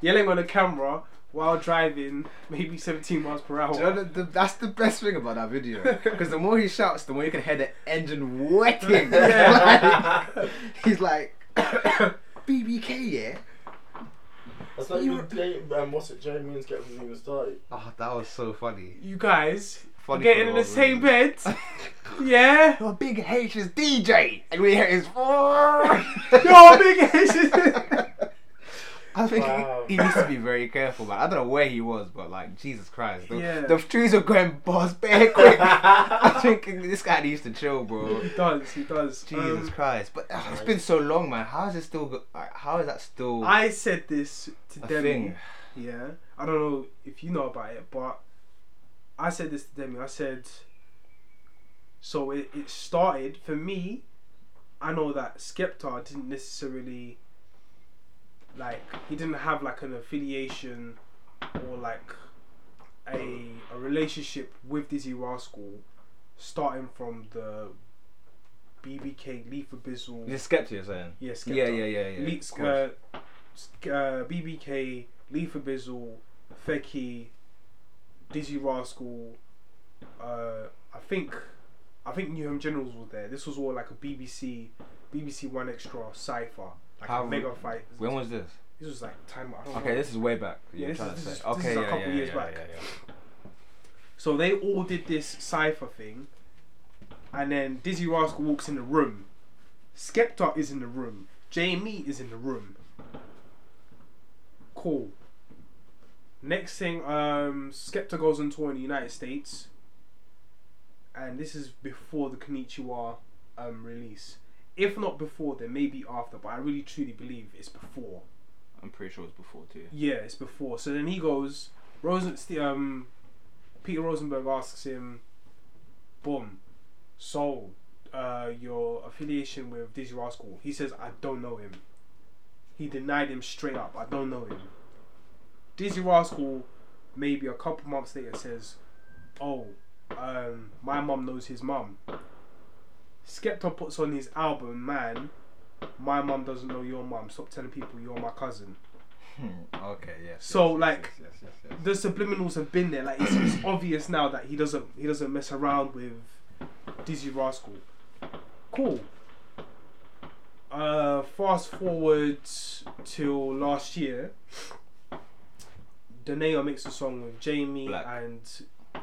[SPEAKER 3] yelling on the camera while driving, maybe 17 miles per hour.
[SPEAKER 2] Do you know the, the, that's the best thing about that video because the more he shouts, the more you can hear the engine wetting.
[SPEAKER 3] Yeah.
[SPEAKER 2] Like, he's like, BBK, yeah.
[SPEAKER 1] That's like you, Jay, um, what's it? Jerry Moon's getting even started.
[SPEAKER 2] Oh, that was so funny.
[SPEAKER 3] You guys
[SPEAKER 2] Funny
[SPEAKER 3] getting
[SPEAKER 2] for
[SPEAKER 3] in
[SPEAKER 2] what
[SPEAKER 3] the same
[SPEAKER 2] reason.
[SPEAKER 3] bed. yeah.
[SPEAKER 2] Your big H is DJ, and we hear his. Your
[SPEAKER 3] Your big H is-
[SPEAKER 2] I think he-
[SPEAKER 1] Wow.
[SPEAKER 2] he, needs to be very careful, man. I don't know where he was, but like Jesus Christ, the,
[SPEAKER 3] Yeah.
[SPEAKER 2] the trees are going bust bare quick. I think this guy needs to chill, bro.
[SPEAKER 3] He does. He does.
[SPEAKER 2] Jesus
[SPEAKER 3] Um,
[SPEAKER 2] Christ, but uh, it's been so long, man. How is it still? Go- like, how is that still a
[SPEAKER 3] I said this to Demi.
[SPEAKER 2] thing?
[SPEAKER 3] Yeah. I don't know if you know about it, but I said this to Demi. I said, so it, it started for me. I know that Skepta didn't necessarily like he didn't have like an affiliation or like a a relationship with Dizzy Rascal starting from the BBK Leaf Abyssal.
[SPEAKER 2] You're skeptic, you're saying?
[SPEAKER 3] Yeah, Skepta.
[SPEAKER 2] Yeah, yeah, yeah, yeah.
[SPEAKER 3] Le-
[SPEAKER 2] of
[SPEAKER 3] sk-
[SPEAKER 2] course.
[SPEAKER 3] uh, sk- uh, BBK, Leaf Abyssal, Fecky, Dizzy Rascal. Uh, I think, I think Newham Generals was there. This was all like a BBC, BBC One Extra cipher, like
[SPEAKER 2] How-
[SPEAKER 3] a mega fight.
[SPEAKER 2] when was this?
[SPEAKER 3] this was like time. I don't
[SPEAKER 2] Okay,
[SPEAKER 3] know.
[SPEAKER 2] this is way back.
[SPEAKER 3] Yeah,
[SPEAKER 2] You're
[SPEAKER 3] this
[SPEAKER 2] trying
[SPEAKER 3] is-
[SPEAKER 2] to
[SPEAKER 3] this
[SPEAKER 2] say.
[SPEAKER 3] is-
[SPEAKER 2] Okay,
[SPEAKER 3] this is a
[SPEAKER 2] yeah,
[SPEAKER 3] couple
[SPEAKER 2] yeah,
[SPEAKER 3] years
[SPEAKER 2] yeah,
[SPEAKER 3] back.
[SPEAKER 2] yeah, yeah.
[SPEAKER 3] So they all did this cipher thing, and then Dizzy Rascal walks in the room. Skepta is in the room. Jamie is in the room. Cool. Next thing, um, Skepta goes on tour in the United States, and this is before the Konichiwa um, release. If not before, then maybe after. But I really truly believe it's before.
[SPEAKER 2] I'm pretty sure it was before too.
[SPEAKER 3] Yeah, it's before. So then he goes. Rosen, st- um, Peter Rosenberg asks him, "Boom, so uh, your affiliation with Dizzy Rascal?" He says, "I don't know him." He denied him straight up. I don't know him. Dizzy Rascal, maybe a couple months later, says, "Oh, um, my mum knows his mum." Skepta puts on his album, "Man, my mum doesn't know your mum. Stop telling people you're my cousin."
[SPEAKER 2] Hmm, Okay, yes.
[SPEAKER 3] So,
[SPEAKER 2] yes,
[SPEAKER 3] like,
[SPEAKER 2] yes, yes, yes, yes.
[SPEAKER 3] the subliminals have been there. Like it's, it's obvious now that he doesn't he doesn't mess around with Dizzy Rascal. Cool. Uh, fast forward till last year. Daneo makes a song with Jamie
[SPEAKER 2] Black.
[SPEAKER 3] and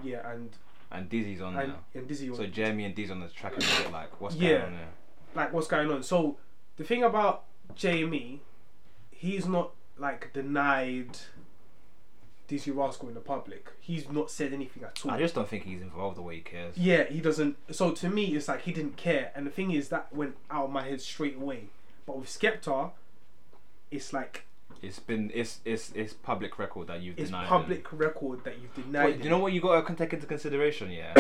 [SPEAKER 3] yeah and
[SPEAKER 2] and Dizzy's on
[SPEAKER 3] and,
[SPEAKER 2] now.
[SPEAKER 3] and Dizzy.
[SPEAKER 2] So Jeremy and Dizzy on the track and shit. Like, what's
[SPEAKER 3] Yeah.
[SPEAKER 2] going on there?
[SPEAKER 3] like what's going on. So the thing about Jamie, he's not like denied Dizzy Rascal in the public. He's not said anything at all.
[SPEAKER 2] I just don't think he's involved the way he cares.
[SPEAKER 3] Yeah, he doesn't. So to me, it's like he didn't care. And the thing is, that went out of my head straight away. But with Skepta, it's like
[SPEAKER 2] It's been it's it's it's public record that you've
[SPEAKER 3] it's
[SPEAKER 2] denied. him.
[SPEAKER 3] public record that you've denied.
[SPEAKER 2] But
[SPEAKER 3] it.
[SPEAKER 2] you know what you gotta take into consideration, yeah.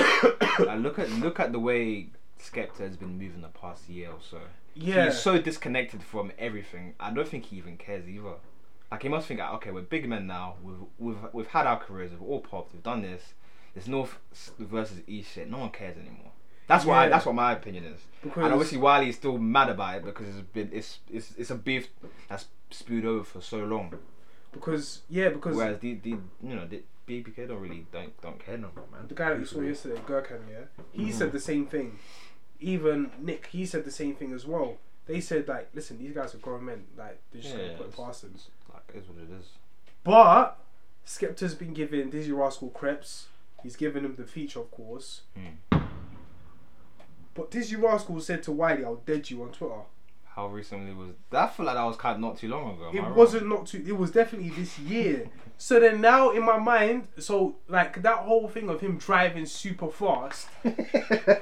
[SPEAKER 2] like, look at look at the way Skepta has been moving the past year or so.
[SPEAKER 3] yeah,
[SPEAKER 2] He's so disconnected from everything. I don't think he even cares either. Like he must think, okay, we're big men now. We've we've we've had our careers. We've all popped. We've done this. This North s- versus East shit. No one cares anymore. That's what I,
[SPEAKER 3] Yeah.
[SPEAKER 2] that's what my opinion is.
[SPEAKER 3] because
[SPEAKER 2] And obviously Wiley's still mad about it because it's been it's it's, it's a beef that's spewed over for so long.
[SPEAKER 3] because yeah because
[SPEAKER 2] Whereas the, the you know the BBK don't really don't don't care no more, man.
[SPEAKER 3] the guy that you saw yesterday, Gurkhan, yeah,
[SPEAKER 2] Mm-hmm.
[SPEAKER 3] he said the same thing. Even Nick, he said the same thing as well. They said like, listen, these guys are grown men. Like they're just
[SPEAKER 2] Yeah,
[SPEAKER 3] gonna put it
[SPEAKER 2] it's-
[SPEAKER 3] past them.
[SPEAKER 2] Like it is what it is.
[SPEAKER 3] But Skepta's been giving Dizzy Rascal Krebs. He's given him the feature, of course.
[SPEAKER 2] Hmm.
[SPEAKER 3] But Dizzy Rascal said to Wiley, "I'll dead you on Twitter."
[SPEAKER 2] How recently was that? I feel like that was kind of not too long ago. am I
[SPEAKER 3] it
[SPEAKER 2] wrong?
[SPEAKER 3] wasn't not too. It was definitely this year. so then now in my mind, so like that whole thing of him driving super fast,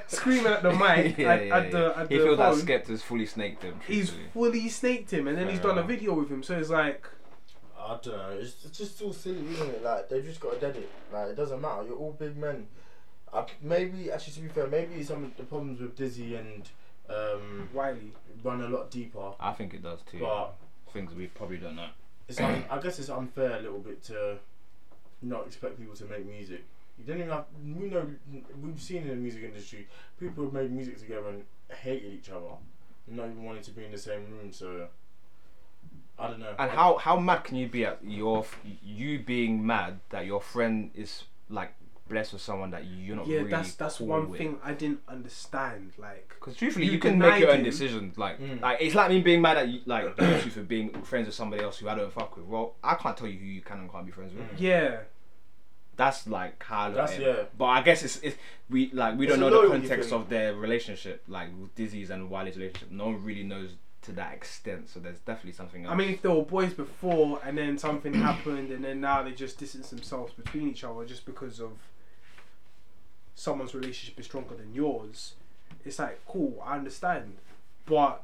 [SPEAKER 3] screaming at the mic,
[SPEAKER 2] Yeah,
[SPEAKER 3] at,
[SPEAKER 2] yeah,
[SPEAKER 3] at the
[SPEAKER 2] yeah.
[SPEAKER 3] at
[SPEAKER 2] he
[SPEAKER 3] the
[SPEAKER 2] feels that
[SPEAKER 3] phone,
[SPEAKER 2] Skepta's fully snaked him.
[SPEAKER 3] he's
[SPEAKER 2] truthfully.
[SPEAKER 3] fully snaked him, and then he's
[SPEAKER 2] Fair
[SPEAKER 3] done a
[SPEAKER 2] enough.
[SPEAKER 3] video with him. So it's like,
[SPEAKER 1] I don't know. It's, it's just all silly, isn't it? Like they've just got to dead it. Like it doesn't matter. You're all big men. I, maybe actually, to be fair, maybe some of the problems with Dizzy and um,
[SPEAKER 3] Wiley,
[SPEAKER 1] run a lot deeper.
[SPEAKER 2] I think it does too.
[SPEAKER 1] But
[SPEAKER 2] Things we probably don't know.
[SPEAKER 1] it's un- I guess it's unfair a little bit to not expect people to make music. You don't even have. We know. We've seen in the music industry, people have made music together and hated each other, not even wanting to be in the same room. So
[SPEAKER 4] I don't know.
[SPEAKER 2] And how how mad can you be at your f- you being mad that your friend is like blessed with someone that you're not
[SPEAKER 3] yeah,
[SPEAKER 2] really
[SPEAKER 3] that's that's
[SPEAKER 2] cool
[SPEAKER 3] one
[SPEAKER 2] with?
[SPEAKER 3] thing I didn't understand. Like,
[SPEAKER 2] Because truthfully,
[SPEAKER 3] You
[SPEAKER 2] you, can make your
[SPEAKER 3] denied
[SPEAKER 2] own
[SPEAKER 3] him.
[SPEAKER 2] decisions. Like,
[SPEAKER 4] Mm.
[SPEAKER 2] like it's like me being mad at you, like you for being friends with somebody else who I don't fuck with. Well, I can't tell you who you can and can't be friends with.
[SPEAKER 4] Mm.
[SPEAKER 3] yeah,
[SPEAKER 2] That's like how. I look
[SPEAKER 1] That's-
[SPEAKER 2] at it.
[SPEAKER 1] yeah.
[SPEAKER 2] But I guess it's, it's we like we
[SPEAKER 1] It's
[SPEAKER 2] don't
[SPEAKER 1] a
[SPEAKER 2] know the
[SPEAKER 1] loyalty
[SPEAKER 2] context
[SPEAKER 1] thing.
[SPEAKER 2] of their relationship, like with Dizzy's and Wiley's relationship. No one really knows to that extent. So there's definitely something. Else.
[SPEAKER 3] I mean, if they were boys before and then something happened and then now they just distance themselves between each other just because of someone's relationship is stronger than yours, it's like cool. I understand, but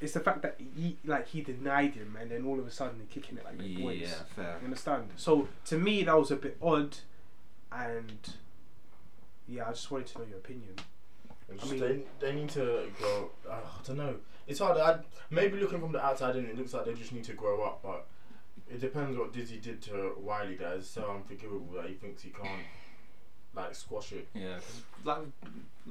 [SPEAKER 3] it's the fact that he like he denied him and then all of a sudden they're kicking it like they're boys.
[SPEAKER 2] yeah, fair.
[SPEAKER 3] You understand? So to me, that was a bit odd, and yeah, I just wanted to know your opinion.
[SPEAKER 1] It's
[SPEAKER 3] I
[SPEAKER 1] just
[SPEAKER 3] mean-
[SPEAKER 1] they, they need to grow. uh, I don't know. It's hard. I, maybe looking from the outside in, it looks like they just need to grow up. But it depends what Dizzy did to Wiley. That is so unforgivable that he thinks he can't like squash it.
[SPEAKER 2] Yeah, 'cause, like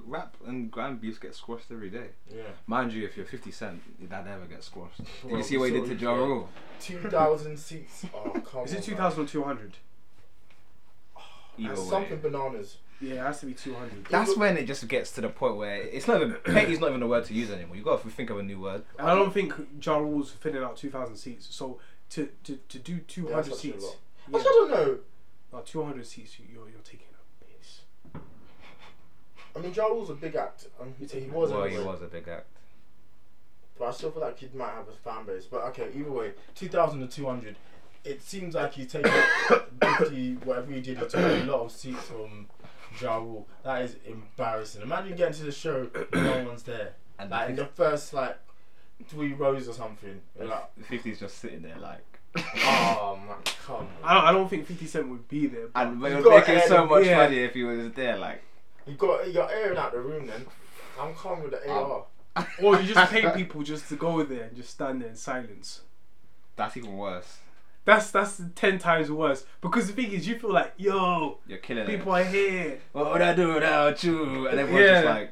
[SPEAKER 2] rap and grand beefs get squashed every day.
[SPEAKER 1] Yeah.
[SPEAKER 2] Mind you, if you're 50 Cent, that never gets squashed. Did
[SPEAKER 1] Well,
[SPEAKER 2] you see what he did to
[SPEAKER 1] sorry,
[SPEAKER 2] Ja
[SPEAKER 1] yeah.
[SPEAKER 2] Rule?
[SPEAKER 1] Two thousand seats. Oh come
[SPEAKER 3] Is
[SPEAKER 1] on,
[SPEAKER 3] it two thousand or two hundred?
[SPEAKER 1] man.
[SPEAKER 2] Either
[SPEAKER 1] That's
[SPEAKER 2] way.
[SPEAKER 1] Something bananas.
[SPEAKER 3] Yeah, it has to be two hundred.
[SPEAKER 2] That's when it just gets to the point where it's not even petty's not even a word to use anymore. You got to think of a new word.
[SPEAKER 3] And I don't think Ja Rule's filling out 2,000 seats. So to, to, to do 200
[SPEAKER 1] Yeah, that's actually a
[SPEAKER 3] seats,
[SPEAKER 1] lot.
[SPEAKER 3] yeah,
[SPEAKER 1] I don't know.
[SPEAKER 3] no, 200 seats, you- you're, you're taking a piss.
[SPEAKER 1] I mean, Ja Rule's a big act. Um,
[SPEAKER 3] You
[SPEAKER 1] he
[SPEAKER 3] take-
[SPEAKER 1] was.
[SPEAKER 2] well,
[SPEAKER 1] anyway.
[SPEAKER 2] he was a big act.
[SPEAKER 1] But I still feel like he might have a fan base. But okay, either way, 2,200. It seems like he's taken 50, whatever he did, he took a lot of seats from Ja Rule. That is embarrassing. Imagine getting to the show, no one's there.
[SPEAKER 2] And
[SPEAKER 1] Like in the first, like, three rows or something. You're like,
[SPEAKER 2] the 50's just sitting there like.
[SPEAKER 1] oh my, come
[SPEAKER 3] I
[SPEAKER 1] on.
[SPEAKER 3] don't, I don't think 50 Cent would be there. But
[SPEAKER 2] And it
[SPEAKER 1] You
[SPEAKER 2] would
[SPEAKER 1] got
[SPEAKER 2] make it
[SPEAKER 1] air
[SPEAKER 2] so
[SPEAKER 1] them-
[SPEAKER 2] much
[SPEAKER 3] yeah.
[SPEAKER 2] funnier if he was there like.
[SPEAKER 1] You got, you're airing out the room then. I'm calm with the AR.
[SPEAKER 3] or you just pay people just to go there and just stand there in silence.
[SPEAKER 2] That's even worse.
[SPEAKER 3] That's that's 10 times worse. Because the thing is, you feel like, yo,
[SPEAKER 2] You're killing
[SPEAKER 3] people
[SPEAKER 2] it.
[SPEAKER 3] are here.
[SPEAKER 2] What would I do without you? And everyone's just
[SPEAKER 3] Yeah.
[SPEAKER 2] like.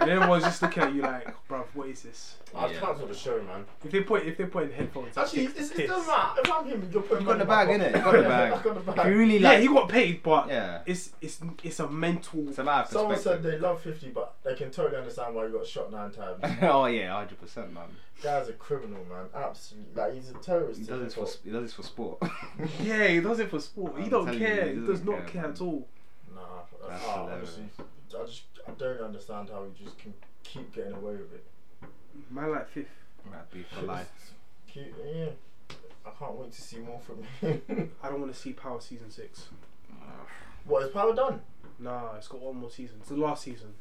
[SPEAKER 3] And everyone's just looking at you like, bruv, what is this?
[SPEAKER 1] I'd
[SPEAKER 2] Yeah.
[SPEAKER 1] cancel the show, man.
[SPEAKER 3] If they put if they put in headphones, I'd
[SPEAKER 1] Actually,
[SPEAKER 3] take a
[SPEAKER 1] it's, it
[SPEAKER 3] piss.
[SPEAKER 1] doesn't matter. If I'm him, you're putting
[SPEAKER 2] You got
[SPEAKER 1] money
[SPEAKER 2] the bag,
[SPEAKER 1] in my
[SPEAKER 2] innit? You got
[SPEAKER 1] pocket.
[SPEAKER 2] the bag.
[SPEAKER 1] I got the
[SPEAKER 2] If
[SPEAKER 1] bag.
[SPEAKER 2] you really
[SPEAKER 3] Yeah,
[SPEAKER 2] like.
[SPEAKER 3] he got paid, but
[SPEAKER 2] yeah.
[SPEAKER 3] it's it's it's a mental.
[SPEAKER 2] It's a matter of
[SPEAKER 1] Someone said
[SPEAKER 2] perspective.
[SPEAKER 1] they love 50, but they can totally understand why he got shot nine times.
[SPEAKER 2] oh yeah, hundred percent, man.
[SPEAKER 1] Guy's a criminal, man. Absolutely. Like, he's a terrorist.
[SPEAKER 2] He does this for he does this for sport.
[SPEAKER 3] Yeah, he does it for sport. He
[SPEAKER 2] I'm
[SPEAKER 3] don't
[SPEAKER 2] telling
[SPEAKER 3] care.
[SPEAKER 2] you, he
[SPEAKER 3] He does
[SPEAKER 2] doesn't
[SPEAKER 3] not
[SPEAKER 2] care,
[SPEAKER 3] care
[SPEAKER 2] man.
[SPEAKER 3] at all.
[SPEAKER 1] Nah,
[SPEAKER 2] That's
[SPEAKER 1] ah,
[SPEAKER 2] hilarious.
[SPEAKER 1] honestly, I just I don't understand how he just can keep getting away with it.
[SPEAKER 3] Man like fifth.
[SPEAKER 2] Might be for life.
[SPEAKER 1] Keep, yeah. I can't wait to see more from him.
[SPEAKER 3] I don't want to see Power season six.
[SPEAKER 1] what has Power done?
[SPEAKER 3] Nah, it's got one more season. It's the last season.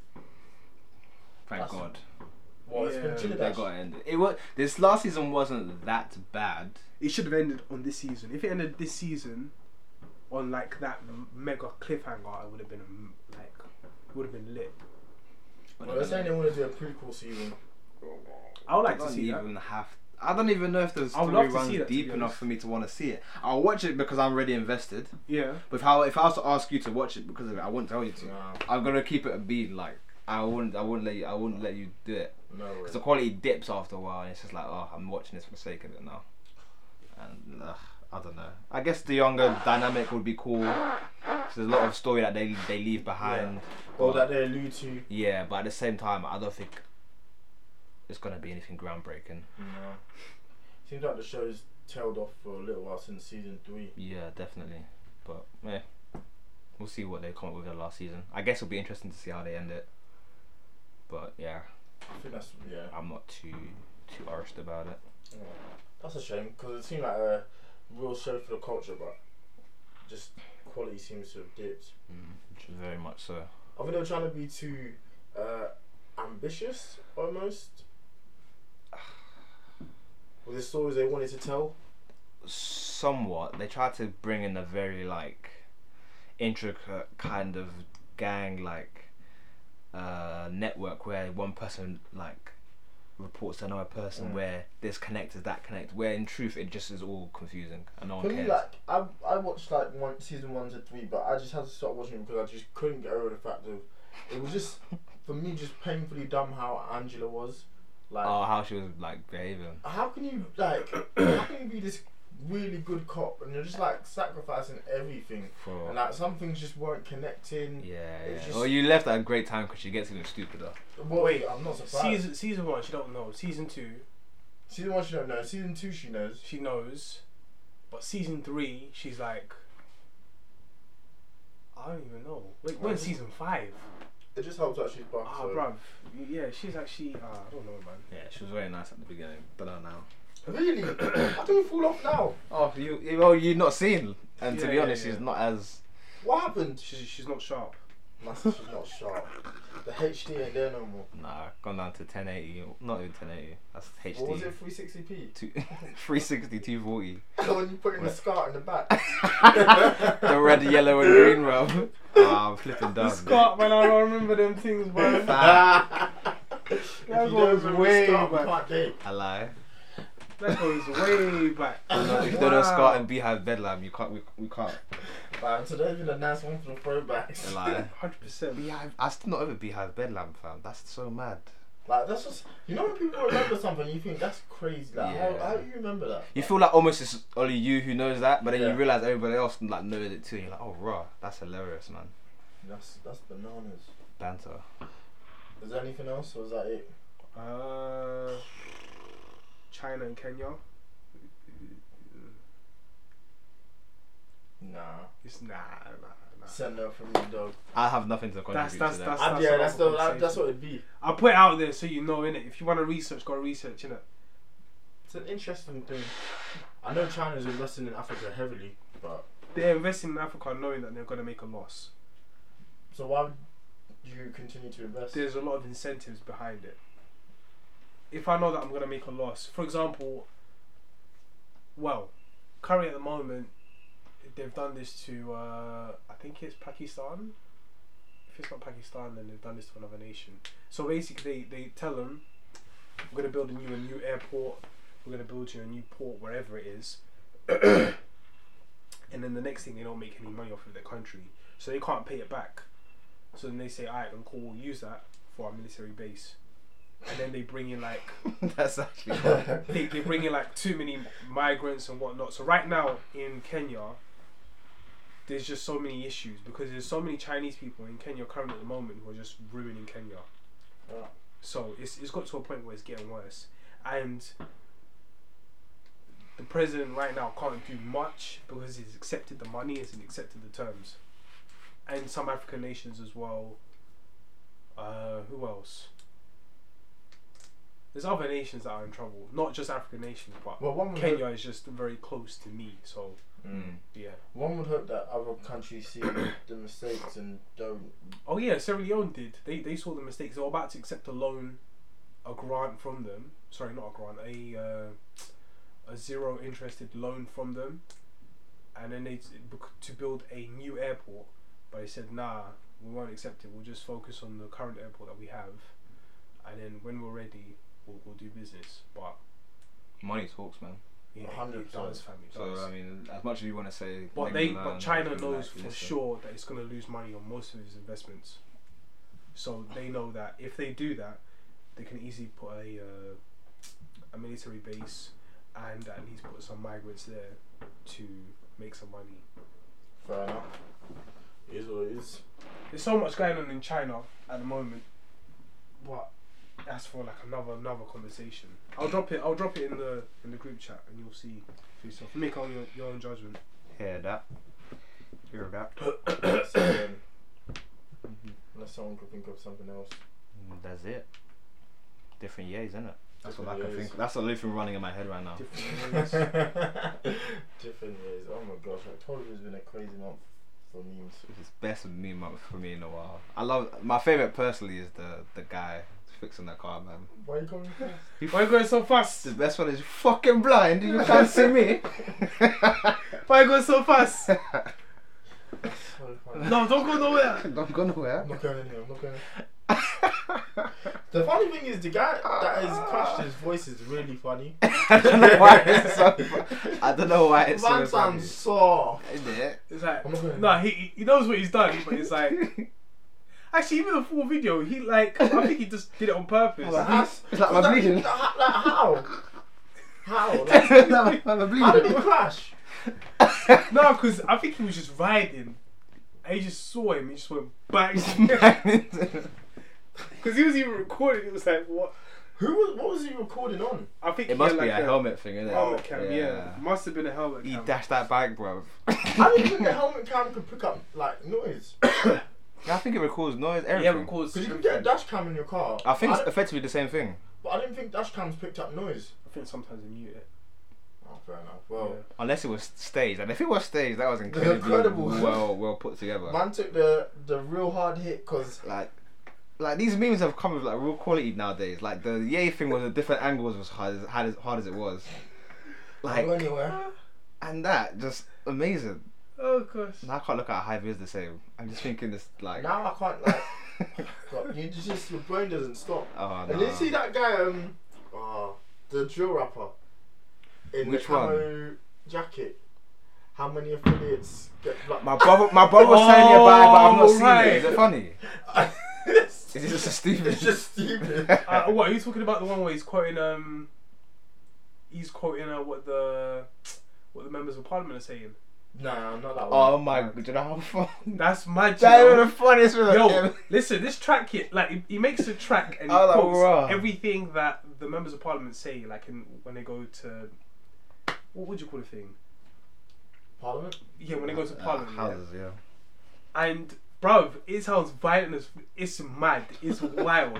[SPEAKER 2] Thank
[SPEAKER 1] That's-
[SPEAKER 2] God.
[SPEAKER 1] Well,
[SPEAKER 3] Yeah.
[SPEAKER 1] it's been
[SPEAKER 2] They got
[SPEAKER 1] Chillidash.
[SPEAKER 2] to end it. It was this last season wasn't that bad.
[SPEAKER 3] It should have ended on this season. If it ended this season, on like that m- mega cliffhanger, it would have been um, like would have been lit.
[SPEAKER 2] But
[SPEAKER 1] Well, they're saying they want to do a prequel season.
[SPEAKER 3] I would
[SPEAKER 2] I
[SPEAKER 3] like to
[SPEAKER 2] don't
[SPEAKER 3] see that.
[SPEAKER 2] even have. I don't even know if the
[SPEAKER 3] I would
[SPEAKER 2] story
[SPEAKER 3] love to see
[SPEAKER 2] runs
[SPEAKER 3] that, to
[SPEAKER 2] deep
[SPEAKER 3] be
[SPEAKER 2] enough
[SPEAKER 3] honest.
[SPEAKER 2] for me to want to see it. I'll watch it because I'm already invested.
[SPEAKER 3] Yeah.
[SPEAKER 2] But if I, if I was to ask you to watch it because of it, I wouldn't tell you to.
[SPEAKER 1] Nah,
[SPEAKER 2] I'm gonna keep it a bean. Like I wouldn't. I wouldn't let you. I wouldn't let you do it
[SPEAKER 1] no way.
[SPEAKER 2] because the quality dips after a while, and it's just like, oh, I'm watching this for the sake of it now. And ugh, I don't know. I guess the younger dynamic would be cool. 'cause there's a lot of story that they they leave behind.
[SPEAKER 1] Well,
[SPEAKER 2] but-
[SPEAKER 1] that they allude to.
[SPEAKER 2] Yeah, but at the same time, I don't think it's gonna be anything groundbreaking.
[SPEAKER 1] No. Seems like the show's tailed off for a little while since season three.
[SPEAKER 2] Yeah, definitely. But yeah, we'll see what they come up with in the last season. I guess it'll be interesting to see how they end it. But yeah,
[SPEAKER 1] I think that's yeah.
[SPEAKER 2] I'm not too too arsed about it.
[SPEAKER 1] Yeah. That's a shame because it seemed like a real show for the culture, but just quality seems to have dipped.
[SPEAKER 2] Which
[SPEAKER 1] Mm.
[SPEAKER 2] is very much so.
[SPEAKER 1] I think they were trying to be too uh, ambitious almost with the stories they wanted to tell.
[SPEAKER 2] somewhat they tried to bring in a very like intricate kind of gang like uh network where one person like reports to another person
[SPEAKER 1] Mm.
[SPEAKER 2] where this connect is that connect where in truth it just is all confusing and no
[SPEAKER 1] For
[SPEAKER 2] one
[SPEAKER 1] me,
[SPEAKER 2] cares
[SPEAKER 1] like I, I watched like one season one to three, but I just had to stop watching it because I just couldn't get over the fact of it was just for me just painfully dumb how Angela was. Like,
[SPEAKER 3] Ah.
[SPEAKER 2] Oh, how she was like behaving.
[SPEAKER 1] how can you like? how can you be this really good cop and you're just like sacrificing everything?
[SPEAKER 2] For
[SPEAKER 1] And like some things just weren't connecting.
[SPEAKER 2] yeah, yeah.
[SPEAKER 1] it's just-
[SPEAKER 2] well, you left at a great time because she gets even stupider.
[SPEAKER 1] Well,
[SPEAKER 3] Wait,
[SPEAKER 1] I'm not surprised. Season,
[SPEAKER 3] Season season one, she don't know. Season two,
[SPEAKER 1] one, she don't know. Season two, she knows.
[SPEAKER 3] she knows, but season three, she's like, I don't even know. Wait, when's season five?
[SPEAKER 1] It just helps that she's black.
[SPEAKER 3] Ah,
[SPEAKER 1] so-
[SPEAKER 3] bruv. Yeah, she's actually. Uh, I don't know, man.
[SPEAKER 2] Yeah, she was very nice at the beginning, but not now.
[SPEAKER 1] Really? How do you fall off now?
[SPEAKER 2] Oh, you, you well, you've not seen, and to
[SPEAKER 3] Yeah,
[SPEAKER 2] be
[SPEAKER 3] yeah,
[SPEAKER 2] honest,
[SPEAKER 3] yeah.
[SPEAKER 2] she's not as.
[SPEAKER 1] What happened?
[SPEAKER 3] She's she's not sharp.
[SPEAKER 1] Nah, she's not sharp. The HD ain't there no more.
[SPEAKER 2] Nah, gone down to 1080. Not even 1080. That's HD.
[SPEAKER 1] What was it? 360p.
[SPEAKER 2] Two, 360, 240.
[SPEAKER 1] when you put in the
[SPEAKER 2] What?
[SPEAKER 1] scar in the back.
[SPEAKER 2] the red, yellow, and green rub. Ah, I'm flipping
[SPEAKER 3] The
[SPEAKER 2] dumb.
[SPEAKER 3] scarf, man. I don't remember them things, bro.
[SPEAKER 1] If
[SPEAKER 3] That
[SPEAKER 1] you
[SPEAKER 3] goes
[SPEAKER 1] don't remember
[SPEAKER 3] way
[SPEAKER 1] the scar, you
[SPEAKER 3] back.
[SPEAKER 1] can't date.
[SPEAKER 2] I lie.
[SPEAKER 3] That goes way back.
[SPEAKER 2] You know, if you don't know Scott and Beehive Bedlam, you can't. We, we can't.
[SPEAKER 1] Man, today's been a nice one for the throwbacks.
[SPEAKER 2] I lie.
[SPEAKER 3] Hundred percent.
[SPEAKER 2] Beehive. I still not over Beehive Bedlam, fam. That's so mad.
[SPEAKER 1] Like that's just you know when people remember something you think that's crazy. Like
[SPEAKER 2] Yeah.
[SPEAKER 1] how, how do you remember that?
[SPEAKER 2] You feel like almost it's only you who knows that, but then
[SPEAKER 1] Yeah.
[SPEAKER 2] you realize everybody else like knows it too. And you're like, oh, raw. That's hilarious, man.
[SPEAKER 1] That's that's bananas.
[SPEAKER 2] Banter.
[SPEAKER 1] Is there anything else or is that it?
[SPEAKER 3] Uh, China and Kenya.
[SPEAKER 1] Nah.
[SPEAKER 3] It's nah, nah, nah.
[SPEAKER 1] Send no from you, dog.
[SPEAKER 2] I have nothing to contribute
[SPEAKER 3] That's- that's-
[SPEAKER 2] to that.
[SPEAKER 3] that's-
[SPEAKER 1] Ah, yeah, that's
[SPEAKER 3] another
[SPEAKER 1] the that, that's
[SPEAKER 3] conversation.
[SPEAKER 1] what it'd be.
[SPEAKER 3] I'll put it out there so you know, innit? If you want to research, go research, innit?
[SPEAKER 1] It's an interesting thing. I know China's investing in Africa heavily, but
[SPEAKER 3] They're investing in Africa knowing that they're going to make a loss.
[SPEAKER 1] so why would you continue to invest?
[SPEAKER 3] There's a lot of incentives behind it. If I know that I'm going to make a loss, for example, well, currently at the moment, they've done this to, uh, I think it's Pakistan. If it's not Pakistan, then they've done this to another nation. So basically, they, they tell them, we're going to build you a new airport, we're going to build you a new port, wherever it is. and then the next thing, they don't make any money off of their country. So they can't pay it back. So then they say, alright, then cool, we'll use that for our military base. And then they bring in like
[SPEAKER 2] That's actually.
[SPEAKER 3] they, they bring in like too many migrants and whatnot. So right now in Kenya, there's just so many issues because there's so many Chinese people in Kenya currently at the moment who are just ruining Kenya.
[SPEAKER 1] Yeah.
[SPEAKER 3] So it's it's got to a point where it's getting worse, and the president right now can't do much because he's accepted the money, he's accepted the terms, and some African nations as well. Uh, who else? There's other nations that are in trouble, not just African nations, but
[SPEAKER 1] well, one would
[SPEAKER 3] Kenya is just very close to me, so
[SPEAKER 1] Hope,
[SPEAKER 2] Mm.
[SPEAKER 3] yeah.
[SPEAKER 1] One would hope that other countries see the mistakes and don't.
[SPEAKER 3] Oh yeah, Sierra Leone did. They they saw the mistakes. They were about to accept a loan, a grant from them. Sorry, not a grant. A uh, a zero interested loan from them, and then they to build a new airport. But they said, nah, we won't accept it. We'll just focus on the current airport that we have, and then when we're ready, we'll, we'll do business. But
[SPEAKER 2] Money talks, man.
[SPEAKER 3] yeah, it
[SPEAKER 1] 100%.
[SPEAKER 3] does, fam, it
[SPEAKER 2] So um,
[SPEAKER 3] does.
[SPEAKER 2] I mean, as much as you want to say,
[SPEAKER 3] But
[SPEAKER 2] make
[SPEAKER 3] they,
[SPEAKER 2] them learn,
[SPEAKER 3] but China
[SPEAKER 2] like,
[SPEAKER 3] knows for
[SPEAKER 2] listen.
[SPEAKER 3] sure that it's going to lose money on most of its investments. So they know that if they do that, they can easily put a uh, a military base and at least put some migrants there to make some money.
[SPEAKER 1] Fair enough. It Is what it is.
[SPEAKER 3] There's so much going on in China at the moment, but that's for like another another conversation. I'll drop it. I'll drop it in the in the group chat, and you'll see for yourself. Make all your, your own judgment.
[SPEAKER 2] Hear that? Hear that? Mm-hmm.
[SPEAKER 1] So, um, unless someone could think of something else.
[SPEAKER 2] That's it. Different years, isn't it? That's all I
[SPEAKER 1] Different
[SPEAKER 2] can
[SPEAKER 1] years.
[SPEAKER 2] think. That's the only thing running in my head right now.
[SPEAKER 3] Different ways.
[SPEAKER 1] Different years. Oh my gosh, October has been a crazy month for memes.
[SPEAKER 2] It's best meme month for me in a while. I love my favorite personally is the the guy fixing the car, man.
[SPEAKER 1] Why are you coming fast?
[SPEAKER 3] Why you going so fast?
[SPEAKER 2] The best one is "You fucking blind. You can't see me.
[SPEAKER 3] Why you going so fast?
[SPEAKER 1] So funny.
[SPEAKER 3] No, don't go nowhere.
[SPEAKER 2] Don't go nowhere.
[SPEAKER 1] I'm not going in here. I'm not going. the funny thing is, the guy that has crashed his voice is really funny.
[SPEAKER 2] I don't know why it's so. fu- I don't know why it's so.
[SPEAKER 1] Man
[SPEAKER 2] Funny.
[SPEAKER 1] sounds soft.
[SPEAKER 2] Isn't it?
[SPEAKER 3] It's like
[SPEAKER 1] I'm not going.
[SPEAKER 3] no, he he knows what he's done, but it's like Actually, even the full video, he like I think he just did it on purpose.
[SPEAKER 1] Like, how-
[SPEAKER 4] It's like my
[SPEAKER 1] that-
[SPEAKER 4] bleeding.
[SPEAKER 1] Like, how? How? Like,
[SPEAKER 4] Like, I'm
[SPEAKER 1] how did
[SPEAKER 4] bleeding.
[SPEAKER 1] it crash?
[SPEAKER 3] no, because I think he was just riding. And he just saw him. He just went bang. Because he was even recording. It was like what?
[SPEAKER 1] Who was? What was he recording on?
[SPEAKER 3] I think
[SPEAKER 2] It
[SPEAKER 3] he
[SPEAKER 2] must
[SPEAKER 3] had,
[SPEAKER 2] be
[SPEAKER 3] like,
[SPEAKER 2] a helmet thing, isn't it?
[SPEAKER 3] Helmet cam, yeah. Must have been a helmet
[SPEAKER 2] He
[SPEAKER 3] cam.
[SPEAKER 2] dashed that bike, bro.
[SPEAKER 1] I didn't think the helmet cam could pick up like noise.
[SPEAKER 2] I think it records noise,
[SPEAKER 3] yeah,
[SPEAKER 2] everything.
[SPEAKER 3] of course.
[SPEAKER 1] Because you can get a dash cam in your car.
[SPEAKER 2] I think it's
[SPEAKER 1] didn't-
[SPEAKER 2] effectively the same thing.
[SPEAKER 1] but I didn't think dash cams picked up noise.
[SPEAKER 3] I think sometimes they mute it.
[SPEAKER 1] Oh, fair enough. Well,
[SPEAKER 2] Unless it was staged. And if it was staged, that was incredibly
[SPEAKER 1] Incredible.
[SPEAKER 2] well well put together.
[SPEAKER 1] man took the the real hard hit because
[SPEAKER 2] Like like these memes have come with like real quality nowadays. Like the yay thing was at different angles was hard as hard as, hard as it was. Like
[SPEAKER 1] go anywhere.
[SPEAKER 2] and that just amazing.
[SPEAKER 3] Oh gosh.
[SPEAKER 2] Now I can't look at high vis the same. I'm just thinking this like
[SPEAKER 1] Now I can't like. God, you just your brain doesn't stop.
[SPEAKER 2] Oh
[SPEAKER 1] And then you see
[SPEAKER 2] no.
[SPEAKER 1] that guy, um, oh, the drill rapper in
[SPEAKER 2] Which
[SPEAKER 1] the camo jacket. How many affiliates get black?
[SPEAKER 2] My brother my brother was telling me about it but I've not seen
[SPEAKER 3] Alright.
[SPEAKER 2] it. Is it funny?
[SPEAKER 1] it's,
[SPEAKER 2] Is it just a stupid
[SPEAKER 1] it's just stupid.
[SPEAKER 3] Uh, what are you talking about? The one where he's quoting um. He's quoting uh, what the what the members of parliament are saying.
[SPEAKER 1] nah, not that one.
[SPEAKER 2] Oh my god, do you know how fun
[SPEAKER 3] That's magic.
[SPEAKER 2] That
[SPEAKER 3] yo.
[SPEAKER 2] was the funniest video I've
[SPEAKER 3] Yo,
[SPEAKER 2] ever-
[SPEAKER 3] listen, this track here, like he, he makes a track and he
[SPEAKER 2] I was like,
[SPEAKER 3] quotes
[SPEAKER 2] "Bruh."
[SPEAKER 3] everything that the members of parliament say, like in, when they go to what would you call the thing?
[SPEAKER 1] Parliament.
[SPEAKER 3] Yeah, when they go to
[SPEAKER 2] Uh,
[SPEAKER 3] parliament. yeah.
[SPEAKER 2] houses, yeah.
[SPEAKER 3] And bruv, it sounds violent as it's mad, it's wild.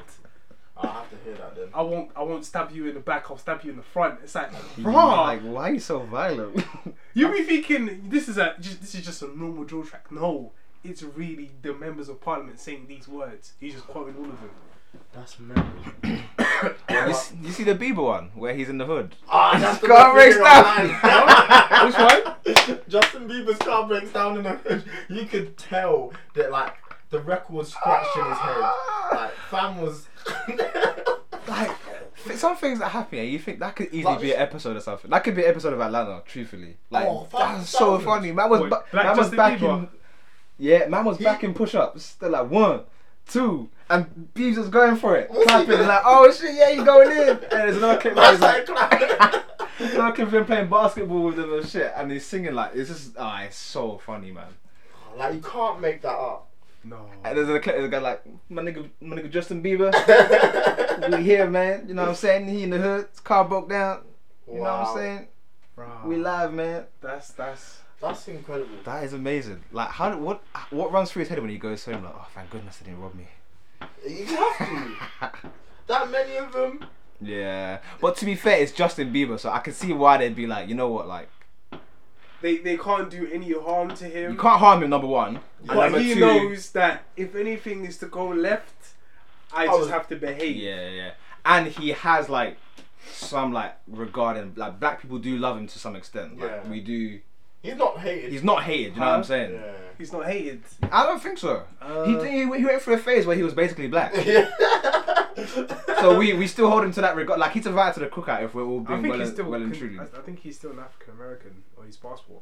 [SPEAKER 1] I have to hear that then.
[SPEAKER 3] I won't, I won't stab you in the back. I'll stab you in the front. It's like,
[SPEAKER 2] Like,
[SPEAKER 3] bruh,
[SPEAKER 2] why are you so violent?
[SPEAKER 3] you be thinking this is a, just, this is just a normal drill track. No, it's really the members of parliament saying these words. He's just quoting all of them.
[SPEAKER 1] That's memory.
[SPEAKER 2] you, s- you see the Bieber one where he's in the hood?
[SPEAKER 1] Ah, that's the
[SPEAKER 2] Car
[SPEAKER 1] best
[SPEAKER 2] breaks
[SPEAKER 1] video
[SPEAKER 2] down.
[SPEAKER 1] online.
[SPEAKER 3] Which one?
[SPEAKER 1] Justin Bieber's car breaks down in the hood. You could tell that like the record was scratched in his head. Like fam was.
[SPEAKER 2] Like, th- some things that happen here, you think that could easily
[SPEAKER 1] Like-
[SPEAKER 2] be an episode or something. That could be an episode of Atlanta, truthfully. Like,
[SPEAKER 1] Oh, fuck,
[SPEAKER 2] that's
[SPEAKER 1] that
[SPEAKER 2] so
[SPEAKER 1] was-
[SPEAKER 2] funny. Man was,
[SPEAKER 3] Wait,
[SPEAKER 2] ba-
[SPEAKER 3] Black
[SPEAKER 2] man was
[SPEAKER 3] Justin
[SPEAKER 2] back
[SPEAKER 3] Bieber?
[SPEAKER 2] in. Yeah, man was
[SPEAKER 1] He-
[SPEAKER 2] back in push ups. They're like, one, two, and Biebs was going for it.
[SPEAKER 1] What's he
[SPEAKER 2] Clapping,
[SPEAKER 1] doing?
[SPEAKER 2] like, oh shit, yeah, you going in. And there's another clip where
[SPEAKER 1] That's
[SPEAKER 2] he's like,
[SPEAKER 1] like. clap.
[SPEAKER 2] another clip of him playing basketball with them and shit. And he's singing, like, it's just, ah, it's so funny, man.
[SPEAKER 1] Like you can't make that up.
[SPEAKER 3] No.
[SPEAKER 2] And there's a clip, there's a guy like, my nigga, my nigga Justin Bieber. we here, man. You know what I'm saying? He in the hood. His car broke down. You know what
[SPEAKER 1] Wow.
[SPEAKER 2] I'm saying?
[SPEAKER 3] Bruh.
[SPEAKER 2] We live, man.
[SPEAKER 3] That's that's.
[SPEAKER 1] That's incredible.
[SPEAKER 2] That is amazing. Like, how did- what what runs through his head when he goes home? Like, oh, thank goodness they didn't rob me.
[SPEAKER 1] You have to. that many of them.
[SPEAKER 2] Yeah, but to be fair, it's Justin Bieber, so I can see why they'd be like, you know what, like,
[SPEAKER 3] They they can't do any harm to him.
[SPEAKER 2] you can't harm him. Number one, and
[SPEAKER 3] But
[SPEAKER 2] number
[SPEAKER 3] he
[SPEAKER 2] two,
[SPEAKER 3] knows that if anything is to go left, I
[SPEAKER 1] Oh.
[SPEAKER 3] just have to behave.
[SPEAKER 2] Yeah, yeah. And he has like some like regarding like black people do love him to some extent. Like
[SPEAKER 1] Yeah.
[SPEAKER 2] we do.
[SPEAKER 1] He's not hated.
[SPEAKER 2] He's not hated. You know what I'm saying?
[SPEAKER 3] He's not hated.
[SPEAKER 2] I don't think so.
[SPEAKER 3] Uh,
[SPEAKER 2] he, he he went through a phase where he was basically black.
[SPEAKER 1] Yeah.
[SPEAKER 2] so we, we still hold him to that regard. Like he's invited to the cookout if we're all
[SPEAKER 3] I
[SPEAKER 2] being
[SPEAKER 3] think
[SPEAKER 2] well,
[SPEAKER 3] he's
[SPEAKER 2] and,
[SPEAKER 3] still.
[SPEAKER 2] well and
[SPEAKER 3] con-
[SPEAKER 2] truly.
[SPEAKER 3] I, I think he's still an African American on his passport.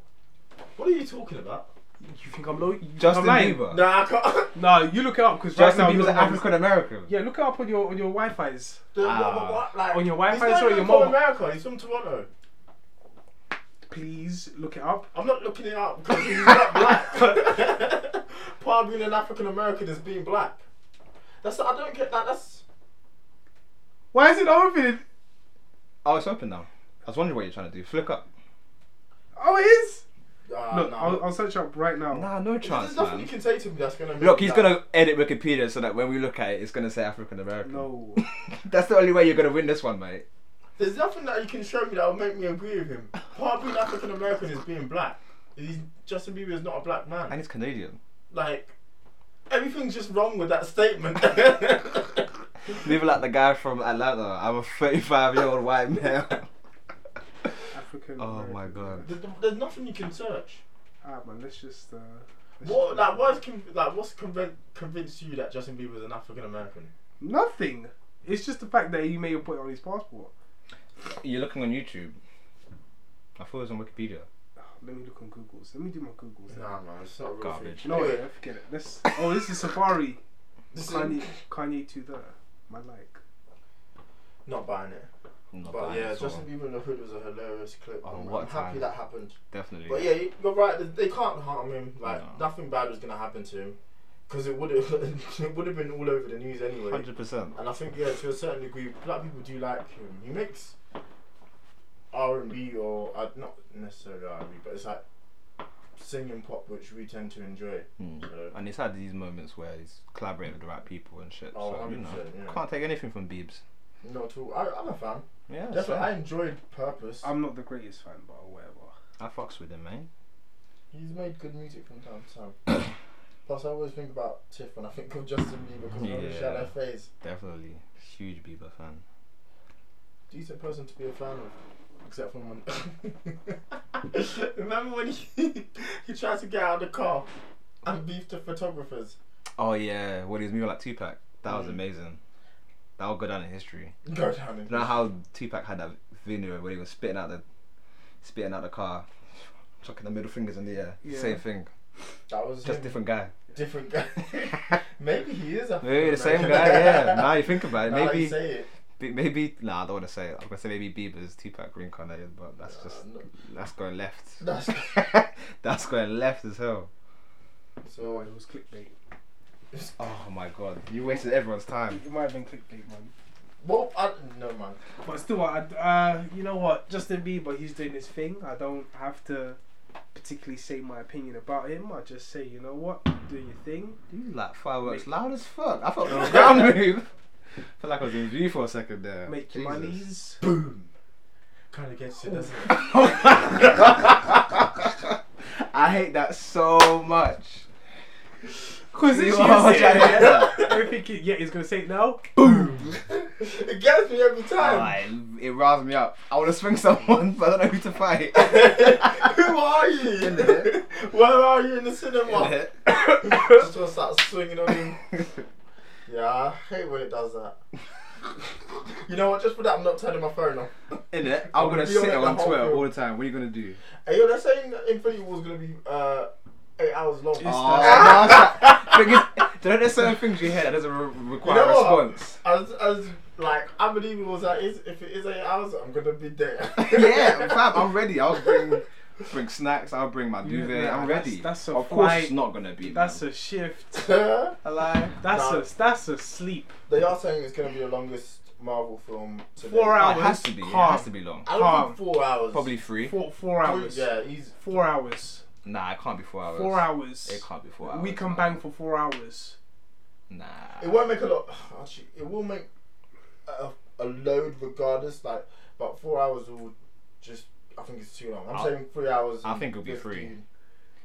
[SPEAKER 1] what are you talking about?
[SPEAKER 3] You think I'm low? you think
[SPEAKER 2] Justin
[SPEAKER 3] I'm lying?
[SPEAKER 2] Bieber.
[SPEAKER 1] Nah, I can't.
[SPEAKER 3] No, you look it up because
[SPEAKER 2] Justin
[SPEAKER 3] right now
[SPEAKER 2] Bieber's
[SPEAKER 3] you're
[SPEAKER 2] an
[SPEAKER 3] on-
[SPEAKER 2] African American.
[SPEAKER 3] Yeah, look it up on your on your Wi-Fi's.
[SPEAKER 1] The-
[SPEAKER 2] Ah.
[SPEAKER 1] what- what- like-
[SPEAKER 3] On your Wi-Fi,
[SPEAKER 1] He's not
[SPEAKER 3] sorry,
[SPEAKER 1] even
[SPEAKER 3] your
[SPEAKER 1] from
[SPEAKER 3] mobile.
[SPEAKER 1] America. He's from Toronto.
[SPEAKER 3] Please look it up.
[SPEAKER 1] I'm not looking it up because he's not black. Part of being an African American is being black. That's I don't get that. That's
[SPEAKER 3] Why is it open?
[SPEAKER 2] Oh, it's open now. I was wondering what you're trying to do. Flick up.
[SPEAKER 3] Oh, it is.
[SPEAKER 1] uh,
[SPEAKER 3] Look,
[SPEAKER 1] nah.
[SPEAKER 3] I'll, I'll search up right now.
[SPEAKER 2] Nah, Oh, no chance,
[SPEAKER 1] There's nothing you
[SPEAKER 2] man.
[SPEAKER 1] can say to me that's gonna. make
[SPEAKER 2] Look, he's
[SPEAKER 1] that-
[SPEAKER 2] gonna edit Wikipedia so that when we look at it, it's gonna say African American.
[SPEAKER 3] No.
[SPEAKER 2] That's the only way you're gonna win this one, mate.
[SPEAKER 1] There's nothing that you can show me that will make me agree with him. Part of being African American is being black. He's, Justin Bieber is not a black
[SPEAKER 2] And
[SPEAKER 1] man.
[SPEAKER 2] he's Canadian.
[SPEAKER 1] Like everything's just wrong with that statement.
[SPEAKER 2] Leave it like the guy from Atlanta. I'm a 35 year old white male.
[SPEAKER 3] African.
[SPEAKER 2] Oh my
[SPEAKER 3] American.
[SPEAKER 2] god.
[SPEAKER 1] There- There's nothing you can search.
[SPEAKER 3] Alright, man. Let's just. Uh, let's
[SPEAKER 1] What
[SPEAKER 3] just-
[SPEAKER 1] like what's con- like what's conven- convinced you that Justin Bieber is an African American?
[SPEAKER 3] Nothing. It's just the fact that he may have put it on his passport.
[SPEAKER 2] You're looking on YouTube. I thought it was on Wikipedia.
[SPEAKER 3] Ah, Let me look on Google's. Let me do my Google's.
[SPEAKER 1] Nah, man, it's not a real
[SPEAKER 2] Garbage.
[SPEAKER 1] thing.
[SPEAKER 3] No,
[SPEAKER 1] Anyway,
[SPEAKER 3] yeah, forget it. Let's. Oh, this is Safari.
[SPEAKER 1] This is-
[SPEAKER 3] Kanye, Kanye to the my like.
[SPEAKER 1] Not buying it.
[SPEAKER 2] I'm not
[SPEAKER 1] but
[SPEAKER 2] buying it
[SPEAKER 1] yeah,
[SPEAKER 2] at all.
[SPEAKER 1] Justin Bieber in the Hood was a hilarious clip.
[SPEAKER 2] Oh,
[SPEAKER 1] man.
[SPEAKER 2] what
[SPEAKER 1] I'm
[SPEAKER 2] a
[SPEAKER 1] happy
[SPEAKER 2] time.
[SPEAKER 1] that happened.
[SPEAKER 2] definitely.
[SPEAKER 1] But yeah, you- you're right. They they can't harm him. Like
[SPEAKER 2] No.
[SPEAKER 1] nothing bad was gonna happen to him, because it would have it would have been all over the news anyway.
[SPEAKER 2] hundred percent.
[SPEAKER 1] And I think yeah, to a certain degree, black people do like him. He makes R and B or uh, not necessarily R and B, but it's like singing pop, which we tend to enjoy. So,
[SPEAKER 2] And he's had these moments where he's collaborated with the right people and shit.
[SPEAKER 1] oh,
[SPEAKER 2] so you
[SPEAKER 1] 100%,
[SPEAKER 2] know,
[SPEAKER 1] yeah.
[SPEAKER 2] can't take anything from Biebs.
[SPEAKER 1] Not at all. I, I'm a fan.
[SPEAKER 2] Yeah,
[SPEAKER 1] That's
[SPEAKER 2] so
[SPEAKER 1] what I enjoyed. Purpose.
[SPEAKER 2] Um,
[SPEAKER 3] I'm not the greatest fan, but whatever.
[SPEAKER 2] I fucks with him, man.
[SPEAKER 1] He's made good music from time to time. Plus, I always think about Tiff when I think of Justin Bieber because yeah.
[SPEAKER 2] Yeah.
[SPEAKER 1] of shallow phase.
[SPEAKER 2] Definitely huge Bieber fan.
[SPEAKER 1] Decent person to be a fan of, except for when. Remember when he, he tried to get out of the car and beef the photographers?
[SPEAKER 2] Oh yeah, what he was moving like Tupac. That was
[SPEAKER 1] Mm.
[SPEAKER 2] amazing. That will go down in history.
[SPEAKER 1] Go down in.
[SPEAKER 2] You know how Tupac had that video where he was spitting out the spitting out the car, chucking the middle fingers in the air.
[SPEAKER 3] Yeah.
[SPEAKER 2] Same thing,
[SPEAKER 1] That was
[SPEAKER 2] just
[SPEAKER 1] him.
[SPEAKER 2] different guy.
[SPEAKER 1] different guy. Maybe he is. African
[SPEAKER 2] Maybe the same
[SPEAKER 1] American.
[SPEAKER 2] guy. Yeah. Now you think about it,
[SPEAKER 1] Now that you
[SPEAKER 2] maybe
[SPEAKER 1] say it.
[SPEAKER 2] B- maybe nah, I don't want to say it. I'm gonna say maybe Bieber's Tupac reincarnated, but that's
[SPEAKER 1] Nah,
[SPEAKER 2] just
[SPEAKER 1] no.
[SPEAKER 2] that's going left.
[SPEAKER 1] That's-
[SPEAKER 2] that's going left as hell.
[SPEAKER 3] Oh,
[SPEAKER 1] So
[SPEAKER 3] it was clickbait.
[SPEAKER 2] Oh my god, you wasted everyone's time.
[SPEAKER 3] It might have been clickbait, man.
[SPEAKER 1] well, I, no man.
[SPEAKER 3] But still, I, uh, you know what? Justin Bieber, he's doing his thing. I don't have to particularly say my opinion about him. I just say, you know what? Do your thing.
[SPEAKER 2] You like fireworks
[SPEAKER 3] Make-
[SPEAKER 2] loud as fuck. I felt the ground move. felt like I was in view for a second there.
[SPEAKER 3] Make your
[SPEAKER 2] Jesus.
[SPEAKER 3] monies.
[SPEAKER 1] Boom. Kind of gets it, doesn't it?
[SPEAKER 2] I hate that so much.
[SPEAKER 3] Cause
[SPEAKER 2] You
[SPEAKER 3] you
[SPEAKER 2] are
[SPEAKER 3] are
[SPEAKER 2] trying to hit that.
[SPEAKER 3] yeah, he's gonna say it now.
[SPEAKER 1] it gets me every time.
[SPEAKER 2] Like, it riles me up. I want to swing someone, but I don't know who to fight.
[SPEAKER 1] Who are you?
[SPEAKER 2] In the
[SPEAKER 1] Where are you in the cinema? Just gonna start swinging on him. Yeah, I hate when it does that. You know what? Just for that, I'm not turning my phone off.
[SPEAKER 2] In it, I'm gonna
[SPEAKER 1] You'll
[SPEAKER 2] sit
[SPEAKER 1] make the
[SPEAKER 2] on
[SPEAKER 1] whole
[SPEAKER 2] Twitter
[SPEAKER 1] film.
[SPEAKER 2] all the time. What are you gonna do?
[SPEAKER 1] Hey, yo, they're saying that Infinity War's gonna be uh, eight hours long.
[SPEAKER 3] It's-
[SPEAKER 2] Oh, no, it's like- because there- there's certain things you hear that doesn't re- require
[SPEAKER 1] You know what?
[SPEAKER 2] response.
[SPEAKER 1] As as like unbelievable as that is, if it is eight hours, I'm gonna be there.
[SPEAKER 2] yeah, fam, I'm ready. I'll bring bring snacks. I'll bring my
[SPEAKER 3] Yeah,
[SPEAKER 2] duvet.
[SPEAKER 3] nah,
[SPEAKER 2] I'm
[SPEAKER 3] that's-
[SPEAKER 2] ready.
[SPEAKER 3] that's a
[SPEAKER 2] of course
[SPEAKER 3] fly-
[SPEAKER 2] it's not gonna be.
[SPEAKER 3] That's
[SPEAKER 2] man.
[SPEAKER 3] a shift.
[SPEAKER 1] they
[SPEAKER 2] alive.
[SPEAKER 3] That's
[SPEAKER 1] Nah.
[SPEAKER 3] a that's a sleep.
[SPEAKER 1] are saying it's gonna be the longest Marvel film. To date.
[SPEAKER 3] Four hours.
[SPEAKER 2] it has to be. It
[SPEAKER 3] Calm.
[SPEAKER 2] has to be long.
[SPEAKER 1] I don't think four hours.
[SPEAKER 2] Probably three.
[SPEAKER 3] Four four hours.
[SPEAKER 1] Yeah, he's
[SPEAKER 3] Four hours.
[SPEAKER 2] Nah, it can't be four hours.
[SPEAKER 3] Four hours.
[SPEAKER 2] It can't be four hours.
[SPEAKER 3] we can
[SPEAKER 2] man.
[SPEAKER 3] bang for four hours.
[SPEAKER 2] Nah.
[SPEAKER 1] It won't make a lot. Actually, it will make a, a load regardless. Like, but four hours will just. I think it's too long. I'm
[SPEAKER 2] I'll-
[SPEAKER 1] saying three hours.
[SPEAKER 2] I
[SPEAKER 1] and
[SPEAKER 2] think it'll be three.
[SPEAKER 1] 15.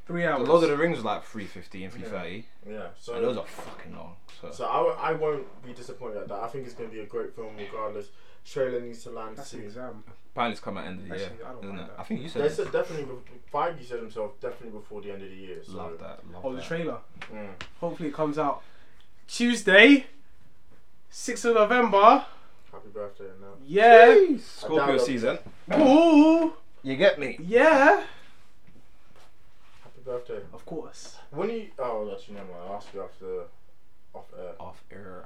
[SPEAKER 3] Three
[SPEAKER 2] The
[SPEAKER 3] hours.
[SPEAKER 2] Lord of the Rings was like 315, 330.
[SPEAKER 1] Yeah.
[SPEAKER 2] And those
[SPEAKER 1] So,
[SPEAKER 2] are fucking long. So,
[SPEAKER 1] so I, w- I won't be disappointed at that. I think it's gonna be a great film regardless. Trailer needs to land
[SPEAKER 3] That's an
[SPEAKER 1] soon.
[SPEAKER 3] exam.
[SPEAKER 2] apparently it's coming at the end of the year.
[SPEAKER 3] Actually, I don't
[SPEAKER 2] isn't
[SPEAKER 3] mind
[SPEAKER 2] it?
[SPEAKER 3] that.
[SPEAKER 2] I think you said
[SPEAKER 1] They
[SPEAKER 2] this.
[SPEAKER 1] said definitely. bef- Feige said himself definitely before the end of the year. So,
[SPEAKER 2] Love that. Love
[SPEAKER 3] Oh, the
[SPEAKER 2] that.
[SPEAKER 3] trailer.
[SPEAKER 1] mm.
[SPEAKER 3] Hopefully it comes out Tuesday, sixth of November.
[SPEAKER 1] Happy birthday and that.
[SPEAKER 3] Yeah.
[SPEAKER 2] Jeez. Scorpio
[SPEAKER 1] downloaded
[SPEAKER 2] season.
[SPEAKER 3] Ooh.
[SPEAKER 2] You get me?
[SPEAKER 3] Yeah.
[SPEAKER 1] Happy birthday.
[SPEAKER 3] Of course.
[SPEAKER 1] When you oh actually never mind. I'll ask you after off air.
[SPEAKER 2] Off air.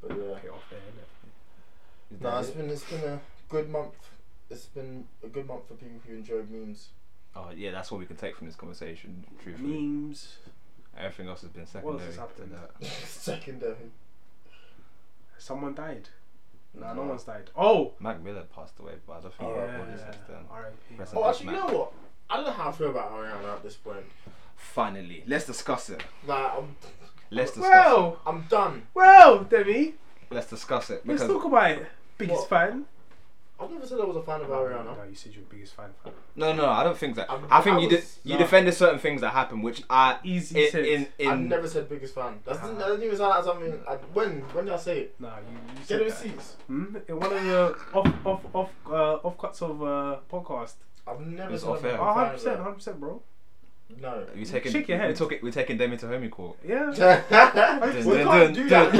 [SPEAKER 1] But yeah.
[SPEAKER 2] Okay, off air, innit? Is
[SPEAKER 1] No,
[SPEAKER 2] that
[SPEAKER 1] it's
[SPEAKER 2] it?
[SPEAKER 1] been it's been a good month. It's been a good month for people who enjoy memes.
[SPEAKER 2] Oh, yeah, that's what we can take from this conversation, truthfully.
[SPEAKER 3] Memes.
[SPEAKER 2] Everything else has been
[SPEAKER 3] What
[SPEAKER 2] secondary.
[SPEAKER 3] else has
[SPEAKER 2] to
[SPEAKER 3] happened?
[SPEAKER 2] that.
[SPEAKER 1] Secondary.
[SPEAKER 3] Someone died. Nah, no
[SPEAKER 1] No.
[SPEAKER 3] one's died. Oh.
[SPEAKER 2] Mac Miller passed away, but I don't think we're recording since then.
[SPEAKER 3] R.I.P.
[SPEAKER 2] Rest in
[SPEAKER 1] Oh,
[SPEAKER 2] peace,
[SPEAKER 1] actually, you
[SPEAKER 2] Mac.
[SPEAKER 1] know what? I don't know how I feel about Ariana at this point.
[SPEAKER 2] Finally, let's discuss it.
[SPEAKER 1] Like, I'm,
[SPEAKER 2] Let's discuss it.
[SPEAKER 3] Well,
[SPEAKER 1] I'm done.
[SPEAKER 3] well, Demi,
[SPEAKER 2] Let's discuss it
[SPEAKER 3] let's
[SPEAKER 2] because
[SPEAKER 3] talk about it. Biggest
[SPEAKER 1] What?
[SPEAKER 3] fan.
[SPEAKER 1] I've never said I was a fan of Ariana.
[SPEAKER 3] you said you're biggest fan. fan.
[SPEAKER 2] no, no, I don't think that.
[SPEAKER 1] I'm-
[SPEAKER 2] i think
[SPEAKER 1] I
[SPEAKER 2] you
[SPEAKER 1] was-
[SPEAKER 2] de- you
[SPEAKER 1] nah.
[SPEAKER 2] defended certain things that happened, which I
[SPEAKER 3] Easy
[SPEAKER 2] in
[SPEAKER 3] said.
[SPEAKER 2] in, in Ah.
[SPEAKER 1] I've never said biggest fan. That's, that doesn't even sound like something. I, when when did I say it?
[SPEAKER 3] Nah, you, you
[SPEAKER 1] Get
[SPEAKER 3] said
[SPEAKER 1] the
[SPEAKER 3] that.
[SPEAKER 1] receipts.
[SPEAKER 3] Hmm? In one of the off off off uh, offcuts of uh, podcast.
[SPEAKER 1] I've never
[SPEAKER 2] It's
[SPEAKER 1] said I'm a
[SPEAKER 2] off air.
[SPEAKER 1] fan
[SPEAKER 3] Oh,
[SPEAKER 1] of
[SPEAKER 3] 100 percent,
[SPEAKER 1] her.
[SPEAKER 3] 100 percent, bro.
[SPEAKER 1] No.
[SPEAKER 2] we taking
[SPEAKER 3] Shake your head.
[SPEAKER 2] we took it. We're taking Demi to homie court.
[SPEAKER 3] Yeah.
[SPEAKER 1] we can't do that. and not- We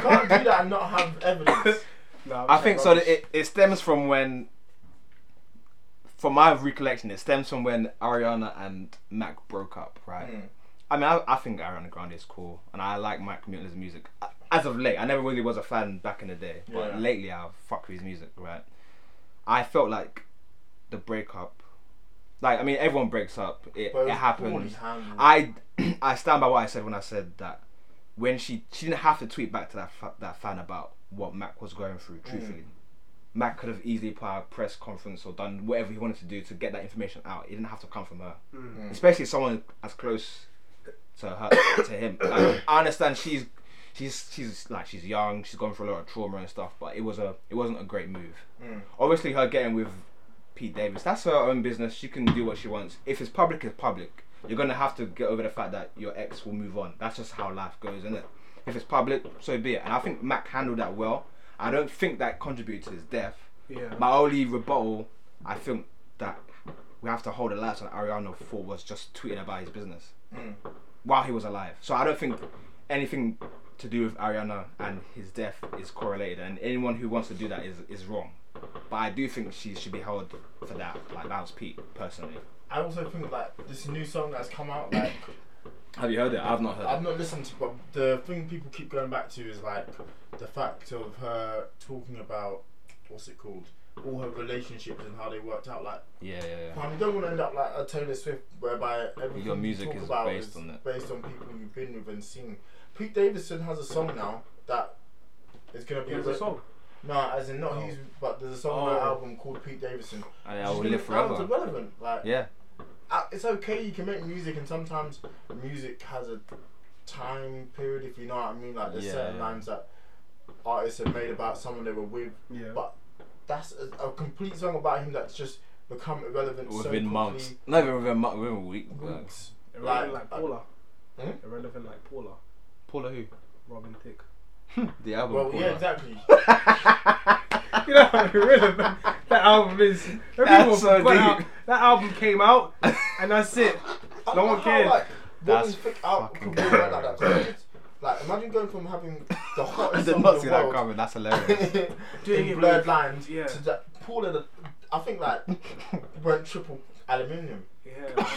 [SPEAKER 1] can't do that and not have evidence.
[SPEAKER 3] Nah,
[SPEAKER 2] I
[SPEAKER 3] I'm
[SPEAKER 2] think so.
[SPEAKER 3] saying
[SPEAKER 2] That it, it stems from when, from my recollection, it stems from when Ariana and Mac broke up, right?
[SPEAKER 1] Mm.
[SPEAKER 2] I mean, I, I think Ariana Grande is cool, and I like Mike Mutin's music. A- As of late, I never really was a fan back in the day, but
[SPEAKER 1] Yeah.
[SPEAKER 2] lately I've fucked with his music. Right, I felt like the breakup, like I mean, everyone breaks up. It,
[SPEAKER 1] But
[SPEAKER 2] it
[SPEAKER 1] was
[SPEAKER 2] happens.
[SPEAKER 1] poorly handled.
[SPEAKER 2] I I stand by what I said when I said that when she she didn't have to tweet back to that fa- that fan about what Mac was going through.
[SPEAKER 1] Mm.
[SPEAKER 2] Truthfully, Mac could have easily put out a press conference or done whatever he wanted to do to get that information out. It didn't have to come from her,
[SPEAKER 1] Mm.
[SPEAKER 2] especially someone as close to her to him. Like, I understand she's. She's she's like she's young. She's gone through a lot of trauma and stuff, but it was a it wasn't a great move.
[SPEAKER 1] Mm.
[SPEAKER 2] Obviously, her getting with Pete Davis, that's her own business. She can do what she wants. If it's public, it's public. You're gonna have to get over the fact that your ex will move on. That's just how life goes, isn't it? If it's public, so be it. And I think Mac handled that well. I don't think that contributed to his death.
[SPEAKER 3] Yeah.
[SPEAKER 2] My only rebuttal, I think that we have to hold the lights on Ariano for was just tweeting about his business
[SPEAKER 1] Mm.
[SPEAKER 2] while he was alive. So I don't think anything to do with Ariana and his death is correlated, and anyone who wants to do that is is wrong. But I do think she should be held for that. Like that was Pete personally.
[SPEAKER 1] I also think like this new song that's come out, like
[SPEAKER 2] Have you heard it? I've not
[SPEAKER 1] I've not listened to, but the thing people keep going back to is like the fact of her talking about what's it called, all her relationships and how they worked out. Like,
[SPEAKER 2] Yeah, yeah, yeah.
[SPEAKER 1] I don't want to end up like a Taylor Swift, whereby everything
[SPEAKER 2] Your music
[SPEAKER 1] you talk
[SPEAKER 2] is
[SPEAKER 1] about
[SPEAKER 2] based
[SPEAKER 1] is
[SPEAKER 2] on it.
[SPEAKER 1] based on people you've been with and seen. Pete Davidson has a song now that is gonna be
[SPEAKER 3] There's a song.
[SPEAKER 1] No, as in not
[SPEAKER 3] Oh.
[SPEAKER 1] he's, but there's a song on her
[SPEAKER 3] Oh.
[SPEAKER 1] album called Pete Davidson.
[SPEAKER 2] And I will
[SPEAKER 1] She's
[SPEAKER 2] live
[SPEAKER 1] gonna sound
[SPEAKER 2] forever.
[SPEAKER 1] Irrelevant, like
[SPEAKER 2] Yeah,
[SPEAKER 1] uh, it's okay you can make music and sometimes music has a time period if you know what I mean like there's
[SPEAKER 2] Yeah,
[SPEAKER 1] certain
[SPEAKER 2] yeah.
[SPEAKER 1] lines that artists have made about someone they were with
[SPEAKER 3] Yeah.
[SPEAKER 1] but that's a, a complete song about him that's just become irrelevant so
[SPEAKER 2] within
[SPEAKER 1] quickly.
[SPEAKER 2] months. Not even within months. Within weeks.
[SPEAKER 1] weeks
[SPEAKER 3] Irrelevant
[SPEAKER 1] like-
[SPEAKER 3] like, Paula.
[SPEAKER 1] Hmm?
[SPEAKER 3] Irrelevant like Paula.
[SPEAKER 2] Paula who?
[SPEAKER 3] Robin Thicke.
[SPEAKER 2] The album.
[SPEAKER 1] well
[SPEAKER 2] Paula.
[SPEAKER 1] yeah exactly
[SPEAKER 3] you know how irrelevant that album is. When
[SPEAKER 2] That's
[SPEAKER 3] people
[SPEAKER 2] so
[SPEAKER 3] went
[SPEAKER 2] deep.
[SPEAKER 3] out- that album came out, and that's it.
[SPEAKER 1] I
[SPEAKER 3] No
[SPEAKER 1] don't know
[SPEAKER 3] one
[SPEAKER 1] how,
[SPEAKER 3] cared.
[SPEAKER 1] like,
[SPEAKER 2] That's
[SPEAKER 1] Robin Thicke out
[SPEAKER 2] fucking
[SPEAKER 1] could be like that, like, 'cause it's- like imagine going from having the
[SPEAKER 2] I
[SPEAKER 1] hottest
[SPEAKER 2] did
[SPEAKER 1] song
[SPEAKER 2] not
[SPEAKER 1] in
[SPEAKER 2] see
[SPEAKER 1] the
[SPEAKER 2] that
[SPEAKER 1] world
[SPEAKER 2] coming. That's hilarious.
[SPEAKER 3] Doing
[SPEAKER 1] in
[SPEAKER 3] it
[SPEAKER 1] blurred
[SPEAKER 3] with-
[SPEAKER 1] lines
[SPEAKER 3] yeah.
[SPEAKER 1] to that Paul and the, I think like went triple aluminium
[SPEAKER 3] Yeah.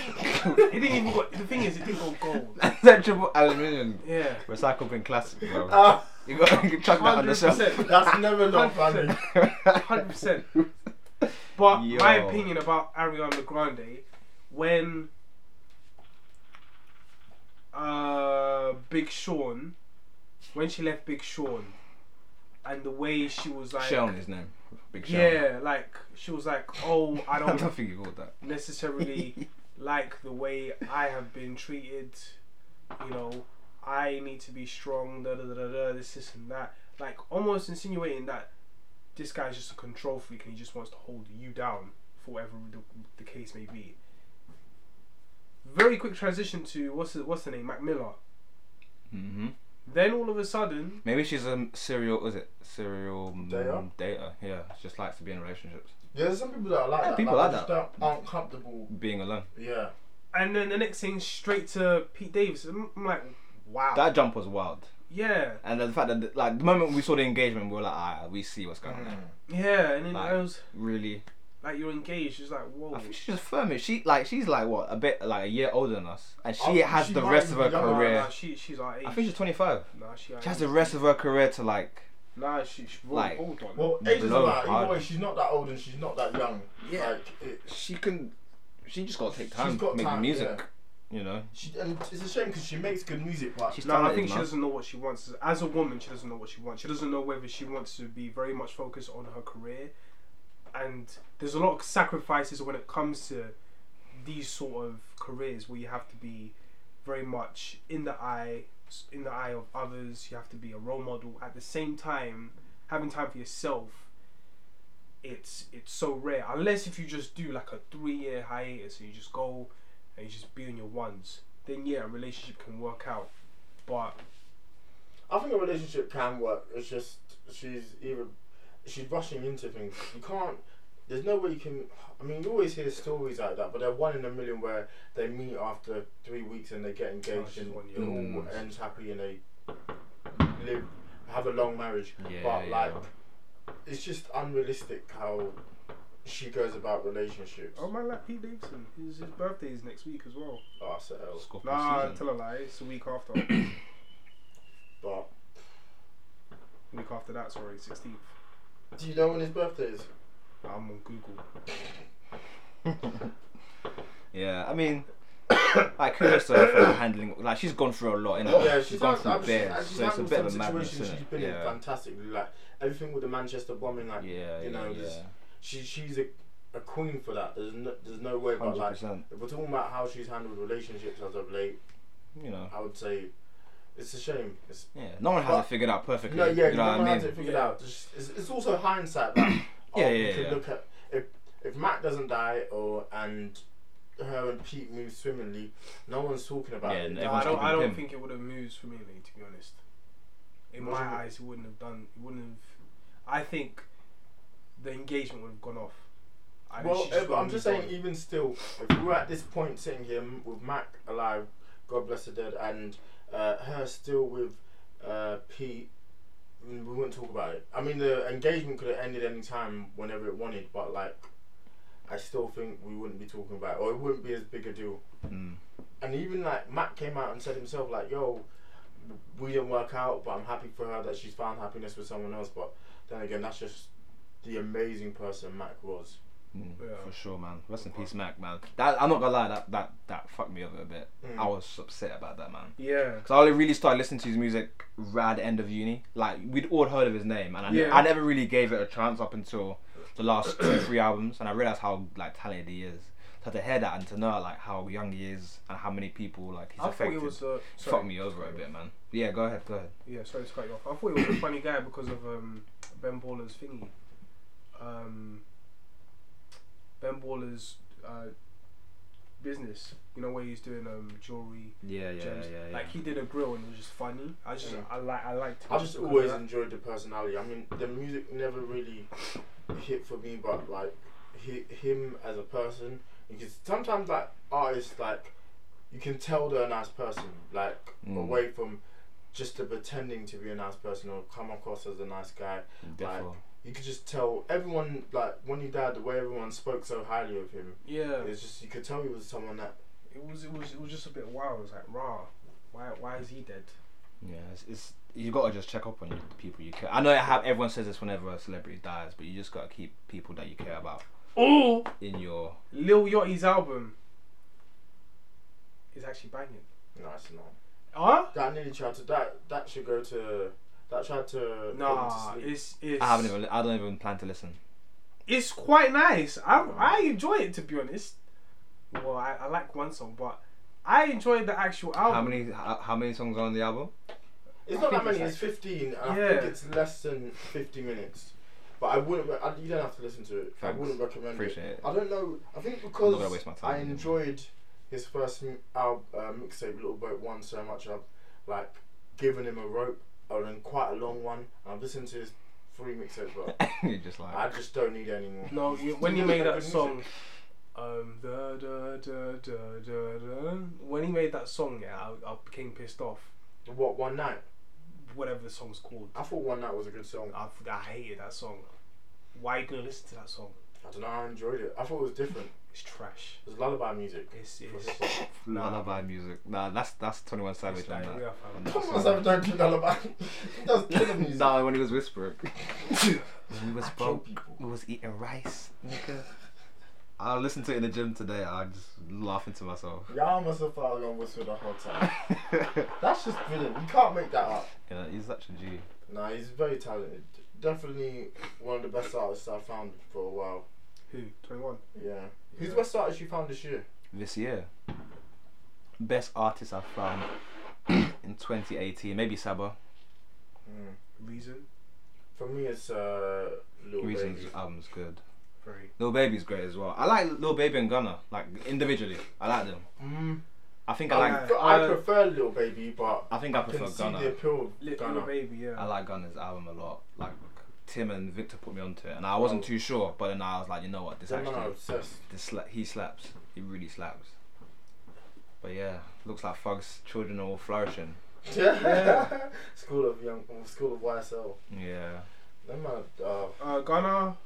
[SPEAKER 3] It didn't even go, the thing is, it didn't go gold.
[SPEAKER 2] that triple aluminium.
[SPEAKER 3] Yeah.
[SPEAKER 2] Recycling classic, bro.
[SPEAKER 1] Ah,
[SPEAKER 2] you got to chuck that on the shelf.
[SPEAKER 3] 100%.
[SPEAKER 1] that's never not funny
[SPEAKER 3] 100%. 100%. But my
[SPEAKER 2] Yo.
[SPEAKER 3] opinion about Ariana Grande, when uh, Big Sean, when she left Big Sean, and the way she was like,
[SPEAKER 2] Sheln his name. Big Sheln.
[SPEAKER 3] yeah, like she was like, oh, I
[SPEAKER 2] I
[SPEAKER 3] don't
[SPEAKER 2] don't think he called that.
[SPEAKER 3] necessarily like the way I have been treated. You know, I need to be strong. Da da da da. da this, this, and that. Like almost insinuating that this guy's just a control freak and he just wants to hold you down for whatever the, the case may be. Very quick transition to what's the, what's the name? Mac Miller.
[SPEAKER 2] hmm
[SPEAKER 3] Then all of a sudden,
[SPEAKER 2] Maybe she's a serial. Was it serial um,
[SPEAKER 1] Data?
[SPEAKER 2] data? Yeah, she just likes to be in relationships,
[SPEAKER 1] yeah there's some people that are like
[SPEAKER 2] Yeah,
[SPEAKER 1] that
[SPEAKER 2] people
[SPEAKER 1] like,
[SPEAKER 2] like
[SPEAKER 1] they just don't, aren't comfortable
[SPEAKER 2] being alone.
[SPEAKER 1] yeah
[SPEAKER 3] and then the next thing straight to Pete Davis. I'm I'm like, wow.
[SPEAKER 2] That jump was wild,
[SPEAKER 3] yeah.
[SPEAKER 2] and the fact that like the moment we saw the engagement, we were like, ah, we see what's going
[SPEAKER 3] Mm.
[SPEAKER 2] on.
[SPEAKER 3] Yeah. And then I
[SPEAKER 2] Like-
[SPEAKER 3] was
[SPEAKER 2] Really,
[SPEAKER 3] like, you're engaged. It's like, whoa.
[SPEAKER 2] I think she's just firm. it. She like she's like what a bit like a year older than us, and she
[SPEAKER 1] I- Oh,
[SPEAKER 2] has
[SPEAKER 1] she
[SPEAKER 2] the
[SPEAKER 1] might
[SPEAKER 2] rest of her
[SPEAKER 1] be younger
[SPEAKER 3] Nah,
[SPEAKER 1] Rare.
[SPEAKER 2] career.
[SPEAKER 3] nah, she, she's our age.
[SPEAKER 2] Oh, I think she's twenty five.
[SPEAKER 3] nah, she, our
[SPEAKER 2] She has
[SPEAKER 3] age.
[SPEAKER 2] the rest of her career to like.
[SPEAKER 3] Nah, she, she hold-
[SPEAKER 2] Like-
[SPEAKER 3] hold on.
[SPEAKER 1] well age doesn't
[SPEAKER 2] Blow
[SPEAKER 1] matter
[SPEAKER 2] hard.
[SPEAKER 1] either way she's not that old and she's not that young
[SPEAKER 2] Yeah.
[SPEAKER 1] like it,
[SPEAKER 2] She can. She just got to take
[SPEAKER 1] She's
[SPEAKER 2] time
[SPEAKER 1] got
[SPEAKER 2] to make
[SPEAKER 1] time,
[SPEAKER 2] the music. You know,
[SPEAKER 1] she, and it's a shame because she makes good music but
[SPEAKER 2] she's
[SPEAKER 3] no, I
[SPEAKER 2] talented,
[SPEAKER 3] think she
[SPEAKER 2] man.
[SPEAKER 3] doesn't know what she wants. As a woman, she doesn't know what she wants. She doesn't know whether she wants to be very much focused on her career, and there's a lot of sacrifices when it comes to these sort of careers where you have to be very much in the eye, in the eye of others. You have to be a role model at the same time, having time for yourself. It's it's so rare unless if you just do like a three year hiatus and you just go and you just be on your ones. Then yeah, a relationship can work out, but
[SPEAKER 1] I think a relationship can work it's just she's either she's rushing into things you can't there's no way you can I mean you always hear stories like that but they're one in a million where they meet after three weeks and they get engaged
[SPEAKER 3] just
[SPEAKER 1] and
[SPEAKER 3] one
[SPEAKER 1] it
[SPEAKER 3] year.
[SPEAKER 1] all
[SPEAKER 2] Mm.
[SPEAKER 1] ends happy and they live have a long marriage
[SPEAKER 2] Yeah,
[SPEAKER 1] but
[SPEAKER 2] yeah.
[SPEAKER 1] like it's just unrealistic how she goes about relationships.
[SPEAKER 3] Oh man, like Pete Davidson. His, his birthday is next week as well.
[SPEAKER 1] Oh, so hell.
[SPEAKER 2] Scorpio
[SPEAKER 3] Nah,
[SPEAKER 2] season.
[SPEAKER 3] tell a lie. It's a week after. week
[SPEAKER 1] But
[SPEAKER 3] after that, sorry, sixteenth.
[SPEAKER 1] do you know when his birthday is?
[SPEAKER 3] I'm on Google.
[SPEAKER 2] Yeah, I mean, like kudos to her for handling. Like she's gone through a lot, you know.
[SPEAKER 1] yeah, she's,
[SPEAKER 2] she's gone
[SPEAKER 1] had-
[SPEAKER 2] through
[SPEAKER 1] I'm- she's,
[SPEAKER 2] bears,
[SPEAKER 1] she's
[SPEAKER 2] so it's a
[SPEAKER 1] handled
[SPEAKER 2] bit of a
[SPEAKER 1] some
[SPEAKER 2] madness,
[SPEAKER 1] situations
[SPEAKER 2] isn't
[SPEAKER 1] she's
[SPEAKER 2] it?
[SPEAKER 1] been in
[SPEAKER 2] Yeah,
[SPEAKER 1] fantastically. Like everything with the Manchester bombing, like
[SPEAKER 2] yeah,
[SPEAKER 1] you know,
[SPEAKER 2] yeah,
[SPEAKER 1] there's- she she's a, a queen for that. There's no there's no way. But
[SPEAKER 2] hundred
[SPEAKER 1] like
[SPEAKER 2] percent.
[SPEAKER 1] if we're talking about how she's handled relationships as of late,
[SPEAKER 2] You know,
[SPEAKER 1] I would say it's a shame. It's
[SPEAKER 2] yeah. No one has
[SPEAKER 1] But-
[SPEAKER 2] it figured out perfectly.
[SPEAKER 1] no, yeah,
[SPEAKER 2] you know what
[SPEAKER 1] no
[SPEAKER 2] I
[SPEAKER 1] one
[SPEAKER 2] mean?
[SPEAKER 1] has it figured out. It's, it's, it's also hindsight that
[SPEAKER 2] Yeah,
[SPEAKER 1] you
[SPEAKER 2] yeah,
[SPEAKER 1] can
[SPEAKER 2] yeah.
[SPEAKER 1] look at if if Matt doesn't die or and her and Pete move swimmingly, no one's talking about
[SPEAKER 2] Yeah,
[SPEAKER 1] it.
[SPEAKER 2] no,
[SPEAKER 1] Like,
[SPEAKER 3] Nah, I
[SPEAKER 2] everyone's
[SPEAKER 3] don't. I
[SPEAKER 2] keeping
[SPEAKER 3] don't
[SPEAKER 2] him.
[SPEAKER 3] think it would have moved swimmingly, to be honest. In
[SPEAKER 1] Wasn't it?
[SPEAKER 3] my eyes, it wouldn't have done. It wouldn't have. I think the engagement would have gone off. I think
[SPEAKER 1] Well,
[SPEAKER 3] she
[SPEAKER 1] eh, but
[SPEAKER 3] would've
[SPEAKER 1] I'm just
[SPEAKER 3] moved
[SPEAKER 1] saying, even still, if we were at this point sitting here m- with Mac alive, God bless her dead, and uh, her still with uh, Pete, mm, we wouldn't talk about it. I mean, the engagement could have ended any time whenever it wanted, but like, I still think we wouldn't be talking about it, or it wouldn't be as big a deal.
[SPEAKER 2] Mm.
[SPEAKER 1] And even like Mac came out and said himself, like, yo, we didn't work out, but I'm happy for her that she's found happiness with someone else. But then again, that's just the amazing person Mac was.
[SPEAKER 2] Mm,
[SPEAKER 3] Yeah.
[SPEAKER 2] For sure, man. Rest in peace, Mac, man. That I'm not gonna lie, that that that fucked me up a bit.
[SPEAKER 1] Mm.
[SPEAKER 2] I was upset about that, man.
[SPEAKER 3] Yeah.
[SPEAKER 2] Because I only really started listening to his music right at the end of uni. Like we'd all heard of his name, and I, ne-
[SPEAKER 3] Yeah.
[SPEAKER 2] I never really gave it a chance up until the last two, three albums, and I realized how like talented he is. So to hear that and to know like how young he is and how many people like he's
[SPEAKER 3] I thought
[SPEAKER 2] affected,
[SPEAKER 3] it was. Uh, sorry.
[SPEAKER 2] fucked me over a bit, man. Yeah, go ahead, go ahead.
[SPEAKER 3] Yeah, sorry to cut you off. I thought he was a funny guy because of um, Ben Baller's thingy. Um, ben Baller's uh, business. You know where he's doing um, jewelry.
[SPEAKER 2] Yeah, yeah,
[SPEAKER 3] gems.
[SPEAKER 2] yeah, yeah.
[SPEAKER 3] Like he did a grill and it was just funny. I just
[SPEAKER 1] Yeah.
[SPEAKER 3] I like I liked. him
[SPEAKER 1] I Mm. just
[SPEAKER 3] because of
[SPEAKER 1] always
[SPEAKER 3] that.
[SPEAKER 1] enjoyed the personality. I mean, the music never really hit for me, but like hi him as a person, you can sometimes like artists like you can tell they're a nice person, like
[SPEAKER 2] Mm.
[SPEAKER 1] away from just the pretending to be a nice person or come across as a nice guy.
[SPEAKER 2] Defo.
[SPEAKER 1] You could just tell everyone like when he died, the way everyone spoke so highly of him,
[SPEAKER 3] Yeah,
[SPEAKER 1] it's just you could tell he was someone that
[SPEAKER 3] it was it was it was just a bit wild. It was like rah, why why is he dead?
[SPEAKER 2] Yeah, it's, it's you gotta just check up on the people you care. I know it hap- everyone says this whenever a celebrity dies, but you just gotta keep people that you care about
[SPEAKER 3] Oh,
[SPEAKER 2] in your.
[SPEAKER 3] Lil Yachty's album is actually banging.
[SPEAKER 1] nice and all.
[SPEAKER 3] Huh?
[SPEAKER 1] That nearly tried to that that should go to that tried to put him to
[SPEAKER 3] Nah,
[SPEAKER 1] sleep.
[SPEAKER 3] it's it's.
[SPEAKER 2] I haven't even. I don't even plan to listen.
[SPEAKER 3] it's quite nice. I I enjoy it to be honest. Well, I, I like one song, but I enjoyed the actual album.
[SPEAKER 2] How many? How, how many songs are on the album?
[SPEAKER 1] It's
[SPEAKER 3] I
[SPEAKER 1] not that
[SPEAKER 3] think
[SPEAKER 1] many.
[SPEAKER 3] it's
[SPEAKER 1] It's fifteen. And I
[SPEAKER 3] Yeah.
[SPEAKER 1] think it's less than fifty minutes. But I wouldn't. re- I, you don't have to listen to it. I
[SPEAKER 2] Thanks.
[SPEAKER 1] wouldn't recommend
[SPEAKER 2] Appreciate
[SPEAKER 1] it.
[SPEAKER 2] it.
[SPEAKER 1] I don't know. I think
[SPEAKER 2] I'm not gonna
[SPEAKER 1] because
[SPEAKER 2] waste my time.
[SPEAKER 1] I enjoyed his first m- al- uh, mixtape, Little Boat One, so much. I've like given him a rope, or then quite a long one. and I've listened to his three mixtapes, but
[SPEAKER 2] You're just like.
[SPEAKER 1] I just don't need it anymore.
[SPEAKER 3] No, you, when he
[SPEAKER 1] Still
[SPEAKER 3] made
[SPEAKER 1] really
[SPEAKER 3] that
[SPEAKER 1] good
[SPEAKER 3] song,
[SPEAKER 1] music.
[SPEAKER 3] um, da, da, da, da, da, da, when he made that song, yeah, I, I became pissed off.
[SPEAKER 1] What one night?
[SPEAKER 3] Whatever the song's called,
[SPEAKER 1] I thought one night was a good song.
[SPEAKER 3] I, I hated that song. Why you gonna listen to that song?
[SPEAKER 1] I don't know. I enjoyed it. I thought it was different.
[SPEAKER 3] It's trash.
[SPEAKER 1] It was lullaby music.
[SPEAKER 3] It's
[SPEAKER 1] For
[SPEAKER 3] it's.
[SPEAKER 1] hip-hop.
[SPEAKER 3] Nah.
[SPEAKER 2] Lullaby music. Nah, that's that's Twenty One Savage
[SPEAKER 3] it's
[SPEAKER 2] on
[SPEAKER 3] diarrhea,
[SPEAKER 2] that.
[SPEAKER 3] fam.
[SPEAKER 2] No.
[SPEAKER 1] Come on, Sam, don't do lullaby. He does killer music.
[SPEAKER 2] Nah, when he was whispering. when he was
[SPEAKER 1] I kill
[SPEAKER 2] broke,
[SPEAKER 1] people.
[SPEAKER 2] he was eating rice, nigga. I listened to it in the gym today. I just laughing to myself.
[SPEAKER 1] Y'all must have thought I was gonna whistle the whole time. That's just brilliant. You can't make that up.
[SPEAKER 2] yeah, he's such a G.
[SPEAKER 1] Nah, he's very talented. Definitely one of the best artists I've found for a while.
[SPEAKER 3] Who? Twenty one.
[SPEAKER 1] Yeah. Who's the
[SPEAKER 3] Yeah.
[SPEAKER 1] best artist you found this year?
[SPEAKER 2] This year, best artist I found in 2018, maybe Saba.
[SPEAKER 1] Mm.
[SPEAKER 3] Reason.
[SPEAKER 1] For me, it's uh, Lil
[SPEAKER 2] Reasons
[SPEAKER 1] Baby.
[SPEAKER 2] album's good.
[SPEAKER 3] Very.
[SPEAKER 2] Lil Baby's great as well. I like Lil Baby and Gunna, like individually. I like them.
[SPEAKER 1] Mm.
[SPEAKER 2] I think I
[SPEAKER 1] I,
[SPEAKER 2] like.
[SPEAKER 3] like-
[SPEAKER 1] prefer- I
[SPEAKER 3] uh,
[SPEAKER 1] prefer Lil Baby, but
[SPEAKER 2] I think I
[SPEAKER 1] I can
[SPEAKER 2] prefer
[SPEAKER 1] see the
[SPEAKER 2] Gunna.
[SPEAKER 1] appeal of
[SPEAKER 3] Little
[SPEAKER 1] Gunna.
[SPEAKER 3] baby. Yeah.
[SPEAKER 2] I like Gunna's album a lot. Like Tim and Victor put me onto it, and I wasn't
[SPEAKER 1] Oh.
[SPEAKER 2] too sure. But then I was like, you know what, this
[SPEAKER 1] Them man are
[SPEAKER 2] actually,
[SPEAKER 1] obsessed.
[SPEAKER 2] this sla- he slaps. He really slaps. But yeah, looks like Fug's children are all flourishing.
[SPEAKER 1] Yeah. school of Young, School of YSL.
[SPEAKER 2] Yeah,
[SPEAKER 1] Them man, are- uh,
[SPEAKER 3] uh, Ghana.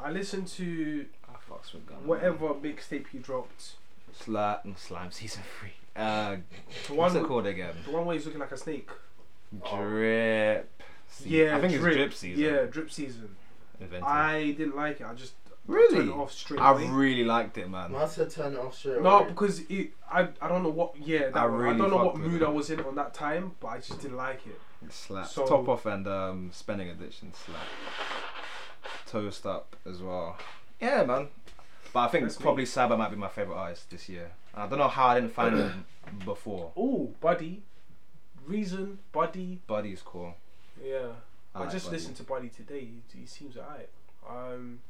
[SPEAKER 3] I listened to
[SPEAKER 2] I fucks with Gunna. man.
[SPEAKER 3] Whatever mixtape he dropped,
[SPEAKER 2] Sla- mm, slime season three. Uh,
[SPEAKER 3] the
[SPEAKER 2] what's
[SPEAKER 3] one,
[SPEAKER 2] it
[SPEAKER 3] with-
[SPEAKER 2] called again?
[SPEAKER 3] the one where he's looking like a snake. Oh.
[SPEAKER 2] Drip. season.
[SPEAKER 3] Yeah,
[SPEAKER 2] I think
[SPEAKER 3] drip.
[SPEAKER 2] it's drip season.
[SPEAKER 3] Yeah, drip season.
[SPEAKER 2] Invented. I,
[SPEAKER 3] I didn't like it. I just
[SPEAKER 2] Really?
[SPEAKER 3] turned it off straight away.
[SPEAKER 2] really liked it, man.
[SPEAKER 1] Man said turn it off straight
[SPEAKER 3] no,
[SPEAKER 1] away.
[SPEAKER 3] because it, I I don't know what yeah that
[SPEAKER 2] I
[SPEAKER 3] one. I,
[SPEAKER 2] really
[SPEAKER 3] don't know
[SPEAKER 2] fucked
[SPEAKER 3] what
[SPEAKER 2] with
[SPEAKER 3] mood
[SPEAKER 2] it.
[SPEAKER 3] I was in on that time, but I just didn't like it.
[SPEAKER 2] Slap.
[SPEAKER 3] So-
[SPEAKER 2] Top off and um, spending addiction slap. Toast up as well. Yeah, man. But I think
[SPEAKER 3] That's me.
[SPEAKER 2] probably Saba might be my favorite artist this year. I don't know how I didn't find him before.
[SPEAKER 3] Oh, buddy, reason, buddy.
[SPEAKER 2] Buddy's cool.
[SPEAKER 3] Yeah, I,
[SPEAKER 2] like
[SPEAKER 3] just
[SPEAKER 2] Buddy.
[SPEAKER 3] listened to Buddy today. He, he seems alright. Um,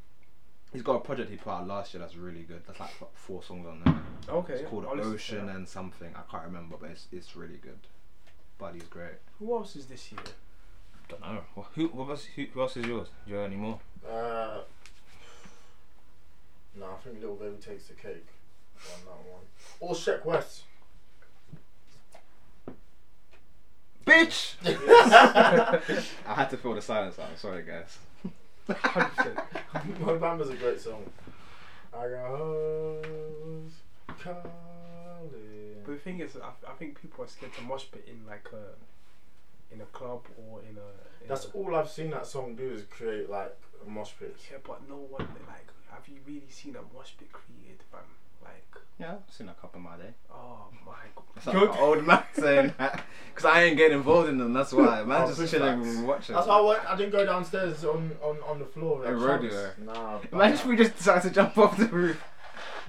[SPEAKER 2] He's got a project he put out last year that's really good. That's like f- four songs on there.
[SPEAKER 3] okay.
[SPEAKER 2] It's called
[SPEAKER 3] I'll listen to
[SPEAKER 2] Ocean
[SPEAKER 3] that.
[SPEAKER 2] and something. I can't remember, but it's it's really good. Buddy's great.
[SPEAKER 3] Who else is this year?
[SPEAKER 2] Don't know. Wh- Who what was who, who else is yours? Do you have any more?
[SPEAKER 1] Uh, no, I think Little Baby takes the cake on that one. Or Sheck West.
[SPEAKER 2] Bitch!
[SPEAKER 3] Yes.
[SPEAKER 2] I had to fill the silence out. I'm sorry, guys.
[SPEAKER 3] 100%.
[SPEAKER 1] My Bamba's a great song. I got hoes calling.
[SPEAKER 3] But the thing is, I, I think people are scared to mosh pit in like a in a club or in a. In
[SPEAKER 1] That's
[SPEAKER 3] a,
[SPEAKER 1] all I've seen that song do is create like a mosh pit.
[SPEAKER 3] Yeah, but no one like. Have you really seen a mosh pit created, fam? Like,
[SPEAKER 2] Yeah, I've seen a couple in my day.
[SPEAKER 3] oh my
[SPEAKER 2] It's
[SPEAKER 3] god.
[SPEAKER 2] like an old man saying that. Because I ain't getting involved in them, that's why. Man
[SPEAKER 1] Oh,
[SPEAKER 2] just
[SPEAKER 1] big
[SPEAKER 2] chilling
[SPEAKER 1] facts.
[SPEAKER 2] and watching.
[SPEAKER 1] That's how I went. I didn't go downstairs on, on, on the floor. Like,
[SPEAKER 2] A rodeo.
[SPEAKER 1] trunks. Nah.
[SPEAKER 2] Imagine if we just decided to jump off the roof.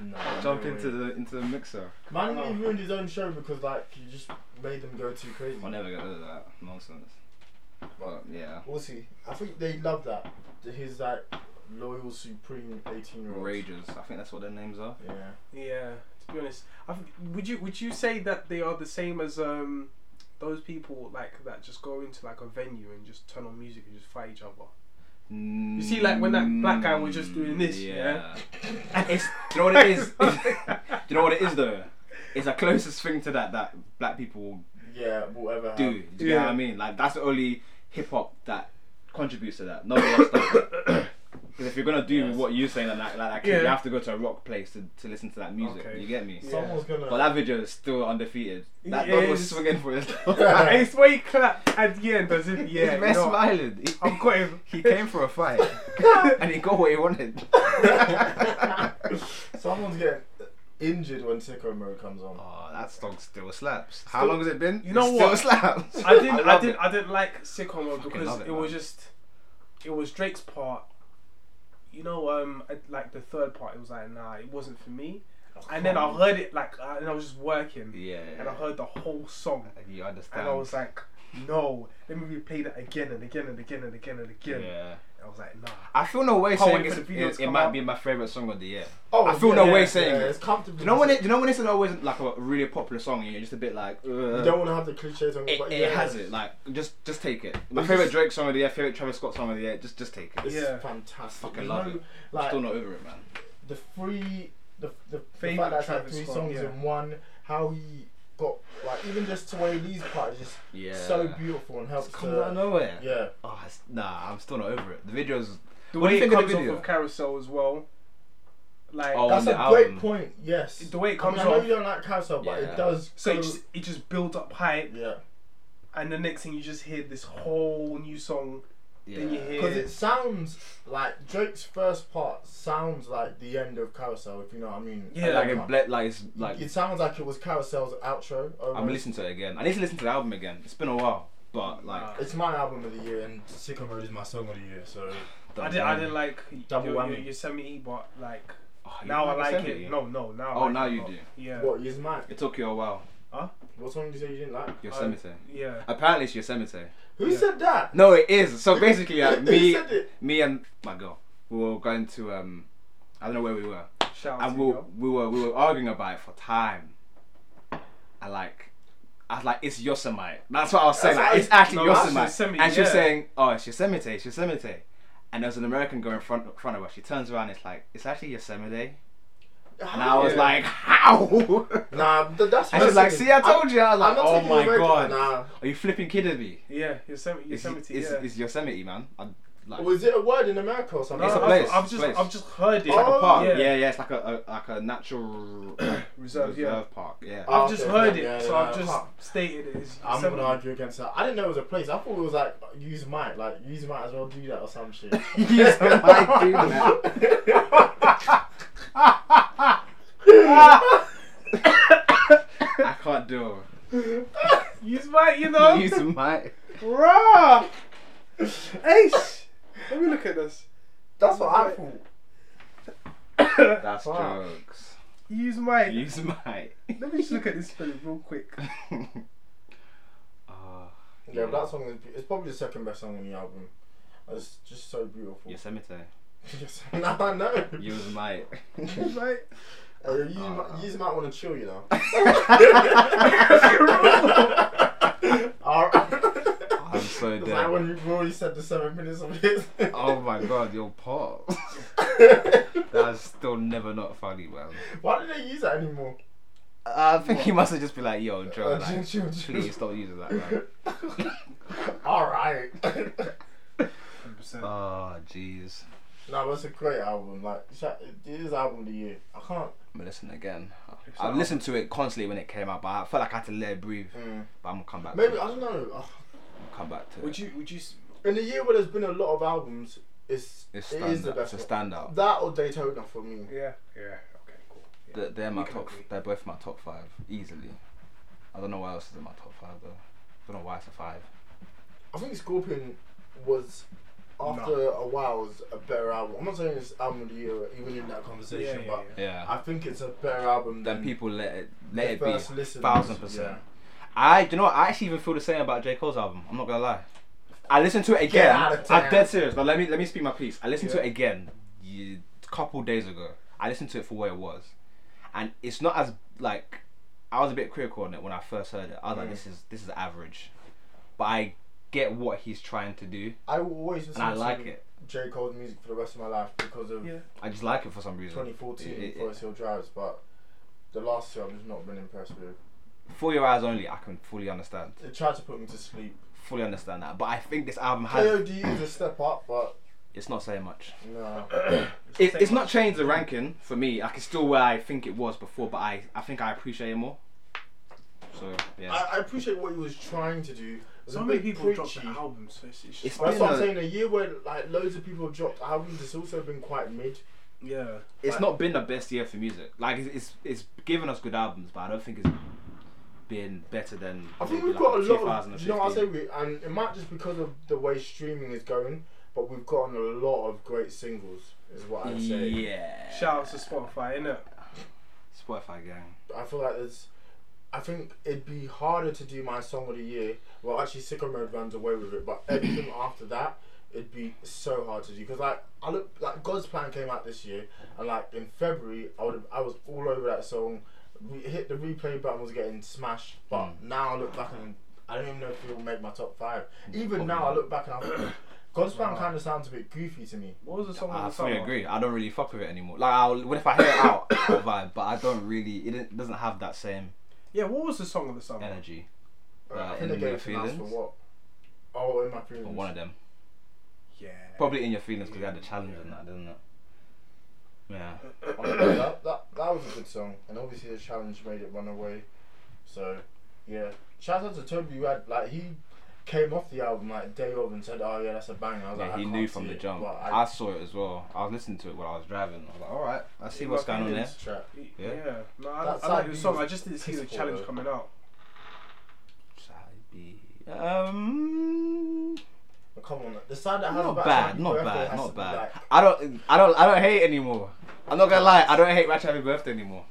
[SPEAKER 1] nah,
[SPEAKER 2] Jump
[SPEAKER 1] no
[SPEAKER 2] into
[SPEAKER 1] way.
[SPEAKER 2] the into the mixer.
[SPEAKER 1] Man,
[SPEAKER 3] Oh.
[SPEAKER 1] he ruined his own show because like you just made them go too crazy.
[SPEAKER 2] I'll never get rid of that. Nonsense. But yeah.
[SPEAKER 1] We'll see. I think they love that. that His like loyal supreme eighteen year old.
[SPEAKER 2] Ragers. I think that's what their names are.
[SPEAKER 1] Yeah.
[SPEAKER 3] Yeah, to be honest, I think, would you would you say that they are the same as um those people like that just go into like a venue and just turn on music and just fight each other?
[SPEAKER 2] You
[SPEAKER 3] see, like, when that black guy was just doing this, yeah?
[SPEAKER 2] It's, do you know what it is? Mm, do you know what it is though? It's the closest thing to that that black people will
[SPEAKER 1] Yeah. Whatever.
[SPEAKER 2] do. Do you know what I
[SPEAKER 3] Yeah.
[SPEAKER 2] mean? Like that's the only hip hop that contributes to that. No one else does. Because if you're gonna do
[SPEAKER 1] Yes.
[SPEAKER 2] what you're saying, like, like, like you
[SPEAKER 3] Yeah.
[SPEAKER 2] have to go to a rock place to, to listen to that music.
[SPEAKER 3] Okay.
[SPEAKER 2] You get me?
[SPEAKER 3] Yeah.
[SPEAKER 1] Someone's gonna.
[SPEAKER 2] But that video is still undefeated. That
[SPEAKER 3] It
[SPEAKER 2] dog was
[SPEAKER 3] is.
[SPEAKER 2] swinging for his
[SPEAKER 1] Yeah.
[SPEAKER 2] life.
[SPEAKER 3] it's where he clapped at the end as if yeah,
[SPEAKER 2] He's
[SPEAKER 3] you
[SPEAKER 2] best
[SPEAKER 3] know,
[SPEAKER 2] smiling. He,
[SPEAKER 3] I've got him.
[SPEAKER 2] he came for a fight and he got what he wanted.
[SPEAKER 1] Someone's getting injured when sicko mode comes on.
[SPEAKER 2] Oh, that song still slaps. How
[SPEAKER 3] Still-
[SPEAKER 2] long has it been?
[SPEAKER 3] You know
[SPEAKER 2] it
[SPEAKER 3] what?
[SPEAKER 2] Still slaps.
[SPEAKER 3] I didn't. I,
[SPEAKER 2] love
[SPEAKER 3] didn't.
[SPEAKER 2] it.
[SPEAKER 3] I didn't like sitcom World
[SPEAKER 2] Fucking
[SPEAKER 3] because
[SPEAKER 2] love
[SPEAKER 3] it,
[SPEAKER 2] it,
[SPEAKER 3] was
[SPEAKER 2] man.
[SPEAKER 3] just, it was Drake's part. You know, um, I- like the third part, it was like nah, it wasn't for me. Oh, And then I heard it like, uh, and I was just working,
[SPEAKER 2] Yeah.
[SPEAKER 3] and I heard the whole song,
[SPEAKER 2] You
[SPEAKER 3] and
[SPEAKER 2] understand?
[SPEAKER 3] I was like, no, let me replay that again and again and again and again and again.
[SPEAKER 2] yeah.
[SPEAKER 3] I was like, nah.
[SPEAKER 2] I feel no way
[SPEAKER 3] Can't
[SPEAKER 2] saying
[SPEAKER 3] wait for
[SPEAKER 2] it's-
[SPEAKER 3] the video
[SPEAKER 2] it,
[SPEAKER 3] to
[SPEAKER 2] it
[SPEAKER 3] come
[SPEAKER 2] might
[SPEAKER 3] out.
[SPEAKER 2] be my favorite song of the year.
[SPEAKER 1] Oh,
[SPEAKER 2] I feel no way saying
[SPEAKER 1] yeah,
[SPEAKER 2] it.
[SPEAKER 1] It's comfortable.
[SPEAKER 2] Do you know when it? Do you know when it's always like a really popular song and you're just a bit like, Ugh.
[SPEAKER 1] You don't want to have the cliches on.
[SPEAKER 2] it,
[SPEAKER 1] but
[SPEAKER 2] it
[SPEAKER 1] yeah,
[SPEAKER 2] has it. Like just just take it. My
[SPEAKER 1] It's
[SPEAKER 2] favorite
[SPEAKER 1] just-
[SPEAKER 2] Drake song of the year. Favorite Travis Scott song of the year. Just just take it.
[SPEAKER 1] It's
[SPEAKER 3] Yeah.
[SPEAKER 1] fantastic.
[SPEAKER 2] Fucking
[SPEAKER 1] You
[SPEAKER 2] love
[SPEAKER 1] know,
[SPEAKER 2] it.
[SPEAKER 1] Like
[SPEAKER 2] Still not over it, man.
[SPEAKER 1] the three, the the, the fact
[SPEAKER 3] Favourite
[SPEAKER 1] that it's like
[SPEAKER 3] Travis
[SPEAKER 1] three
[SPEAKER 3] Scott,
[SPEAKER 1] songs
[SPEAKER 3] yeah.
[SPEAKER 1] in one. How he got like even just to where Lee's part is just
[SPEAKER 2] Yeah.
[SPEAKER 1] so beautiful and helps.
[SPEAKER 2] It's
[SPEAKER 1] to-
[SPEAKER 2] coming out of nowhere.
[SPEAKER 1] Yeah.
[SPEAKER 2] Oh, it's, nah, I'm still not over it. The videos.
[SPEAKER 3] The
[SPEAKER 2] What do
[SPEAKER 3] way
[SPEAKER 2] you
[SPEAKER 3] it
[SPEAKER 2] think of the
[SPEAKER 3] comes off
[SPEAKER 2] video?
[SPEAKER 3] of Carousel as well, like
[SPEAKER 2] Oh,
[SPEAKER 1] That's
[SPEAKER 2] on
[SPEAKER 1] a
[SPEAKER 2] the
[SPEAKER 1] great
[SPEAKER 2] album.
[SPEAKER 1] point. Yes.
[SPEAKER 3] the way it
[SPEAKER 1] I,
[SPEAKER 3] comes
[SPEAKER 1] mean, I know
[SPEAKER 3] off.
[SPEAKER 1] you don't like carousel, but
[SPEAKER 2] Yeah.
[SPEAKER 1] it does.
[SPEAKER 3] So
[SPEAKER 1] go-
[SPEAKER 3] it just, it just builds up hype,
[SPEAKER 1] yeah,
[SPEAKER 3] and the next thing you just hear this whole new song.
[SPEAKER 2] Yeah.
[SPEAKER 3] Then you hear-
[SPEAKER 1] because it sounds like Drake's first part sounds like the end of Carousel, if you know what I mean.
[SPEAKER 3] Yeah.
[SPEAKER 2] like it ble- like it's like
[SPEAKER 1] it sounds like it was Carousel's outro.
[SPEAKER 2] I'm
[SPEAKER 1] almost.
[SPEAKER 2] listening to it again. I need to listen to the album again. It's been a while, but like
[SPEAKER 3] Nah.
[SPEAKER 1] It's my album of the year, and Sicko Mode is my song of the year. So
[SPEAKER 3] I did. I didn't like
[SPEAKER 1] Double
[SPEAKER 3] your, your
[SPEAKER 1] whammy.
[SPEAKER 3] Yosemite, E, but like
[SPEAKER 2] Oh, you
[SPEAKER 3] now I
[SPEAKER 2] didn't
[SPEAKER 3] like
[SPEAKER 2] Yosemite?
[SPEAKER 3] it. No, no, now. I
[SPEAKER 2] Oh,
[SPEAKER 3] like
[SPEAKER 2] now
[SPEAKER 3] it a
[SPEAKER 2] you
[SPEAKER 3] lot.
[SPEAKER 2] do.
[SPEAKER 3] Yeah,
[SPEAKER 1] what is mine?
[SPEAKER 2] It took you a while.
[SPEAKER 1] What song did you say you didn't like?
[SPEAKER 2] Yosemite.
[SPEAKER 3] yeah.
[SPEAKER 2] Apparently it's Yosemite.
[SPEAKER 1] Who
[SPEAKER 3] Yeah.
[SPEAKER 1] said that?
[SPEAKER 2] No, it is. So basically, uh,
[SPEAKER 1] Who
[SPEAKER 2] me,
[SPEAKER 1] said it?
[SPEAKER 2] me and my girl, we were going to um, I don't know where we were,
[SPEAKER 3] Shout out
[SPEAKER 2] and
[SPEAKER 3] to
[SPEAKER 2] we,
[SPEAKER 3] you.
[SPEAKER 2] we were we were arguing about it for time. I like, I was like it's Yosemite. That's what I was saying.
[SPEAKER 1] That's
[SPEAKER 2] like
[SPEAKER 1] what
[SPEAKER 2] it's
[SPEAKER 1] I-
[SPEAKER 2] actually
[SPEAKER 3] no, that's
[SPEAKER 2] Yosemite.
[SPEAKER 3] Yosemite,
[SPEAKER 2] and she was
[SPEAKER 3] yeah.
[SPEAKER 2] saying, oh, it's Yosemite, it's Yosemite. And there's an American girl in front front of us. She turns around. It's like it's actually Yosemite. And I was
[SPEAKER 1] Yeah.
[SPEAKER 2] like, how?
[SPEAKER 1] nah, th- that's.
[SPEAKER 2] And she's like,
[SPEAKER 1] listen,
[SPEAKER 2] see, I
[SPEAKER 1] I'm-
[SPEAKER 2] told you. I was
[SPEAKER 1] I'm
[SPEAKER 2] like,
[SPEAKER 1] not
[SPEAKER 2] oh
[SPEAKER 1] taking
[SPEAKER 2] my
[SPEAKER 1] your word.
[SPEAKER 2] god,
[SPEAKER 1] Nah,
[SPEAKER 2] are you flipping kidding me?
[SPEAKER 3] Yeah, Yosemite.
[SPEAKER 2] It's,
[SPEAKER 3] Yosemite.
[SPEAKER 2] it's,
[SPEAKER 3] yeah.
[SPEAKER 2] it's Yosemite, man. I like
[SPEAKER 1] Was it a word in America or something?
[SPEAKER 2] It's a
[SPEAKER 3] I've-
[SPEAKER 2] place,
[SPEAKER 3] I've just
[SPEAKER 2] place.
[SPEAKER 3] I've just heard it.
[SPEAKER 2] it's like
[SPEAKER 1] Oh,
[SPEAKER 2] a park.
[SPEAKER 3] yeah.
[SPEAKER 2] Yeah. yeah, It's like a, a like a natural
[SPEAKER 3] Reserve, yeah.
[SPEAKER 2] park. Yeah.
[SPEAKER 1] Oh,
[SPEAKER 3] I've just
[SPEAKER 1] okay,
[SPEAKER 3] heard
[SPEAKER 1] yeah,
[SPEAKER 3] it,
[SPEAKER 1] yeah,
[SPEAKER 3] so
[SPEAKER 1] yeah,
[SPEAKER 3] I've
[SPEAKER 1] yeah.
[SPEAKER 3] just
[SPEAKER 1] Huh.
[SPEAKER 3] stated it. It's
[SPEAKER 1] I'm not
[SPEAKER 3] seven.
[SPEAKER 1] gonna argue against that. I didn't know it was a place. I thought it was like use might, like use might as well do that or some shit.
[SPEAKER 2] Use might do that. I can't do
[SPEAKER 3] Use my, you know,
[SPEAKER 2] it. Use might.
[SPEAKER 3] bruh. Ace. Let me look at this.
[SPEAKER 1] That's what I thought.
[SPEAKER 2] That's
[SPEAKER 1] Fuck.
[SPEAKER 2] jokes.
[SPEAKER 3] Use my.
[SPEAKER 2] Use might.
[SPEAKER 3] Let me just look at this film real quick.
[SPEAKER 2] uh,
[SPEAKER 1] Yeah, but that song is it's probably the second best song on the album. It's just so beautiful.
[SPEAKER 2] Yosemite.
[SPEAKER 1] Yes. now I know.
[SPEAKER 2] Use might.
[SPEAKER 3] Use my.
[SPEAKER 1] Uh, you, might- you might want to chill, you know. Alright.
[SPEAKER 2] I'm so
[SPEAKER 1] It's like
[SPEAKER 2] dead.
[SPEAKER 1] when you've already said the seven minutes of this.
[SPEAKER 2] Oh my god, your pop. That's still never not funny, man.
[SPEAKER 1] Why do they use that anymore?
[SPEAKER 2] Uh, I think he must have just been like, yo, Joe,
[SPEAKER 1] Uh,
[SPEAKER 2] like,
[SPEAKER 1] chill, chill,
[SPEAKER 2] please stop using that, man.
[SPEAKER 1] Alright.
[SPEAKER 2] Oh, jeez.
[SPEAKER 1] no, but it's a great album. Like, it's like- it is album of the year. I can't.
[SPEAKER 2] I'm gonna listen again.
[SPEAKER 3] It's
[SPEAKER 2] I
[SPEAKER 3] not-
[SPEAKER 2] listened to it constantly when it came out, but I felt like I had to let it breathe.
[SPEAKER 1] Mm.
[SPEAKER 2] But I'm gonna come back.
[SPEAKER 1] Maybe
[SPEAKER 2] to
[SPEAKER 1] I
[SPEAKER 2] it.
[SPEAKER 1] don't know. Ugh.
[SPEAKER 2] come back to
[SPEAKER 3] Would
[SPEAKER 2] it.
[SPEAKER 3] you? Would you? s-
[SPEAKER 1] In a year where there's been a lot of albums, it's,
[SPEAKER 2] It's,
[SPEAKER 1] it
[SPEAKER 2] stand,
[SPEAKER 1] is the best.
[SPEAKER 2] it's a
[SPEAKER 1] one.
[SPEAKER 2] standout.
[SPEAKER 1] That or Daytona for me.
[SPEAKER 3] Yeah. Yeah. Okay. Cool. Yeah.
[SPEAKER 2] They're, they're my
[SPEAKER 3] We can
[SPEAKER 2] top.
[SPEAKER 3] agree.
[SPEAKER 2] They're both my top five easily. I don't know why else is in my top five though. I don't know why it's a five.
[SPEAKER 1] I think Scorpion was after a while was a better album. I'm not saying it's album of the year even in that conversation,
[SPEAKER 3] Yeah, yeah,
[SPEAKER 1] but
[SPEAKER 3] yeah.
[SPEAKER 2] Yeah.
[SPEAKER 1] I think it's a better album
[SPEAKER 2] then
[SPEAKER 1] than
[SPEAKER 2] people let it let
[SPEAKER 1] the
[SPEAKER 2] it be.
[SPEAKER 1] Mm. first listeners,
[SPEAKER 2] Thousand percent.
[SPEAKER 1] yeah.
[SPEAKER 2] I do you know what? I actually even feel the same about J Cole's album. I'm not gonna lie. I listened to it
[SPEAKER 1] Get
[SPEAKER 2] again.
[SPEAKER 1] out of
[SPEAKER 2] I'm
[SPEAKER 1] town.
[SPEAKER 2] dead serious. Now let me let me speak my piece. I listened
[SPEAKER 3] Yeah.
[SPEAKER 2] to it again ye- a couple days ago. I listened to it for what it was, and it's not as like I was a bit critical on it when I first heard it. I was like,
[SPEAKER 1] Mm.
[SPEAKER 2] this is this is average, but I get what he's trying to do,
[SPEAKER 1] I will always
[SPEAKER 2] and
[SPEAKER 1] listen
[SPEAKER 2] I
[SPEAKER 1] to
[SPEAKER 2] like it.
[SPEAKER 1] J. Cole's music for the rest of my life because of
[SPEAKER 3] Yeah.
[SPEAKER 2] I just like it for some reason.
[SPEAKER 1] 2014
[SPEAKER 2] It- it-
[SPEAKER 1] Forest Hill Drives, but the last two I've just not been impressed with.
[SPEAKER 2] For your eyes only, I can fully understand,
[SPEAKER 1] It tried to put me to sleep.
[SPEAKER 2] fully understand that. But I think this album has
[SPEAKER 1] KOD is a step up, but
[SPEAKER 2] it's not saying much.
[SPEAKER 1] no.
[SPEAKER 2] It, it's not changed the ranking for me. Like it's still where I think it was before, but I, I think I appreciate it more. So yeah,
[SPEAKER 1] I, I appreciate what he was trying to do. It was
[SPEAKER 3] So
[SPEAKER 1] a
[SPEAKER 3] many
[SPEAKER 1] bit
[SPEAKER 3] people drop
[SPEAKER 1] preachy.
[SPEAKER 3] their albums. So it's, it's just
[SPEAKER 2] It's-
[SPEAKER 1] But that's what I'm
[SPEAKER 2] Yeah.
[SPEAKER 1] saying. A year where like loads of people dropped albums, it's also been quite mid.
[SPEAKER 3] yeah.
[SPEAKER 2] it's not been the best year for music. Like it's it's, it's given us good albums, but I don't think it's been better than.
[SPEAKER 1] I think
[SPEAKER 2] maybe,
[SPEAKER 1] we've
[SPEAKER 2] like,
[SPEAKER 1] got a lot of.
[SPEAKER 2] 2015.
[SPEAKER 1] You know, I say we, and it might just because of the way streaming is going, but we've gotten a lot of great singles, is what I say.
[SPEAKER 2] Yeah.
[SPEAKER 3] Shout out to Spotify, innit?
[SPEAKER 2] Spotify gang.
[SPEAKER 1] I feel like there's. I think it'd be harder to do my song of the year. Well, actually, Sicko Mode runs away with it, but everything after that, it'd be so hard to do. Because like I look like God's Plan came out this year, and like in February, I would I was all over that song. We hit the replay button was getting smashed, but
[SPEAKER 2] Mm.
[SPEAKER 1] now I look back and I don't even know if it'll make my top five. Even
[SPEAKER 2] Probably
[SPEAKER 1] now, I
[SPEAKER 2] not.
[SPEAKER 1] look back and I'm. God's Plan
[SPEAKER 3] Wow.
[SPEAKER 1] kind of sounds a bit goofy to me.
[SPEAKER 3] What was the song?
[SPEAKER 2] I
[SPEAKER 3] of the summer?
[SPEAKER 2] fully agree. I don't really fuck with it anymore. Like, I'll, what if I hear it out, I'll vibe, but I don't really. It didn't- doesn't have that same
[SPEAKER 3] Yeah. What was the song of the summer?
[SPEAKER 2] energy.
[SPEAKER 1] Uh,
[SPEAKER 2] Uh,
[SPEAKER 1] I
[SPEAKER 2] In
[SPEAKER 1] think they
[SPEAKER 2] My
[SPEAKER 1] gave it to Nas for
[SPEAKER 2] Feelings?
[SPEAKER 1] what? Oh, in my
[SPEAKER 2] Or
[SPEAKER 1] feelings.
[SPEAKER 2] one of them.
[SPEAKER 3] Yeah.
[SPEAKER 2] Probably in your feelings because they had the challenge and that, didn't it? Yeah.
[SPEAKER 1] that, that, that was a good song, and obviously the challenge made it run away. So, yeah. Shout out to Toby. Who had, like he came off the album like day of and said, "Oh yeah, that's a banger." I was
[SPEAKER 2] Yeah,
[SPEAKER 1] like, I
[SPEAKER 2] he
[SPEAKER 1] can't
[SPEAKER 2] knew from
[SPEAKER 1] see
[SPEAKER 2] the
[SPEAKER 1] it,
[SPEAKER 2] jump.
[SPEAKER 1] but
[SPEAKER 2] I, saw it as well. I was listening to it while I was driving. I was like, all right, I see
[SPEAKER 3] In
[SPEAKER 2] what's
[SPEAKER 3] my
[SPEAKER 2] going on there.
[SPEAKER 1] this track.
[SPEAKER 3] Yeah.
[SPEAKER 2] Yeah.
[SPEAKER 3] No, I,
[SPEAKER 1] That
[SPEAKER 3] I
[SPEAKER 1] side
[SPEAKER 3] like the
[SPEAKER 1] B
[SPEAKER 3] song.
[SPEAKER 1] was
[SPEAKER 3] I just didn't see the
[SPEAKER 1] piss-poor,
[SPEAKER 3] challenge
[SPEAKER 1] though.
[SPEAKER 3] coming out.
[SPEAKER 2] Side B. Um,
[SPEAKER 1] But come on, the side that has
[SPEAKER 2] not
[SPEAKER 1] about
[SPEAKER 2] bad,
[SPEAKER 1] Happy
[SPEAKER 2] not
[SPEAKER 1] Birthday has
[SPEAKER 2] bad,
[SPEAKER 1] to
[SPEAKER 2] not
[SPEAKER 1] be,
[SPEAKER 2] bad.
[SPEAKER 1] like-
[SPEAKER 2] I don't, I don't, I don't hate it anymore. I'm not gonna lie, I don't hate Ratchet Happy Birthday anymore.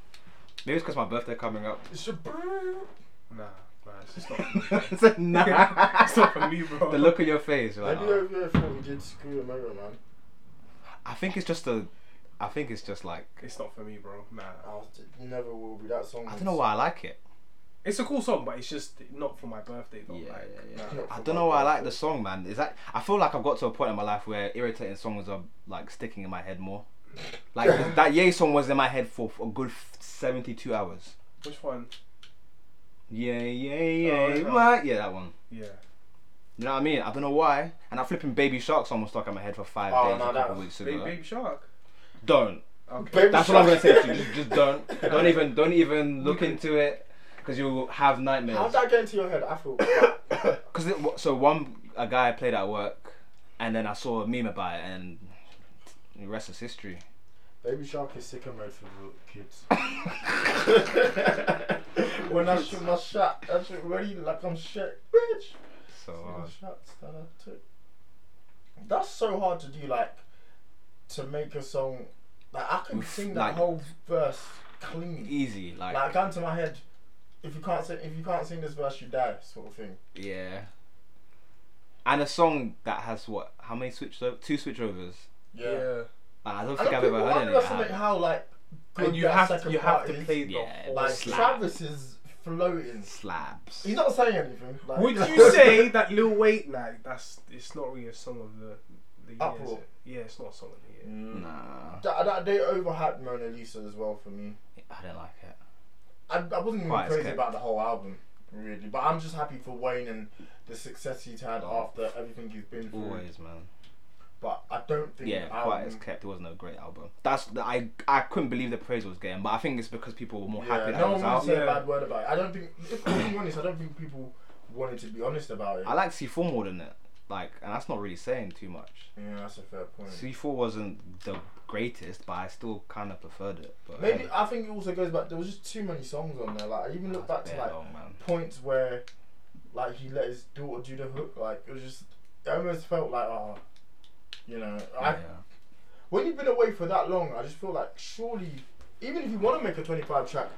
[SPEAKER 2] Maybe it's because my birthday coming up.
[SPEAKER 1] It's your birthday.
[SPEAKER 3] Nah, nah, it's just not for me. bro.
[SPEAKER 2] It's like, nah.
[SPEAKER 3] it's not for me, bro.
[SPEAKER 2] the look on your face. you're like,
[SPEAKER 1] Maybe
[SPEAKER 2] "Oh."
[SPEAKER 1] over here thought we did screw America, man.
[SPEAKER 2] I think it's just a, I think it's just like,
[SPEAKER 3] It's not for me, bro. Nah.
[SPEAKER 1] Oh, it never will be that song.
[SPEAKER 2] I
[SPEAKER 1] was-
[SPEAKER 2] don't know why I like it.
[SPEAKER 3] It's a cool song, but it's just not for my birthday though.
[SPEAKER 2] Yeah,
[SPEAKER 3] like,
[SPEAKER 2] yeah,
[SPEAKER 1] yeah.
[SPEAKER 3] nah.
[SPEAKER 2] I don't know why I like the song, man. Is that I feel like I've got to a point in my life where irritating songs are like sticking in my head more. Like th- that Ye song was in my head for a good seventy-two hours.
[SPEAKER 3] Which one?
[SPEAKER 2] Yeah, yeah, yeah,
[SPEAKER 3] Oh, yeah.
[SPEAKER 2] what? Yeah, that one.
[SPEAKER 3] Yeah.
[SPEAKER 2] You know what I mean? I don't know why. And I flipping Baby Shark's almost stuck in my head for five
[SPEAKER 1] Oh,
[SPEAKER 2] days
[SPEAKER 1] no,
[SPEAKER 2] a couple
[SPEAKER 1] that-
[SPEAKER 2] weeks ago.
[SPEAKER 3] Baby, baby Shark.
[SPEAKER 2] Don't.
[SPEAKER 3] Okay.
[SPEAKER 1] Baby
[SPEAKER 2] That's what I'm gonna
[SPEAKER 1] Shark.
[SPEAKER 2] say to you. Just, just don't. Don't even. Don't even look into it, because you'll have
[SPEAKER 1] How'd
[SPEAKER 2] nightmares.
[SPEAKER 1] that get into your head? I feel.
[SPEAKER 2] Because so one a guy played at work, and then I saw a meme about it, and the rest is history.
[SPEAKER 1] Baby Shark is sicker mode for the kids. when I shoot my shot, I shoot ready like I'm shit, bitch.
[SPEAKER 2] So uh,
[SPEAKER 1] Shots that I took. That's so hard to do, like, to make a song. Like, I can
[SPEAKER 2] Oof,
[SPEAKER 1] sing that
[SPEAKER 2] like-
[SPEAKER 1] whole verse clean.
[SPEAKER 2] easy, like,
[SPEAKER 1] Like, gun to my head. If you can't sing, if you can't sing this verse, you die, sort of thing.
[SPEAKER 2] yeah. And a song that has what? How many switch? Two switchovers.
[SPEAKER 1] Yeah.
[SPEAKER 3] Yeah.
[SPEAKER 2] Like, I don't
[SPEAKER 1] And
[SPEAKER 2] think I've
[SPEAKER 1] people
[SPEAKER 2] ever heard any of
[SPEAKER 1] underestimate
[SPEAKER 2] that.
[SPEAKER 1] how like good
[SPEAKER 3] And you
[SPEAKER 1] that
[SPEAKER 3] have to,
[SPEAKER 1] second
[SPEAKER 3] you
[SPEAKER 1] part
[SPEAKER 3] have to
[SPEAKER 1] is.
[SPEAKER 3] play the
[SPEAKER 2] Yeah,
[SPEAKER 3] whole
[SPEAKER 1] Like
[SPEAKER 2] slap.
[SPEAKER 1] Travis is floating.
[SPEAKER 2] Slaps.
[SPEAKER 1] He's not saying anything. Like,
[SPEAKER 3] Would you say that Lil Wayne, like that's it's not really a song of the the year, is
[SPEAKER 1] Uproar.
[SPEAKER 3] it? Yeah, it's not a song of the year.
[SPEAKER 2] Nah,
[SPEAKER 1] That, that they overhyped Mona Lisa as well for me.
[SPEAKER 2] I don't like it.
[SPEAKER 1] I, I wasn't even
[SPEAKER 2] Quite as
[SPEAKER 1] crazy
[SPEAKER 2] good.
[SPEAKER 1] about the whole album, really. But I'm just happy for Wayne and the success he's had after everything he's been through.
[SPEAKER 2] Always, man.
[SPEAKER 1] But I don't think
[SPEAKER 2] Yeah,
[SPEAKER 1] the
[SPEAKER 2] quite
[SPEAKER 1] Mm.
[SPEAKER 2] as
[SPEAKER 1] album-
[SPEAKER 2] kept. It wasn't a great album. That's the, I I couldn't believe the praise it was getting, but I think it's because people were more
[SPEAKER 1] yeah,
[SPEAKER 2] happy that
[SPEAKER 1] no one
[SPEAKER 2] it was
[SPEAKER 1] wanted
[SPEAKER 2] out.
[SPEAKER 1] to say
[SPEAKER 3] Yeah.
[SPEAKER 1] a bad word about it. I don't think, if I'm being honest, I don't think people wanted to be honest about it.
[SPEAKER 2] I like C4 more than it, like, and that's not really saying too much.
[SPEAKER 1] yeah, that's a fair point.
[SPEAKER 2] C4 wasn't the greatest, but I still kind of preferred it. But um,
[SPEAKER 1] Maybe I think it also goes back. There was just too many songs on there. Like I even look
[SPEAKER 2] That's
[SPEAKER 1] back to
[SPEAKER 2] bare
[SPEAKER 1] like
[SPEAKER 2] long, man.
[SPEAKER 1] points where, like he let his daughter do the hook. Like it was just, I almost felt like, oh, you know, I
[SPEAKER 2] Yeah.
[SPEAKER 1] when you've been away for that long, I just feel like surely, even if you want to make a 25 track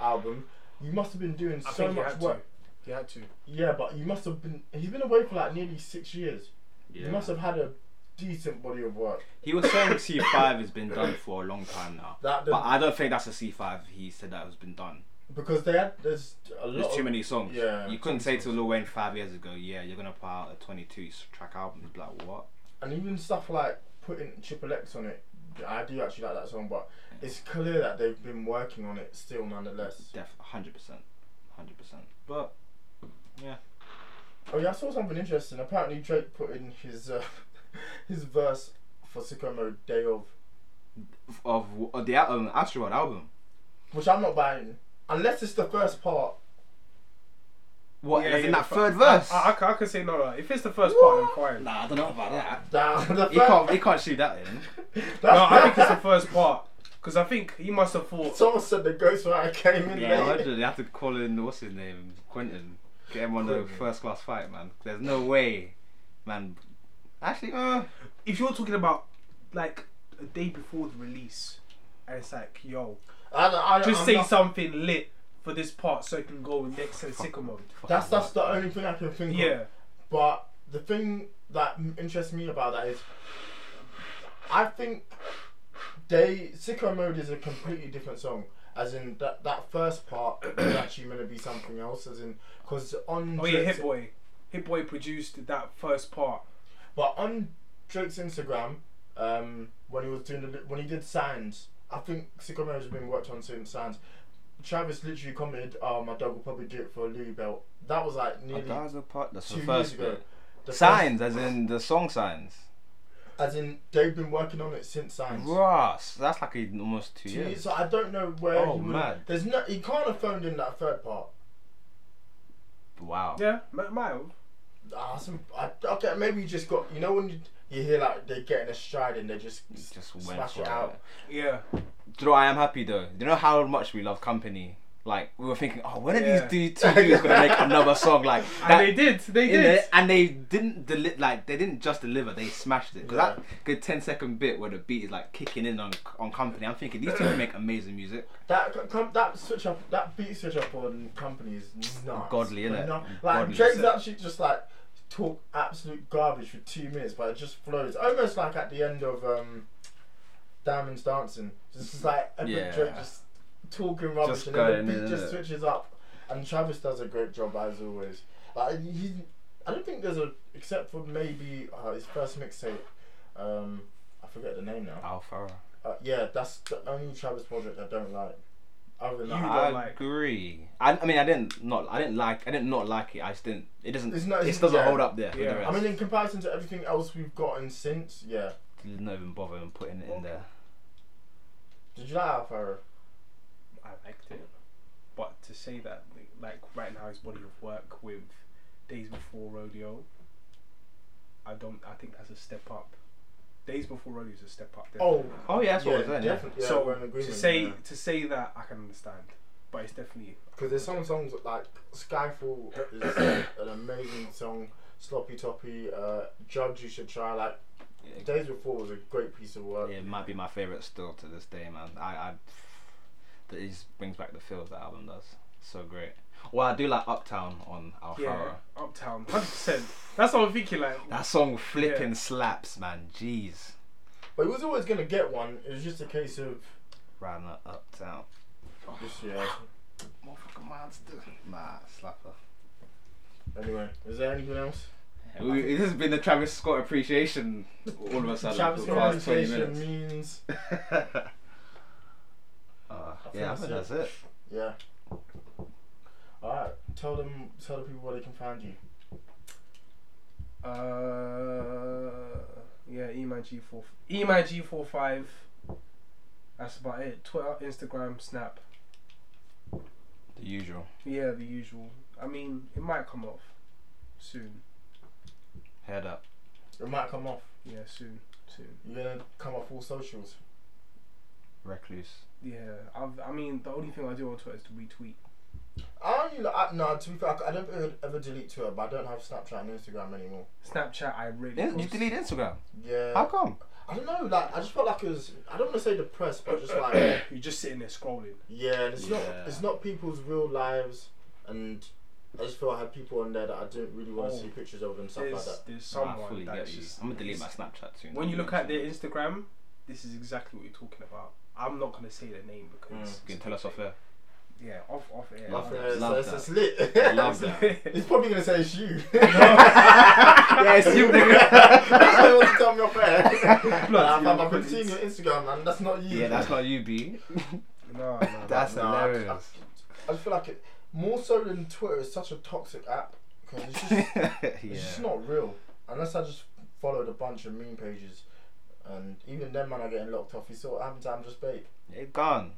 [SPEAKER 1] album, you must have been doing so
[SPEAKER 3] I think you
[SPEAKER 1] much
[SPEAKER 3] had to.
[SPEAKER 1] work.
[SPEAKER 3] You had to.
[SPEAKER 1] Yeah, but you must have been. He's been away for like nearly six years. You must have had a decent body of work.
[SPEAKER 2] He was saying C5 has been done for a long time now,
[SPEAKER 1] That
[SPEAKER 2] but
[SPEAKER 1] the,
[SPEAKER 2] I don't think that's a C5. He said that has been done.
[SPEAKER 1] because they had there's a lot.
[SPEAKER 2] There's too
[SPEAKER 1] of,
[SPEAKER 2] many songs.
[SPEAKER 1] Yeah,
[SPEAKER 2] you couldn't say to Lil Wayne five years ago, yeah, you're gonna put out a 22 track album. He'd be like, what?
[SPEAKER 1] and even stuff like putting Triple X on it. I do actually like that song, but it's clear that they've been working on it still, nonetheless.
[SPEAKER 2] Def, hundred percent, hundred percent. But
[SPEAKER 1] Oh yeah, I saw something interesting. Apparently Drake put in his uh, his verse for Sycamore Day of,
[SPEAKER 2] of, of the um, Astroworld album,
[SPEAKER 1] which I'm not buying unless it's the first part.
[SPEAKER 2] what?
[SPEAKER 3] Yeah,
[SPEAKER 2] as in
[SPEAKER 3] yeah,
[SPEAKER 2] that
[SPEAKER 3] the
[SPEAKER 2] third verse.
[SPEAKER 3] I, I, ca- I can say no, no. If it's the first part, I'm fine.
[SPEAKER 2] nah, I don't know about that.
[SPEAKER 1] Down the
[SPEAKER 2] He can't. He can't shoot that in.
[SPEAKER 1] first-
[SPEAKER 3] No, I think it's the first part because I think he must have thought.
[SPEAKER 1] Someone said the ghostwriter came in
[SPEAKER 2] Yeah,
[SPEAKER 1] late.
[SPEAKER 2] literally, they have to call in what's his name, Quentin. Get him on the
[SPEAKER 1] Quentin.
[SPEAKER 2] first class fight, man. There's no way, man. Actually, uh,
[SPEAKER 3] If you're talking about like a day before the release, and it's like, yo,
[SPEAKER 1] I, I,
[SPEAKER 3] just
[SPEAKER 1] I'm
[SPEAKER 3] say
[SPEAKER 1] not-
[SPEAKER 3] something lit for this part so it can go with next and Sycamore.
[SPEAKER 1] That's that's the only thing I can think of.
[SPEAKER 3] Yeah,
[SPEAKER 1] But the thing that m- interests me about that is, I think they Sicko Mode is a completely different song. As in that that first part was actually meant to be something else. As in because on
[SPEAKER 3] oh yeah,
[SPEAKER 1] Drake's-
[SPEAKER 3] Hit Boy. Hit Boy produced that first part.
[SPEAKER 1] but on Drake's Instagram, um, when he was doing the, when he did signs, I think Sicko Mode has been worked on since signs. Travis literally commented, "Oh, my dog will probably do it for a Louis belt." That was like
[SPEAKER 2] Oh,
[SPEAKER 1] nearly
[SPEAKER 2] that was the part. That's
[SPEAKER 1] two
[SPEAKER 2] the
[SPEAKER 1] years
[SPEAKER 2] first
[SPEAKER 1] ago.
[SPEAKER 2] bit.
[SPEAKER 1] The first-
[SPEAKER 2] Signs, as in the song signs.
[SPEAKER 1] as in they've been working on it since signs.
[SPEAKER 2] Ross, that's like a- almost two
[SPEAKER 1] Two years.
[SPEAKER 2] years.
[SPEAKER 1] So I don't know where
[SPEAKER 2] Oh,
[SPEAKER 1] he would.
[SPEAKER 2] man.
[SPEAKER 1] There's no. He can't have phoned in that third part.
[SPEAKER 2] Wow.
[SPEAKER 3] Yeah, Ma- Mild.
[SPEAKER 1] Ah, some, I, okay, maybe he just got. You know when you, you hear like they're getting a stride and they just
[SPEAKER 2] Just went
[SPEAKER 1] smash
[SPEAKER 2] for
[SPEAKER 1] it
[SPEAKER 2] it.
[SPEAKER 1] out.
[SPEAKER 3] Yeah.
[SPEAKER 2] Do you know what I am happy though? Do you know how much we love company? Like we were thinking, oh, when are
[SPEAKER 3] Yeah.
[SPEAKER 2] these two, two dudes gonna make another song like
[SPEAKER 3] And they did. They
[SPEAKER 2] in
[SPEAKER 3] did.
[SPEAKER 2] it? And they didn't deli- like they didn't just deliver, they smashed it. 'Cause
[SPEAKER 1] Yeah.
[SPEAKER 2] that good 10 second bit where the beat is like kicking in on on company, I'm thinking these two can make amazing music.
[SPEAKER 1] That co- com- that switch up, that beat switch up on company is nuts.
[SPEAKER 2] Godly, innit?
[SPEAKER 1] No- Like
[SPEAKER 2] Godly.
[SPEAKER 1] Drake's actually just like talk absolute garbage for two minutes, but it just flows. Almost like at the end of um, Diamonds Dancing, just is like epic
[SPEAKER 2] Yeah.
[SPEAKER 1] Drake just talking rubbish,
[SPEAKER 2] Just
[SPEAKER 1] and then
[SPEAKER 2] going
[SPEAKER 1] the
[SPEAKER 2] in,
[SPEAKER 1] beat just
[SPEAKER 2] innit?
[SPEAKER 1] switches up. And Travis does a great job as always. Like he, I don't think there's a except for maybe uh, his first mixtape. Um, I forget the name now.
[SPEAKER 2] Alpha.
[SPEAKER 1] Uh, yeah, that's the only Travis project I don't like. Other than
[SPEAKER 3] You
[SPEAKER 1] that,
[SPEAKER 3] don't
[SPEAKER 2] I
[SPEAKER 3] like-
[SPEAKER 2] agree. I, I mean I didn't not I didn't like I didn't not like it. I just didn't. It doesn't.
[SPEAKER 1] It's not-
[SPEAKER 2] it
[SPEAKER 1] it's-
[SPEAKER 2] doesn't
[SPEAKER 1] yeah.
[SPEAKER 2] hold up there. with the
[SPEAKER 3] Yeah.
[SPEAKER 2] rest.
[SPEAKER 1] I mean, in comparison to everything else we've gotten since, yeah.
[SPEAKER 2] Did not even bother even putting it in there.
[SPEAKER 1] Did you like Alpha? Arrow?
[SPEAKER 3] I liked it, but to say that like right now his body of work with Days Before Rodeo, I don't. I think that's a step up. Days Before Rodeo is a step up.
[SPEAKER 1] Oh,
[SPEAKER 3] definitely.
[SPEAKER 2] Oh yeah, that's what I was saying. Yeah.
[SPEAKER 1] definitely. Yeah,
[SPEAKER 3] so
[SPEAKER 1] we're in agreement.
[SPEAKER 3] to say
[SPEAKER 1] yeah.
[SPEAKER 3] to say that I can understand, but it's definitely
[SPEAKER 1] Because there's some songs that, like Skyfall is an amazing song, Sloppy Toppy, uh, Judge You Should Try. Like
[SPEAKER 2] Yeah,
[SPEAKER 1] Days Before was a great piece of work.
[SPEAKER 2] It might be my favorite still to this day, man. I, I that is brings back the feels that album does. So great. Well, I do like Uptown on Alfaro.
[SPEAKER 3] yeah, Uptown, hundred percent. That's what I'm thinking. Like
[SPEAKER 2] That song flipping
[SPEAKER 3] Yeah.
[SPEAKER 2] slaps, man. Jeez,
[SPEAKER 1] But he was always gonna get one. It was just a case of
[SPEAKER 2] ran up Uptown.
[SPEAKER 1] just yeah.
[SPEAKER 2] Motherfucking monster. Nah, slapper.
[SPEAKER 1] Anyway, is there anything else?
[SPEAKER 2] We, this has been the Travis Scott appreciation all of a sudden
[SPEAKER 1] Travis
[SPEAKER 2] for the past twenty
[SPEAKER 1] communication
[SPEAKER 2] minutes.
[SPEAKER 1] means
[SPEAKER 2] Uh,
[SPEAKER 1] think
[SPEAKER 2] yeah, I
[SPEAKER 1] that's
[SPEAKER 2] think
[SPEAKER 1] it.
[SPEAKER 2] that's it.
[SPEAKER 1] yeah. All right, tell them, tell the people where they can find you.
[SPEAKER 3] Uh, yeah, Eman G four, Eman G four five. That's about it. Twitter, Instagram, Snap.
[SPEAKER 2] The usual.
[SPEAKER 3] Yeah, the usual. I mean, it might come off soon.
[SPEAKER 2] Head up.
[SPEAKER 1] It might come off.
[SPEAKER 3] Yeah, soon, soon.
[SPEAKER 1] You're gonna come off all socials.
[SPEAKER 2] Recluse.
[SPEAKER 3] Yeah, I've, I mean, the only thing I do on Twitter is to retweet.
[SPEAKER 1] I don't. I, no, to be fair, I don't ever- ever delete Twitter, but I don't have Snapchat and Instagram anymore.
[SPEAKER 3] Snapchat, I really.
[SPEAKER 2] You
[SPEAKER 3] post-
[SPEAKER 2] delete Instagram.
[SPEAKER 3] Uh,
[SPEAKER 1] Yeah.
[SPEAKER 2] How come?
[SPEAKER 1] I don't know, like I just felt like it was I don't want to say depressed, but just like
[SPEAKER 3] You're just sitting there scrolling.
[SPEAKER 1] yeah, and it's
[SPEAKER 2] Yeah.
[SPEAKER 1] not it's not people's real lives, and I just feel I had people on there that I didn't really want to
[SPEAKER 3] Oh.
[SPEAKER 1] see pictures of and stuff like
[SPEAKER 3] There's,
[SPEAKER 1] that.
[SPEAKER 3] there's
[SPEAKER 2] Nah, I
[SPEAKER 3] someone
[SPEAKER 2] fully
[SPEAKER 3] that's
[SPEAKER 2] get you.
[SPEAKER 3] just.
[SPEAKER 2] I'm gonna delete my
[SPEAKER 3] it's-
[SPEAKER 2] Snapchat soon.
[SPEAKER 3] When you look at their
[SPEAKER 2] this,
[SPEAKER 3] Instagram, this is exactly what you're talking about. I'm not gonna say their name because.
[SPEAKER 2] you can Mm, tell us off air.
[SPEAKER 3] Yeah, off off air.
[SPEAKER 1] Love
[SPEAKER 2] that.
[SPEAKER 1] that.
[SPEAKER 2] Love
[SPEAKER 1] It's,
[SPEAKER 2] that.
[SPEAKER 1] it's lit.
[SPEAKER 2] Love that.
[SPEAKER 1] He's probably gonna say it's you.
[SPEAKER 2] yeah, it's you,
[SPEAKER 1] That's why he wants to tell me off air.
[SPEAKER 3] Bloody
[SPEAKER 1] Like, I've, I've been
[SPEAKER 3] awkward.
[SPEAKER 1] seeing your Instagram, man. That's not you.
[SPEAKER 2] Yeah, that's not you, B.
[SPEAKER 3] No, no.
[SPEAKER 2] That's
[SPEAKER 1] No, I-
[SPEAKER 2] hilarious.
[SPEAKER 1] I just feel like it more so than Twitter is such a toxic app because it's just It's just
[SPEAKER 2] yeah.
[SPEAKER 1] not real. Unless I just followed a bunch of meme pages, and even them man are getting locked off. You saw what happened to Andrew Spade.
[SPEAKER 2] yeah. Gone.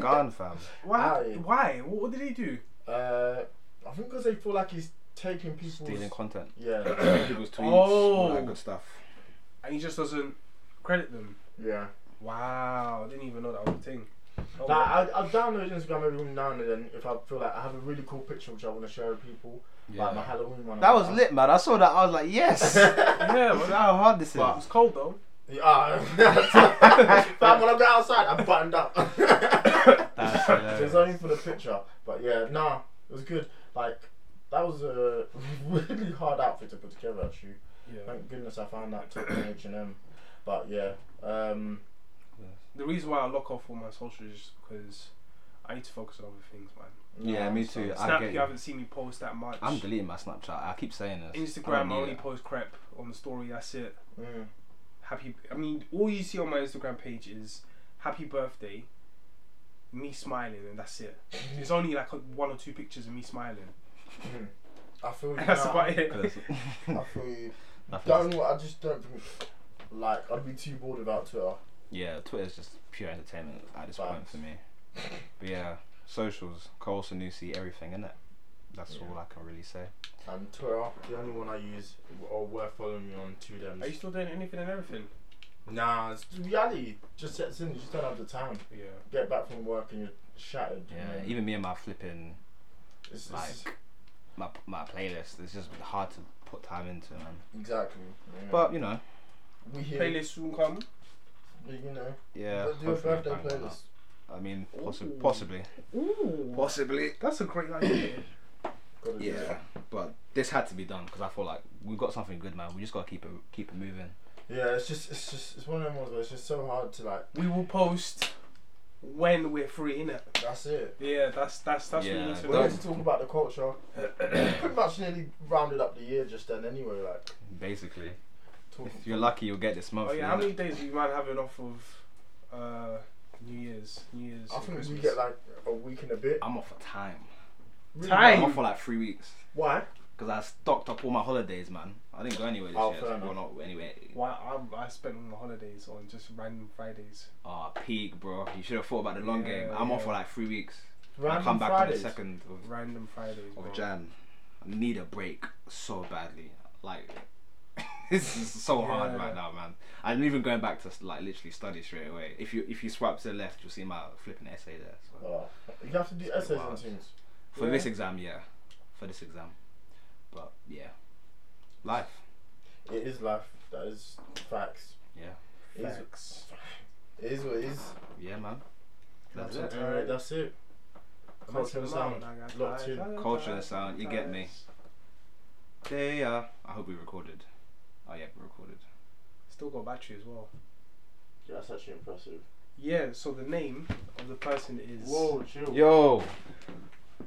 [SPEAKER 2] Gone, fam.
[SPEAKER 3] Why?
[SPEAKER 1] Aye.
[SPEAKER 3] Why? What, what did he do?
[SPEAKER 1] uh, I think because they feel like he's taking people's
[SPEAKER 2] Stealing content.
[SPEAKER 1] yeah,
[SPEAKER 2] People's tweets. All
[SPEAKER 3] Oh.
[SPEAKER 2] that good stuff.
[SPEAKER 3] And he just doesn't credit them.
[SPEAKER 1] yeah.
[SPEAKER 3] Wow, I didn't even know that was a thing. Oh,
[SPEAKER 1] Like,
[SPEAKER 3] well.
[SPEAKER 1] I I download Instagram every now and then if I feel like I have a really cool picture which I want to share with people, like my
[SPEAKER 2] Yeah.
[SPEAKER 1] Halloween one.
[SPEAKER 2] That was lit, man. I saw that. I was like, yes. Look
[SPEAKER 3] yeah, man.
[SPEAKER 2] how hard this is.
[SPEAKER 3] It was cold though.
[SPEAKER 1] Yeah, "Ah." Fam, when I got outside, I buttoned up.
[SPEAKER 2] That's
[SPEAKER 1] It was only for the picture, but yeah, nah, it was good. Like that was a really hard outfit to put together. Actually,
[SPEAKER 3] Yeah.
[SPEAKER 1] thank goodness I found that top in H and M. But yeah, um,
[SPEAKER 3] The reason why I lock off all my socials is because I need to focus on other things, man.
[SPEAKER 2] Yeah,
[SPEAKER 1] nah,
[SPEAKER 2] me
[SPEAKER 1] so-
[SPEAKER 2] too. I
[SPEAKER 3] Snap,
[SPEAKER 2] get
[SPEAKER 3] you
[SPEAKER 2] you.
[SPEAKER 3] haven't seen me post that much.
[SPEAKER 2] I'm deleting my Snapchat. I keep saying this. I don't
[SPEAKER 3] Instagram, I,
[SPEAKER 2] need
[SPEAKER 3] only
[SPEAKER 2] it.
[SPEAKER 3] post crap on the story. That's it.
[SPEAKER 1] Mm,
[SPEAKER 3] Happy. I mean, all you see on my Instagram page is happy birthday, me smiling, and that's it. It's only like one or two pictures of me smiling.
[SPEAKER 1] mm. I feel you.
[SPEAKER 3] And that's
[SPEAKER 1] nah,
[SPEAKER 3] about it.
[SPEAKER 2] Because-
[SPEAKER 1] I feel you.
[SPEAKER 2] Nothing
[SPEAKER 1] Don't. I just don't think. Like I'd be too bored without Twitter.
[SPEAKER 2] Yeah, Twitter's just pure entertainment at this point
[SPEAKER 1] Facts.
[SPEAKER 2] for me. But yeah, socials, Cole Sanusi, everything in it. That's
[SPEAKER 1] Yeah.
[SPEAKER 2] all I can really say.
[SPEAKER 1] And Um, Twitter, the only one I use or worth following me on two
[SPEAKER 3] Are you
[SPEAKER 1] days.
[SPEAKER 3] still doing anything and everything?
[SPEAKER 1] Nah, it's reality. Just sets in. You just don't have the time.
[SPEAKER 3] Yeah.
[SPEAKER 1] Get back from work and you're shattered. you
[SPEAKER 2] Yeah,
[SPEAKER 1] know?
[SPEAKER 2] even me and my flipping
[SPEAKER 1] It's- it's-
[SPEAKER 2] like my my playlist. It's just hard to put time into, man.
[SPEAKER 1] Exactly. yeah.
[SPEAKER 2] But you know,
[SPEAKER 1] we here,
[SPEAKER 3] Playlist soon come.
[SPEAKER 1] you know,
[SPEAKER 2] yeah.
[SPEAKER 1] but do a
[SPEAKER 2] hopefully
[SPEAKER 1] birthday
[SPEAKER 2] bang one
[SPEAKER 1] playlist.
[SPEAKER 2] out. I mean, possi-
[SPEAKER 3] Ooh.
[SPEAKER 2] possibly.
[SPEAKER 3] Ooh.
[SPEAKER 2] Possibly.
[SPEAKER 3] That's a great idea.
[SPEAKER 1] Gotta do
[SPEAKER 2] Yeah, but this had to be done because I feel like we've got something good, man. We just gotta keep it keep it moving.
[SPEAKER 1] it. Yeah, it's just, it's just, it's one of them ones where it's just so hard to like.
[SPEAKER 3] we will post when we're free, innit?
[SPEAKER 1] That's it.
[SPEAKER 3] Yeah, that's that's that's what
[SPEAKER 2] Yeah,
[SPEAKER 3] we
[SPEAKER 1] We need
[SPEAKER 2] don't-
[SPEAKER 3] need
[SPEAKER 1] to talk about the culture. Pretty much nearly rounded up the year just then, anyway. Like
[SPEAKER 2] Basically,
[SPEAKER 1] talking.
[SPEAKER 2] if you're lucky, you'll get this month.
[SPEAKER 3] Oh yeah, how many days do you mind having off of uh, New Year's? New Year's.
[SPEAKER 1] I
[SPEAKER 3] and
[SPEAKER 1] think we
[SPEAKER 3] Christmas?
[SPEAKER 1] get like a week and a bit.
[SPEAKER 2] I'm off for time.
[SPEAKER 1] Really
[SPEAKER 2] I
[SPEAKER 3] Time.
[SPEAKER 2] was off for like three weeks
[SPEAKER 1] Why?
[SPEAKER 2] because I stocked up all my holidays, man. I didn't go anywhere this
[SPEAKER 1] Oh,
[SPEAKER 2] year.
[SPEAKER 1] fair
[SPEAKER 2] Well,
[SPEAKER 1] enough.
[SPEAKER 2] not anyway.
[SPEAKER 3] Why I, I spent on the holidays on just random Fridays.
[SPEAKER 2] Ah, peak, bro. You should have thought about the long
[SPEAKER 3] Yeah,
[SPEAKER 2] game. I'm off
[SPEAKER 3] yeah.
[SPEAKER 2] for like three weeks. I
[SPEAKER 1] Random
[SPEAKER 2] come back
[SPEAKER 1] Fridays.
[SPEAKER 2] on the second of
[SPEAKER 3] Random Fridays.
[SPEAKER 2] of
[SPEAKER 3] bro.
[SPEAKER 2] Jan. I need a break so badly. Like this is so hard
[SPEAKER 3] Yeah.
[SPEAKER 2] right now, man. I'm even going back to like literally study straight away. If you if you swipe to the left, you'll see my flipping essay there. So.
[SPEAKER 1] Oh, you have to do
[SPEAKER 2] It's
[SPEAKER 1] essays
[SPEAKER 2] wild.
[SPEAKER 1] and things.
[SPEAKER 2] For
[SPEAKER 3] Yeah.
[SPEAKER 2] this exam, yeah. For this exam, but yeah, life.
[SPEAKER 1] It is life. That is facts.
[SPEAKER 2] Yeah,
[SPEAKER 1] It is,
[SPEAKER 3] Facts.
[SPEAKER 1] it is what it is.
[SPEAKER 2] yeah, man. That's
[SPEAKER 3] That's
[SPEAKER 2] it.
[SPEAKER 3] it.
[SPEAKER 1] Alright, that's it. Culture and sound. Locked in.
[SPEAKER 2] Culture and sound, you get me. Yeah, yeah. I hope we recorded. Oh yeah, we recorded.
[SPEAKER 3] Still got battery as well.
[SPEAKER 1] Yeah, that's actually impressive.
[SPEAKER 3] Yeah, so the name of the person is
[SPEAKER 1] Whoa, chill.
[SPEAKER 2] Yo,